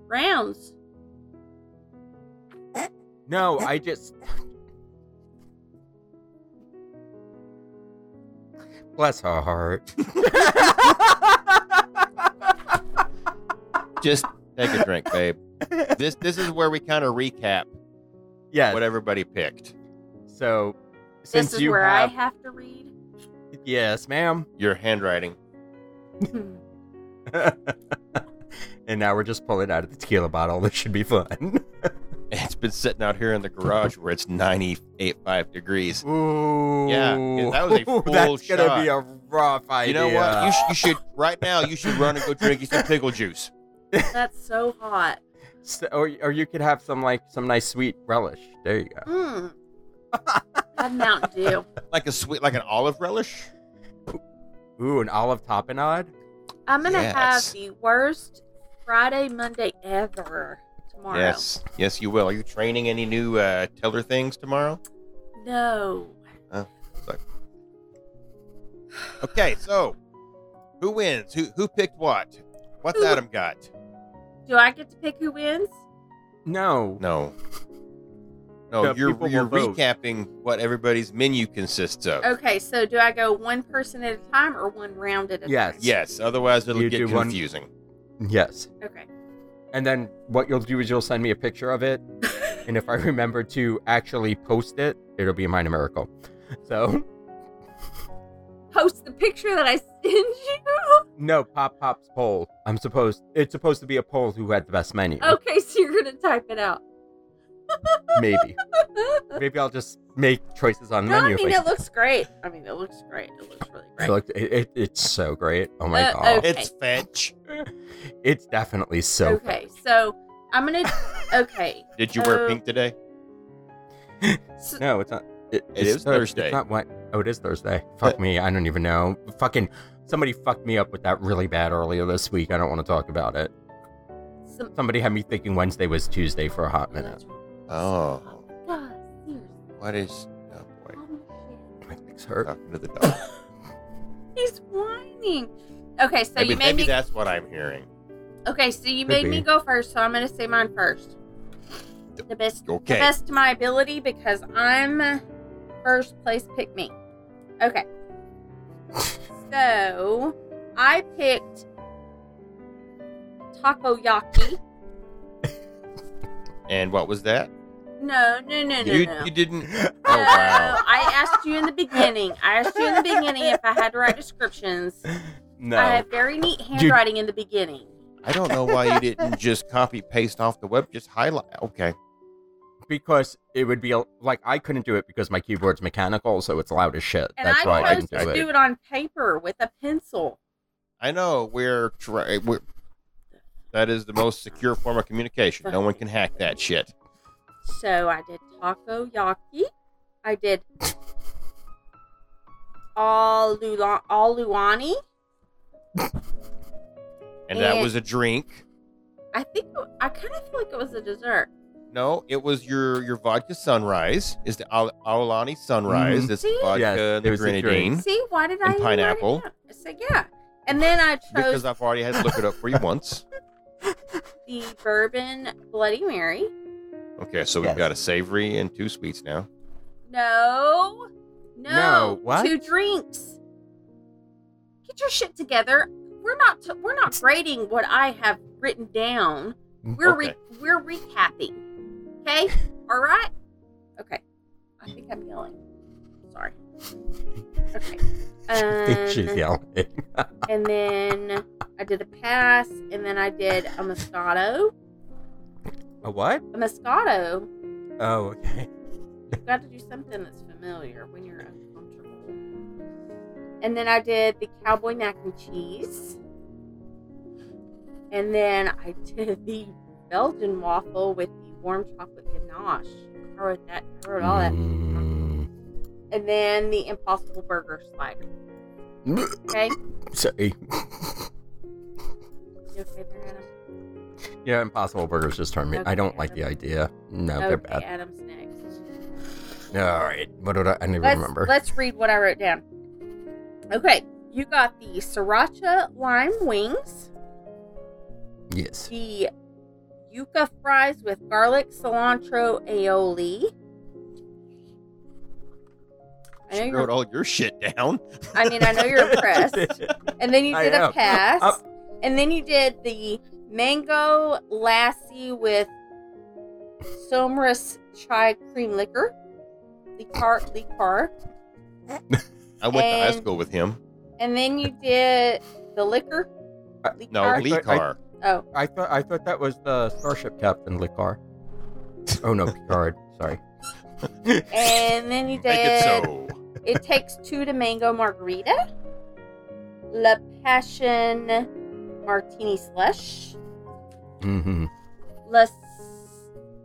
Speaker 1: rounds.
Speaker 3: No, I just. Bless her heart.
Speaker 2: Just take a drink, babe. This this is where we kind of recap
Speaker 3: Yes.
Speaker 2: what everybody picked.
Speaker 3: So, since
Speaker 1: This is
Speaker 3: you
Speaker 1: where
Speaker 3: have,
Speaker 1: I have to read.
Speaker 3: yes, ma'am.
Speaker 2: Your handwriting.
Speaker 3: and now we're just pulling out of the tequila bottle. This should be fun.
Speaker 2: It's been sitting out here in the garage where it's 98.5 degrees.
Speaker 3: Ooh.
Speaker 2: that was a
Speaker 3: Ooh,
Speaker 2: full
Speaker 3: That's gonna be
Speaker 2: shot.
Speaker 3: a rough
Speaker 2: You
Speaker 3: idea.
Speaker 2: know what? You, sh- you should right now. You should run and go drink you some pickle juice.
Speaker 1: That's so hot.
Speaker 3: So- or, or you could have some like some nice sweet relish. There you go.
Speaker 1: Mm. Have Mountain Dew.
Speaker 2: like a sweet, like an olive relish.
Speaker 3: Ooh, an olive tapenade.
Speaker 1: I'm gonna
Speaker 2: Yes.
Speaker 1: have the worst Friday Monday ever tomorrow.
Speaker 2: Yes, yes, you will. Are you training any new uh, teller things tomorrow?
Speaker 1: No.
Speaker 2: Okay, so who wins? Who who picked what? What's
Speaker 1: Who-
Speaker 2: Adam got?
Speaker 1: Do I get to pick who wins?
Speaker 3: No.
Speaker 2: No, no,
Speaker 3: Yeah,
Speaker 2: you're
Speaker 3: people will
Speaker 2: you're
Speaker 3: vote.
Speaker 2: recapping what everybody's menu consists of.
Speaker 1: Okay, so do I go one person at a time or one round at a
Speaker 3: Yes.
Speaker 2: Yes, otherwise it'll
Speaker 3: You
Speaker 2: get
Speaker 3: do one-
Speaker 2: confusing.
Speaker 3: Yes.
Speaker 1: time? Okay.
Speaker 3: And then what you'll do is you'll send me a picture of it, and if I remember to actually post it, it'll be mine a miracle. So
Speaker 1: Post the picture that I send you.
Speaker 3: no, pop pop's poll. I'm supposed it's supposed to be a poll who had the best menu.
Speaker 2: Oh.
Speaker 1: Okay, so you're gonna type it out.
Speaker 3: Maybe. Maybe I'll just make choices on the
Speaker 1: no, I
Speaker 3: menu.
Speaker 1: mean
Speaker 3: like-
Speaker 1: it looks great. I mean it looks great. It looks really
Speaker 3: It
Speaker 1: great.
Speaker 3: looked- it- it- it's so great. Oh my
Speaker 1: Uh,
Speaker 3: god.
Speaker 1: okay.
Speaker 2: It's fetch.
Speaker 3: It's definitely so
Speaker 1: okay, so I'm gonna. Okay,
Speaker 2: Did you wear
Speaker 1: Uh,
Speaker 2: pink today?
Speaker 1: so,
Speaker 3: No, it's not. It,
Speaker 2: It
Speaker 3: it's
Speaker 2: is
Speaker 3: Thur-
Speaker 2: Thursday.
Speaker 3: It's not what? Oh, it is Thursday. Fuck me. I don't even know. Fucking somebody fucked me up with that really bad earlier this week. I don't want to talk about it.
Speaker 1: some,
Speaker 3: Somebody had me thinking Wednesday was Tuesday for a hot minute.
Speaker 2: Oh,
Speaker 1: God, seriously,
Speaker 2: what is? Oh boy,
Speaker 1: oh, shit.
Speaker 3: My legs hurt.
Speaker 2: talking to the dog.
Speaker 1: He's whining. Okay, so
Speaker 2: maybe
Speaker 1: you made
Speaker 2: maybe
Speaker 1: me.
Speaker 2: that's what I'm hearing.
Speaker 1: okay, so you
Speaker 3: Could
Speaker 1: made me
Speaker 3: be.
Speaker 1: go first, so I'm gonna say mine first. The best,
Speaker 2: Okay.
Speaker 1: the best to my ability, because I'm first place. Pick me. Okay. so I picked takoyaki.
Speaker 2: And what was that?
Speaker 1: No, no, no, no,
Speaker 2: you
Speaker 1: no.
Speaker 2: you didn't.
Speaker 1: No,
Speaker 2: Oh wow.
Speaker 1: I asked you in the beginning. I asked you in the beginning if I had to write descriptions.
Speaker 3: No.
Speaker 1: I have very neat handwriting in the beginning.
Speaker 2: I don't know why you didn't just copy paste off the web. Just highlight. Okay.
Speaker 3: because it would be a, like I couldn't do it because my keyboard's mechanical, so it's loud as shit.
Speaker 1: And
Speaker 3: That's why
Speaker 1: I
Speaker 3: I
Speaker 1: chose
Speaker 3: didn't
Speaker 1: to
Speaker 3: do it.
Speaker 1: do it on paper with a pencil.
Speaker 2: I know we're, try- we're that is the most secure form of communication. No one can hack that shit.
Speaker 1: So I did takoyaki. I did all luani.
Speaker 2: And that
Speaker 1: And-
Speaker 2: was a drink.
Speaker 1: I think I kind of feel like it was a dessert.
Speaker 2: No, it was your your vodka sunrise. Is the Al- Aulani sunrise? It's
Speaker 1: See?
Speaker 2: vodka
Speaker 3: Yes,
Speaker 2: and
Speaker 3: it
Speaker 2: the
Speaker 3: was the drink.
Speaker 2: grenadine.
Speaker 1: See, why did I
Speaker 2: Hmm? And
Speaker 1: even write it
Speaker 2: pineapple.
Speaker 1: down? So yeah, and then I chose
Speaker 2: Because I've already had to look it up for you once.
Speaker 1: the bourbon Bloody Mary.
Speaker 2: Okay, so we've
Speaker 3: Yes.
Speaker 2: got a savory and two sweets now.
Speaker 1: No, no,
Speaker 3: No, what?
Speaker 1: two drinks. Get your shit together. We're not t- we're not grading what I have written down.
Speaker 3: Mm,
Speaker 1: We're
Speaker 2: Okay.
Speaker 1: re- we're recapping. Okay, all right. Okay, I think I'm yelling. Sorry. Okay.
Speaker 3: I think she's
Speaker 1: Um,
Speaker 3: yelling.
Speaker 1: and then I did a pass, and then I did a Moscato.
Speaker 3: a what?
Speaker 1: A Moscato.
Speaker 3: Oh, okay.
Speaker 1: You've got to do something that's familiar when you're uncomfortable. And then I did the cowboy mac and cheese. And then I did the Belgian waffle with the warm chocolate ganache. I wrote that. I wrote all that.
Speaker 3: Mm.
Speaker 1: And then the impossible burger slider. Okay.
Speaker 3: Sorry.
Speaker 1: You okay there, Adam?
Speaker 3: Yeah, Impossible Burgers just turned me. I don't like the idea. No,
Speaker 1: okay,
Speaker 3: they're bad.
Speaker 1: Adam's next.
Speaker 3: All right. What did I, I don't even
Speaker 1: Let's,
Speaker 3: remember?
Speaker 1: let's read what I wrote down. Okay. You got the sriracha lime wings,
Speaker 3: yes.
Speaker 1: the yuca fries with garlic cilantro aioli. I, know
Speaker 2: She
Speaker 1: you're,
Speaker 2: wrote all your shit down.
Speaker 1: I mean, I know you're impressed. And then you
Speaker 3: I
Speaker 1: did a
Speaker 3: am.
Speaker 1: pass.
Speaker 3: Up.
Speaker 1: And then you did the mango lassi with somerous chai cream liquor. Liqueur, liqueur.
Speaker 2: I went to high
Speaker 1: And-
Speaker 2: school with him.
Speaker 1: And then you did the liquor.
Speaker 3: Uh,
Speaker 2: No,
Speaker 1: Liqueur?
Speaker 2: Lee
Speaker 3: I- I-
Speaker 2: Carr.
Speaker 1: Oh,
Speaker 3: I thought I thought that was the starship captain Licar. Oh no, Picard. Sorry.
Speaker 1: and then you
Speaker 2: Make it
Speaker 1: did.
Speaker 2: so.
Speaker 1: It takes two to mango margarita. La passion martini slush.
Speaker 3: Mm-hmm.
Speaker 1: La. s-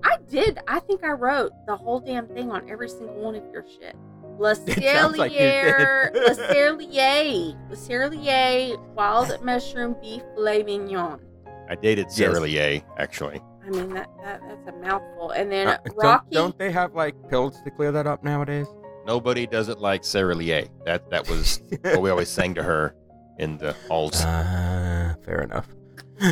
Speaker 1: I did. I think I wrote the whole damn thing on every single one of your shit. La
Speaker 3: sounds like you
Speaker 1: Cellier,
Speaker 3: did.
Speaker 1: La Cellier, La Cellier, wild mushroom beef filet mignon.
Speaker 2: I dated Sarah Lee, actually.
Speaker 1: I mean that, that that's a mouthful. And then
Speaker 3: Uh, don't,
Speaker 1: Rocky,
Speaker 3: don't they have like pills to clear that up nowadays?
Speaker 2: Nobody does it like Sarah Lee. That that was what we always sang to her in the halls.
Speaker 3: Uh, fair enough.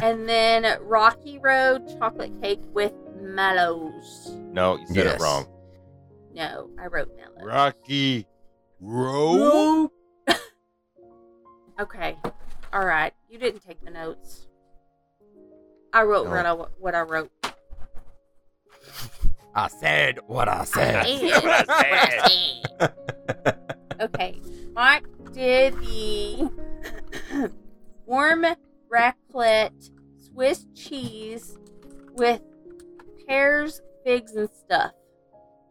Speaker 1: and then Rocky Road chocolate cake with mallows.
Speaker 2: No, you said
Speaker 3: yes.
Speaker 2: it wrong.
Speaker 1: No, I wrote mellow.
Speaker 2: Rocky Road.
Speaker 1: Okay. All right. You didn't take the notes. I wrote
Speaker 2: No.
Speaker 1: what, I, what I wrote.
Speaker 3: I said what I said.
Speaker 1: okay. Mike did the warm raclette Swiss cheese with pears, figs, and stuff.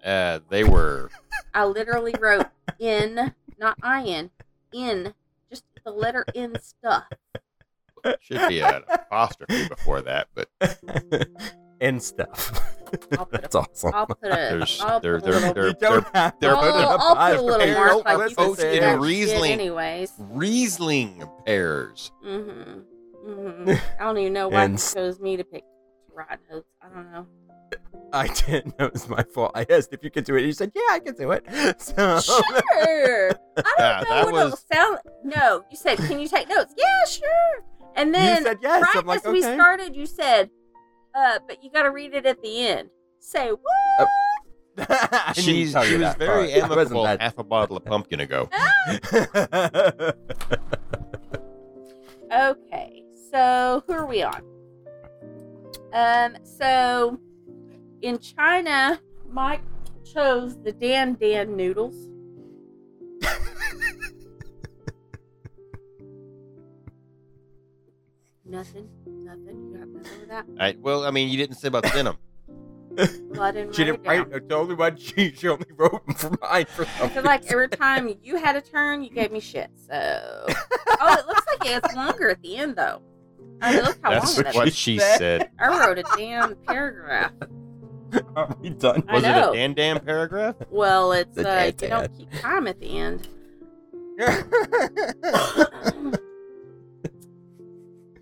Speaker 2: Uh, they were
Speaker 1: I literally wrote in, not I in, in, just the letter in stuff.
Speaker 2: should be an apostrophe before that, but
Speaker 3: and stuff.
Speaker 1: I'll put
Speaker 3: That's awesome.
Speaker 1: I'll put a.
Speaker 2: There's-
Speaker 1: I'll
Speaker 2: there-
Speaker 1: put a
Speaker 2: there-
Speaker 1: little-
Speaker 2: there-
Speaker 3: you don't have to
Speaker 2: they're-
Speaker 1: I'll,
Speaker 3: put it up
Speaker 1: I'll put a
Speaker 3: on
Speaker 1: little
Speaker 3: Facebook.
Speaker 1: mark
Speaker 2: Don't
Speaker 1: like you
Speaker 2: listen
Speaker 1: can
Speaker 2: to
Speaker 1: see
Speaker 2: him.
Speaker 1: that shit
Speaker 2: Riesling.
Speaker 1: anyways.
Speaker 2: Riesling pears.
Speaker 1: Mm-hmm. hmm I don't even know why
Speaker 3: And
Speaker 1: he
Speaker 3: s-
Speaker 1: chose me to pick Rod Oates. I don't know.
Speaker 3: I didn't know it was my fault. I asked if you could do it. You said, "Yeah, I can do it." So
Speaker 1: Sure. I don't
Speaker 2: Yeah,
Speaker 1: know
Speaker 2: that
Speaker 1: what
Speaker 2: was-
Speaker 1: it'll sound. No, you said, "Can you take notes?" Yeah, sure. And
Speaker 3: you
Speaker 1: then
Speaker 3: said yes.
Speaker 1: right
Speaker 3: I'm like,
Speaker 1: as we
Speaker 3: okay.
Speaker 1: started, you said, "Uh, but you got to read it at the end." Say what?
Speaker 3: I didn't
Speaker 2: She's,
Speaker 3: tell
Speaker 2: she
Speaker 3: you
Speaker 2: was
Speaker 3: that
Speaker 2: very
Speaker 3: part. I wasn't
Speaker 2: amicable half a bottle of pumpkin ago.
Speaker 3: that-
Speaker 1: Okay, so who are we on? Um, so in China, Mike chose the Dan Dan noodles. nothing, nothing. You have nothing with that.
Speaker 2: I, well, I mean, you didn't say about Venom.
Speaker 1: Well, I didn't
Speaker 3: she
Speaker 1: write
Speaker 3: didn't
Speaker 1: it down.
Speaker 3: write. The only one she, she only wrote for mine for
Speaker 1: I
Speaker 3: some
Speaker 1: feel like every time you had a turn, you gave me shit. So, oh, it looks like it's longer at the end though. I mean, look how
Speaker 2: That's
Speaker 1: long that
Speaker 2: what
Speaker 1: is.
Speaker 2: she
Speaker 3: said.
Speaker 2: said.
Speaker 1: I wrote a damn paragraph.
Speaker 3: reason. Are we done?
Speaker 1: I
Speaker 2: Was it
Speaker 1: know.
Speaker 2: a Dan Dan paragraph?
Speaker 1: Well, it's
Speaker 3: The
Speaker 1: uh,
Speaker 3: dead dad.
Speaker 1: you don't keep time at the end.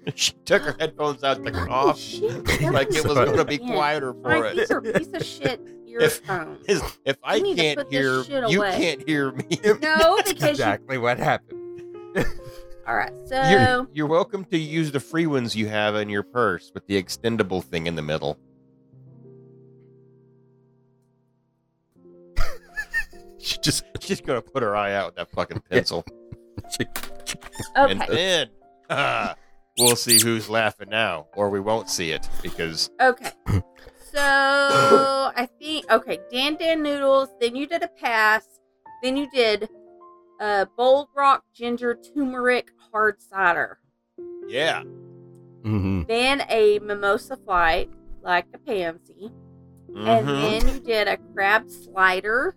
Speaker 1: Um,
Speaker 2: She took her headphones out, took them off,
Speaker 1: Shit,
Speaker 2: like it was going to be
Speaker 1: Yeah.
Speaker 2: quieter for
Speaker 1: Mike,
Speaker 2: it.
Speaker 1: these are piece of shit
Speaker 2: If-
Speaker 1: earphones.
Speaker 2: Is- If I
Speaker 1: You need to
Speaker 2: can't
Speaker 1: put this
Speaker 2: hear,
Speaker 1: shit
Speaker 2: you
Speaker 1: away.
Speaker 2: can't hear me.
Speaker 1: No, because you.
Speaker 3: exactly what happened.
Speaker 1: All right,
Speaker 2: You're,
Speaker 1: so
Speaker 2: you're welcome to use the free ones you have in your purse with the extendable thing in the middle.
Speaker 3: She just
Speaker 2: She's going to put her eye out with that fucking pencil.
Speaker 3: she,
Speaker 2: And uh,
Speaker 1: okay,
Speaker 2: then ah, we'll see who's laughing now, or we won't see it because
Speaker 1: okay. So I think okay, Dan Dan noodles. Then you did a pass. Then you did uh, bold rock ginger turmeric hard cider.
Speaker 2: yeah,
Speaker 3: hmm
Speaker 1: Then a mimosa flight like a pansy, and
Speaker 2: mhm,
Speaker 1: then you did a crab slider.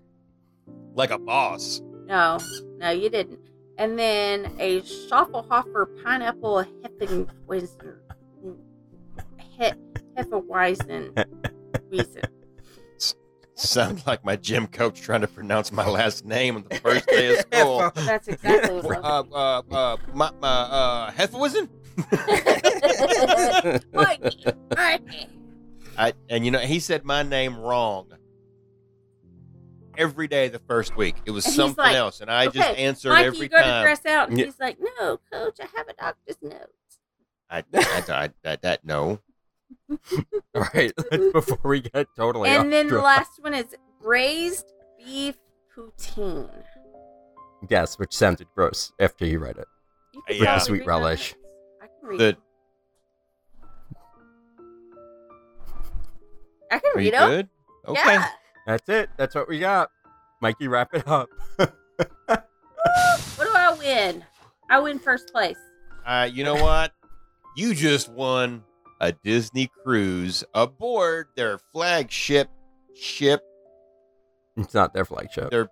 Speaker 2: like a boss.
Speaker 1: No, no, you didn't. And then a Schaffelhofer pineapple Heffenweizen. He- Heffenweizen. Reason.
Speaker 2: sound like my gym coach trying to pronounce my last name on the first day of school.
Speaker 1: That's exactly
Speaker 2: uh,
Speaker 1: what I
Speaker 2: uh, uh, my, my, uh, Hefeweizen?
Speaker 1: was. Mikey, Mikey.
Speaker 2: I, and you know, he said my name wrong every day the first week. It was
Speaker 1: And he's
Speaker 2: something
Speaker 1: like,
Speaker 2: else, and I just
Speaker 1: "Okay,
Speaker 2: answered
Speaker 1: Mikey,
Speaker 2: every
Speaker 1: you go to
Speaker 2: time.
Speaker 1: dress out, and
Speaker 3: Yeah.
Speaker 1: he's like, "No, coach, I have a doctor's note."
Speaker 2: I, I, I, that, that no.
Speaker 3: All right, before we get totally off
Speaker 1: and then the
Speaker 3: track.
Speaker 1: last one is braised beef poutine.
Speaker 3: yes, which sounded gross after you read it.
Speaker 1: You can
Speaker 2: Yeah.
Speaker 1: probably
Speaker 3: Sweet
Speaker 1: read my
Speaker 3: relish.
Speaker 1: notes. I can read.
Speaker 2: The-
Speaker 1: I can
Speaker 2: Are
Speaker 1: read
Speaker 2: you
Speaker 1: them.
Speaker 2: good? Okay.
Speaker 1: Yeah.
Speaker 3: That's it. That's what we got. Mikey, wrap it up.
Speaker 1: What do I win? I win first place.
Speaker 2: Uh, you know what? You just won a Disney cruise aboard their flagship ship,
Speaker 3: It's not their flagship.
Speaker 2: Their-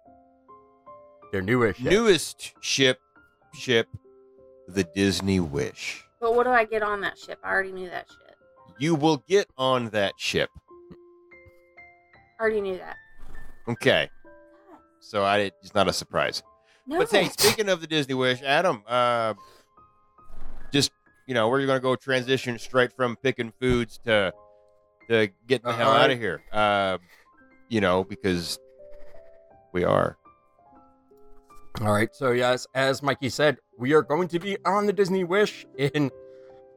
Speaker 3: their newish. ship.
Speaker 2: newest ship, ship, the Disney Wish.
Speaker 1: But what do I get on that ship? I already knew that ship.
Speaker 2: You will get on that ship.
Speaker 1: I already knew that.
Speaker 2: Okay. So I did, it's not a surprise.
Speaker 1: No.
Speaker 2: But hey, speaking of the Disney Wish, Adam, uh, just you know, we're going to go transition straight from picking foods to to getting the hell
Speaker 3: Uh-huh.
Speaker 2: out of here. Uh, you know, because we are.
Speaker 3: All right. So yes, as Mikey said, we are going to be on the Disney Wish in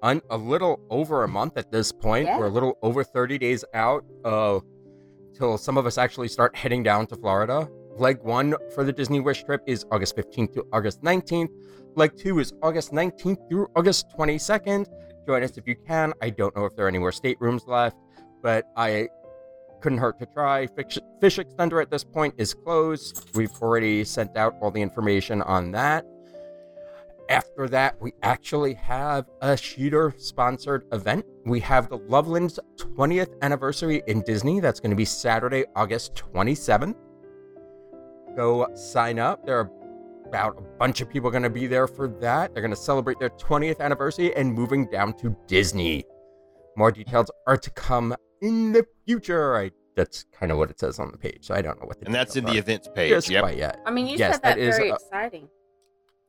Speaker 3: un- a little over a month at this point.
Speaker 1: Yeah.
Speaker 3: We're a little over 30 days out uh, till some of us actually start heading down to Florida. Leg one for the Disney Wish trip is August 15th to August 19th. Leg two is August 19th through August 22nd. Join us if you can. I don't know if there are any more staterooms left, but I couldn't hurt to try. Fish, Fish Extender at this point is closed. We've already sent out all the information on that. After that, we actually have a shooter sponsored event. We have the Loveland's 20th anniversary in Disney. That's going to be Saturday, August 27th. Go sign up. There are about a bunch of people going to be there for that. They're going to celebrate their 20th anniversary and moving down to Disney. More details are to come in the future. I that's kind of what it says on the page. So I don't know what the
Speaker 2: And that's in
Speaker 3: details
Speaker 2: the
Speaker 3: are
Speaker 2: events page.
Speaker 3: just
Speaker 2: yep.
Speaker 3: quite yet.
Speaker 1: I mean, you
Speaker 3: Yes,
Speaker 1: said that,
Speaker 3: that is,
Speaker 1: very
Speaker 3: uh,
Speaker 1: exciting.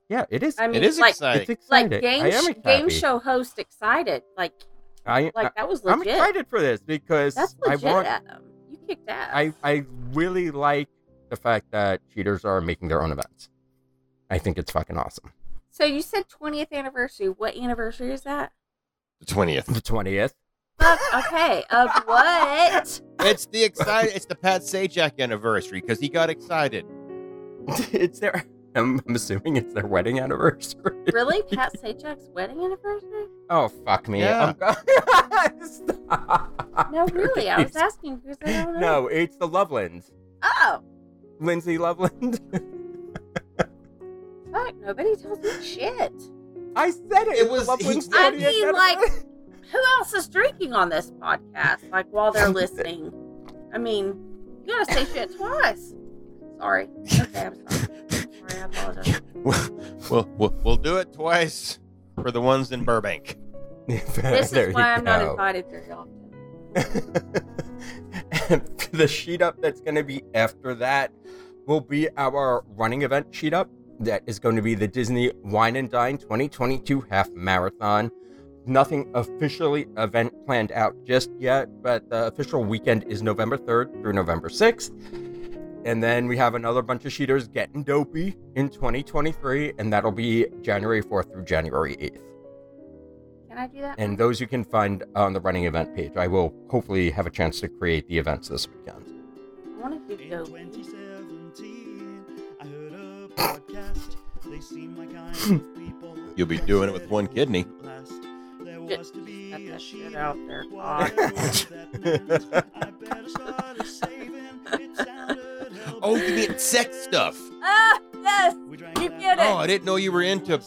Speaker 3: Yeah, it is.
Speaker 1: I mean,
Speaker 2: It is
Speaker 1: like
Speaker 2: exciting.
Speaker 3: it's exciting.
Speaker 1: like game
Speaker 3: I am
Speaker 1: sh-
Speaker 3: excited.
Speaker 1: game show host excited. Like
Speaker 3: I,
Speaker 1: like that was
Speaker 3: I, am
Speaker 1: legit.
Speaker 3: excited for this because
Speaker 1: That's
Speaker 3: I
Speaker 1: legit,
Speaker 3: want.
Speaker 1: Adam. You kicked ass.
Speaker 3: I I really like the fact that cheaters are making their own events. I think it's fucking awesome.
Speaker 1: so you said 20th anniversary. What anniversary is that?
Speaker 2: The twentieth.
Speaker 3: The twentieth.
Speaker 1: Fuck, okay. Of what?
Speaker 2: It's the excited. It's the Pat Sajak anniversary because he got excited.
Speaker 3: it's their. I'm, I'm assuming it's their wedding anniversary.
Speaker 1: Really? Pat Sajak's wedding anniversary?
Speaker 3: Oh fuck me!
Speaker 2: Yeah.
Speaker 3: I'm go- Stop.
Speaker 1: No, really. I was
Speaker 3: It's-
Speaker 1: asking because I don't know.
Speaker 3: No, it's the Loveland.
Speaker 1: Oh,
Speaker 3: Lindsay Loveland.
Speaker 1: fuck. Nobody tells me shit.
Speaker 3: I said it.
Speaker 2: It
Speaker 3: It was
Speaker 2: was-
Speaker 3: Loveland's
Speaker 2: he-
Speaker 1: I
Speaker 3: 20th
Speaker 1: mean, like,
Speaker 3: anniversary.
Speaker 1: Who else is drinking on this podcast? Like, while they're listening? I mean, you gotta say shit twice. Sorry. Okay, I'm sorry. Sorry, I apologize.
Speaker 2: we'll, we'll we'll do it twice for the ones in Burbank.
Speaker 1: This
Speaker 3: There
Speaker 1: is why
Speaker 3: you
Speaker 1: I'm not
Speaker 3: go.
Speaker 1: invited very often.
Speaker 3: the sheet up that's going to be after that will be our running event sheet up. That is going to be the Disney Wine and Dine 2022 Half Marathon. Nothing officially event planned out just yet, but the official weekend is November 3rd through November 6th. And then we have another bunch of sheeters getting dopey in 2023, and that'll be January 4th through January 8th
Speaker 1: Can I do that?
Speaker 3: and those you can find on the running event page. I will hopefully have a chance to create the events this weekend.
Speaker 1: I want to do
Speaker 6: In
Speaker 1: dope.
Speaker 6: 2017, I heard a podcast. They seem like kind of people.
Speaker 2: You'll be doing it with one kidney.
Speaker 6: Last. There
Speaker 1: Get-
Speaker 6: was to be
Speaker 1: Get
Speaker 6: a
Speaker 1: that shit
Speaker 6: sheep.
Speaker 1: out there. God.
Speaker 6: Whatever that meant, I better start saving. It sounded
Speaker 2: Oh, you mean sex stuff?
Speaker 1: Ah, yes.
Speaker 6: We drank
Speaker 1: You
Speaker 6: that
Speaker 1: get
Speaker 2: Oh,
Speaker 1: it.
Speaker 2: I didn't know you were into.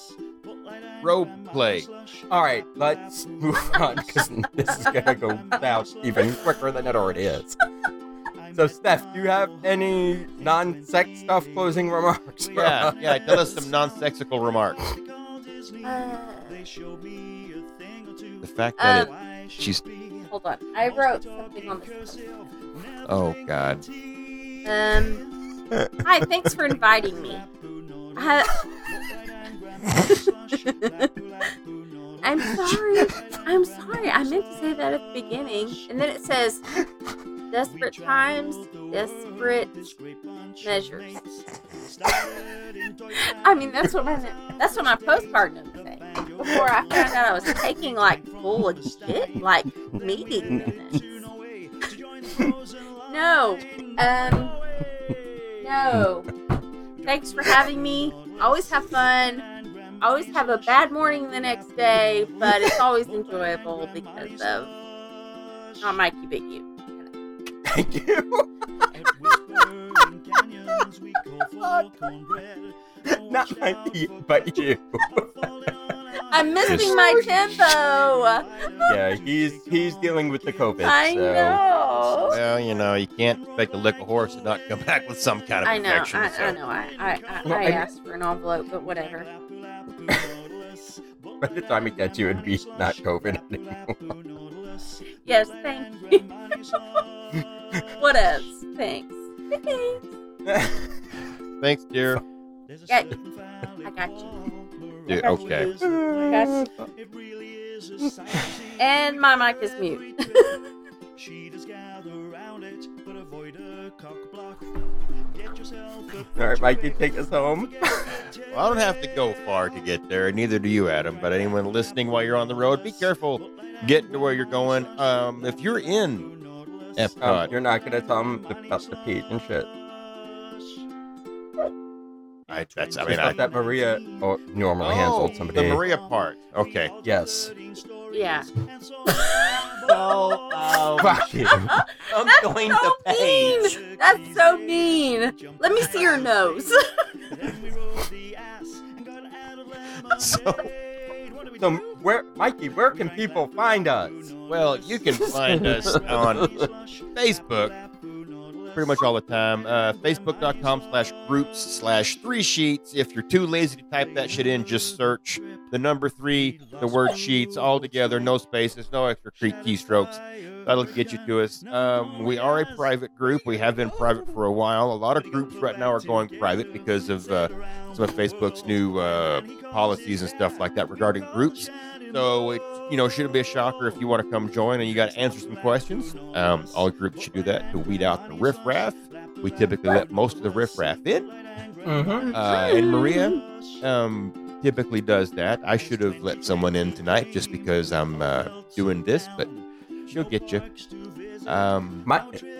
Speaker 2: role play.
Speaker 3: All right, let's move on because this is gonna go south even quicker than it already is. So, Steph, do you have any non-sex stuff closing remarks? for
Speaker 2: Yeah,
Speaker 3: us?
Speaker 2: yeah. Tell us some non-sexical remarks.
Speaker 1: Uh,
Speaker 2: The fact that
Speaker 1: Um,
Speaker 2: it, she's
Speaker 1: hold on. I wrote something on this.
Speaker 2: oh god,
Speaker 1: Um, hi, thanks for inviting me. Uh, I, I'm sorry. I'm sorry. I meant to say that at the beginning. And then it says desperate times, desperate measures. I mean, that's what my that's what my postcard note said before I found out I was taking like bullshit like meeting minutes. No, um, no. Thanks for having me. Always have fun. Always have a bad morning the next day, but it's always enjoyable because of not my cubic you.
Speaker 3: Thank you. Not my, but you.
Speaker 1: I'm missing my tempo.
Speaker 3: Yeah, he's he's dealing with the COVID.
Speaker 1: I
Speaker 3: so.
Speaker 1: know.
Speaker 2: Well, you know, you can't expect to lick a horse and not come back with some kind of
Speaker 1: I know.
Speaker 2: infection.
Speaker 1: I,
Speaker 2: so.
Speaker 1: I know. I I, I,
Speaker 3: Well,
Speaker 1: I
Speaker 3: I-
Speaker 1: asked for an envelope, but whatever.
Speaker 3: By the time it gets you, it'd be not COVID anymore.
Speaker 1: Yes, thank you. what else? Thanks. Thanks.
Speaker 2: Thanks, dear.
Speaker 1: Yeah, I got you.
Speaker 2: Yeah,
Speaker 1: Got you,
Speaker 2: okay.
Speaker 1: boo. Got you. And my mic is mute.
Speaker 3: All right, Mike, you take us home.
Speaker 2: Well, I don't have to go far to get there, and neither do you, Adam. But anyone listening while you're on the road, be careful getting to where you're going. Um, if you're in
Speaker 3: Um,
Speaker 2: Epcot,
Speaker 3: You're not gonna tell him about the peach and shit.
Speaker 2: I, that's I
Speaker 3: I
Speaker 2: mean, I,
Speaker 3: that Maria oh, normally
Speaker 2: Oh,
Speaker 3: handled somebody.
Speaker 2: the Maria part. Okay,
Speaker 3: yes.
Speaker 1: Yeah.
Speaker 7: So, um,
Speaker 3: Fuck you.
Speaker 7: I'm
Speaker 1: That's
Speaker 7: going
Speaker 1: so
Speaker 7: to page.
Speaker 1: mean. That's so mean. Let me see your nose.
Speaker 2: so
Speaker 3: So, where, Mikey, where can people find us?
Speaker 2: well, you can find us on Facebook pretty much all the time. Uh, Facebook.com slash groups slash three sheets. If you're too lazy to type that shit in, just search the number three, the word sheets, all together, no spaces, no extra key- keystrokes. That'll get you to us. Um, we are a private group. We have been private for a while. A lot of groups right now are going private because of uh, some of Facebook's new uh, policies and stuff like that regarding groups. So it you know shouldn't be a shocker if you want to come join and you got to answer some questions. Um, all groups should do that to weed out the riffraff. We typically let most of the riffraff in,
Speaker 3: Mm-hmm.
Speaker 2: uh, and Maria um, typically does that. I should have let someone in tonight just because I'm uh, doing this, but she'll get you. Um,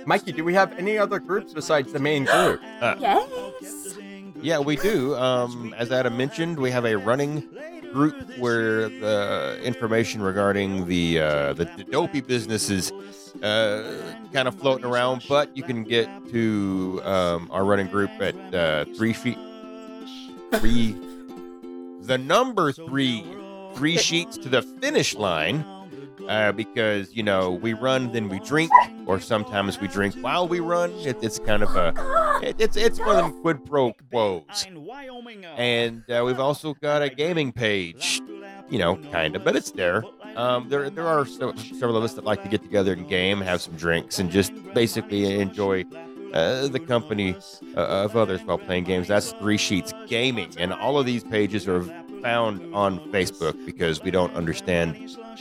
Speaker 3: Mikey, do we have any other groups besides the main group?
Speaker 1: Yes.
Speaker 2: yeah, we do. Um, as Adam mentioned, we have a running group where the information regarding the uh, the, the dopey businesses uh, kind of floating around, but you can get to um, our running group at uh, three feet three the number three three sheets to the finish line uh, because you know we run then we drink or sometimes we drink while we run it, it's kind of a it, it's it's one of them quid pro quos and uh, we've also got a gaming page you know kind of but it's there um, there there are so, several of us that like to get together and game have some drinks and just basically enjoy uh, the company uh, of others while playing games. That's Three Sheets Gaming. And all of these pages are found on Facebook because we don't understand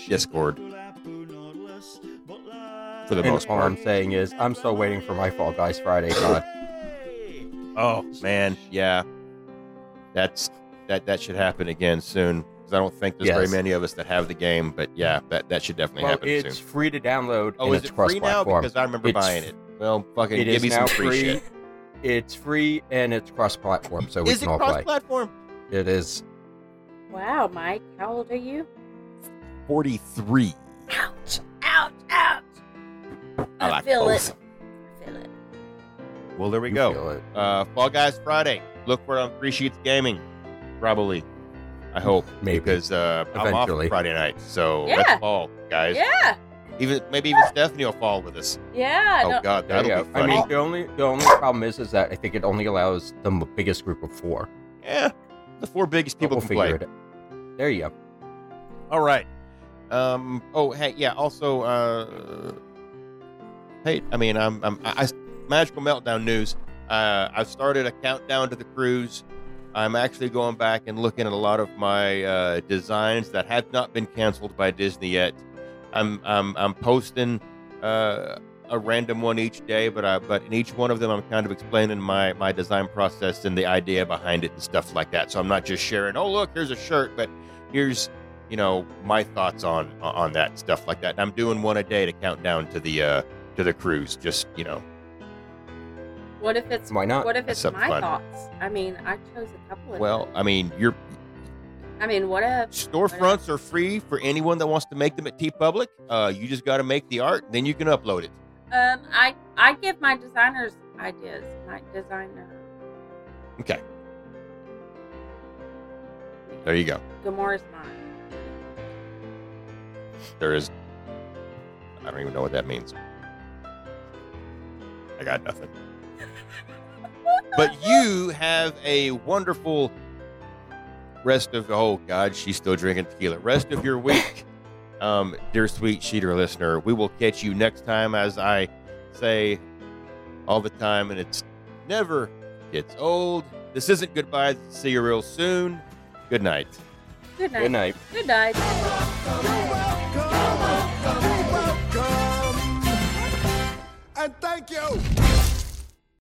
Speaker 2: Discord for the
Speaker 3: And
Speaker 2: most
Speaker 3: all
Speaker 2: part.
Speaker 3: I'm saying is, I'm still waiting for my Fall Guys Friday. God,
Speaker 2: Oh, man. Yeah. That's that that should happen again soon. 'Cause I don't think there's very
Speaker 3: Yes. Mm-hmm.
Speaker 2: many of us that have the game, but yeah, that, that should definitely
Speaker 3: well,
Speaker 2: happen
Speaker 3: it's
Speaker 2: soon.
Speaker 3: free to download.
Speaker 2: Oh,
Speaker 3: and
Speaker 2: is
Speaker 3: it's
Speaker 2: it free now?
Speaker 3: cross-platform.
Speaker 2: Because I remember
Speaker 3: It's-
Speaker 2: buying it. Well, fucking
Speaker 3: It
Speaker 2: give
Speaker 3: is
Speaker 2: me
Speaker 3: now
Speaker 2: some free,
Speaker 3: free.
Speaker 2: shit.
Speaker 3: It's free and it's cross-platform, so we
Speaker 2: Is it
Speaker 3: can all play.
Speaker 2: cross-platform?
Speaker 3: It is.
Speaker 1: Wow, Mike, how old are you?
Speaker 2: 43.
Speaker 1: Ouch! Ouch! Ouch! I,
Speaker 2: I like
Speaker 1: feel
Speaker 2: both.
Speaker 1: it. I feel it.
Speaker 2: Well, there we
Speaker 3: You
Speaker 2: go.
Speaker 3: feel it.
Speaker 2: uh, Fall Guys Friday. Look for it on Three Sheets Gaming, probably. I hope
Speaker 3: Maybe.
Speaker 2: because uh, I'm off
Speaker 3: Eventually.
Speaker 2: Friday night, so
Speaker 1: Yeah.
Speaker 2: that's fall, guys.
Speaker 1: Yeah,
Speaker 2: Even maybe even Stephanie will fall with us.
Speaker 1: yeah.
Speaker 2: oh
Speaker 1: don't-
Speaker 2: God,
Speaker 3: There you
Speaker 2: that'll
Speaker 3: go.
Speaker 2: be
Speaker 3: I
Speaker 2: funny.
Speaker 3: mean, the only the only problem is is that I think it only allows the m- biggest group of four.
Speaker 2: yeah, the four biggest
Speaker 3: But
Speaker 2: people
Speaker 3: we'll
Speaker 2: can
Speaker 3: figure
Speaker 2: play.
Speaker 3: it. out. There you go.
Speaker 2: All right. Um. Oh, hey, yeah. Also, uh, hey. I mean, I'm, I'm, I, I magical meltdown news. Uh, I've started a countdown to the cruise. I'm actually going back and looking at a lot of my uh, designs that have not been canceled by Disney yet. I'm I'm, I'm posting uh, a random one each day, but I, but in each one of them, I'm kind of explaining my my design process and the idea behind it and stuff like that. So I'm not just sharing. Oh look, here's a shirt, but here's you know my thoughts on on that stuff like that. And I'm doing one a day to count down to the uh, to the cruise. Just you know,
Speaker 1: What if it's
Speaker 3: Why not?
Speaker 1: what if it's
Speaker 2: Something
Speaker 1: my
Speaker 2: fun.
Speaker 1: thoughts? I mean, I chose a couple of
Speaker 2: well,
Speaker 1: them.
Speaker 2: I mean, your
Speaker 1: I mean, what if
Speaker 2: storefronts are free for anyone that wants to make them at T Public. Uh, you just got to make the art, then you can upload it.
Speaker 1: um I I give my designers ideas, my designer
Speaker 2: Okay, there you go.
Speaker 1: Gamora's mine.
Speaker 2: There is. I don't even know what that means. I got nothing. But you have a wonderful rest of. Oh, God, she's still drinking tequila. Rest of your week, um, dear sweet cheater listener. We will catch you next time, as I say all the time, and it's never gets old. This isn't goodbye. See you real soon. Good night.
Speaker 1: Good night.
Speaker 3: Good night.
Speaker 1: Good night.
Speaker 5: Farewell,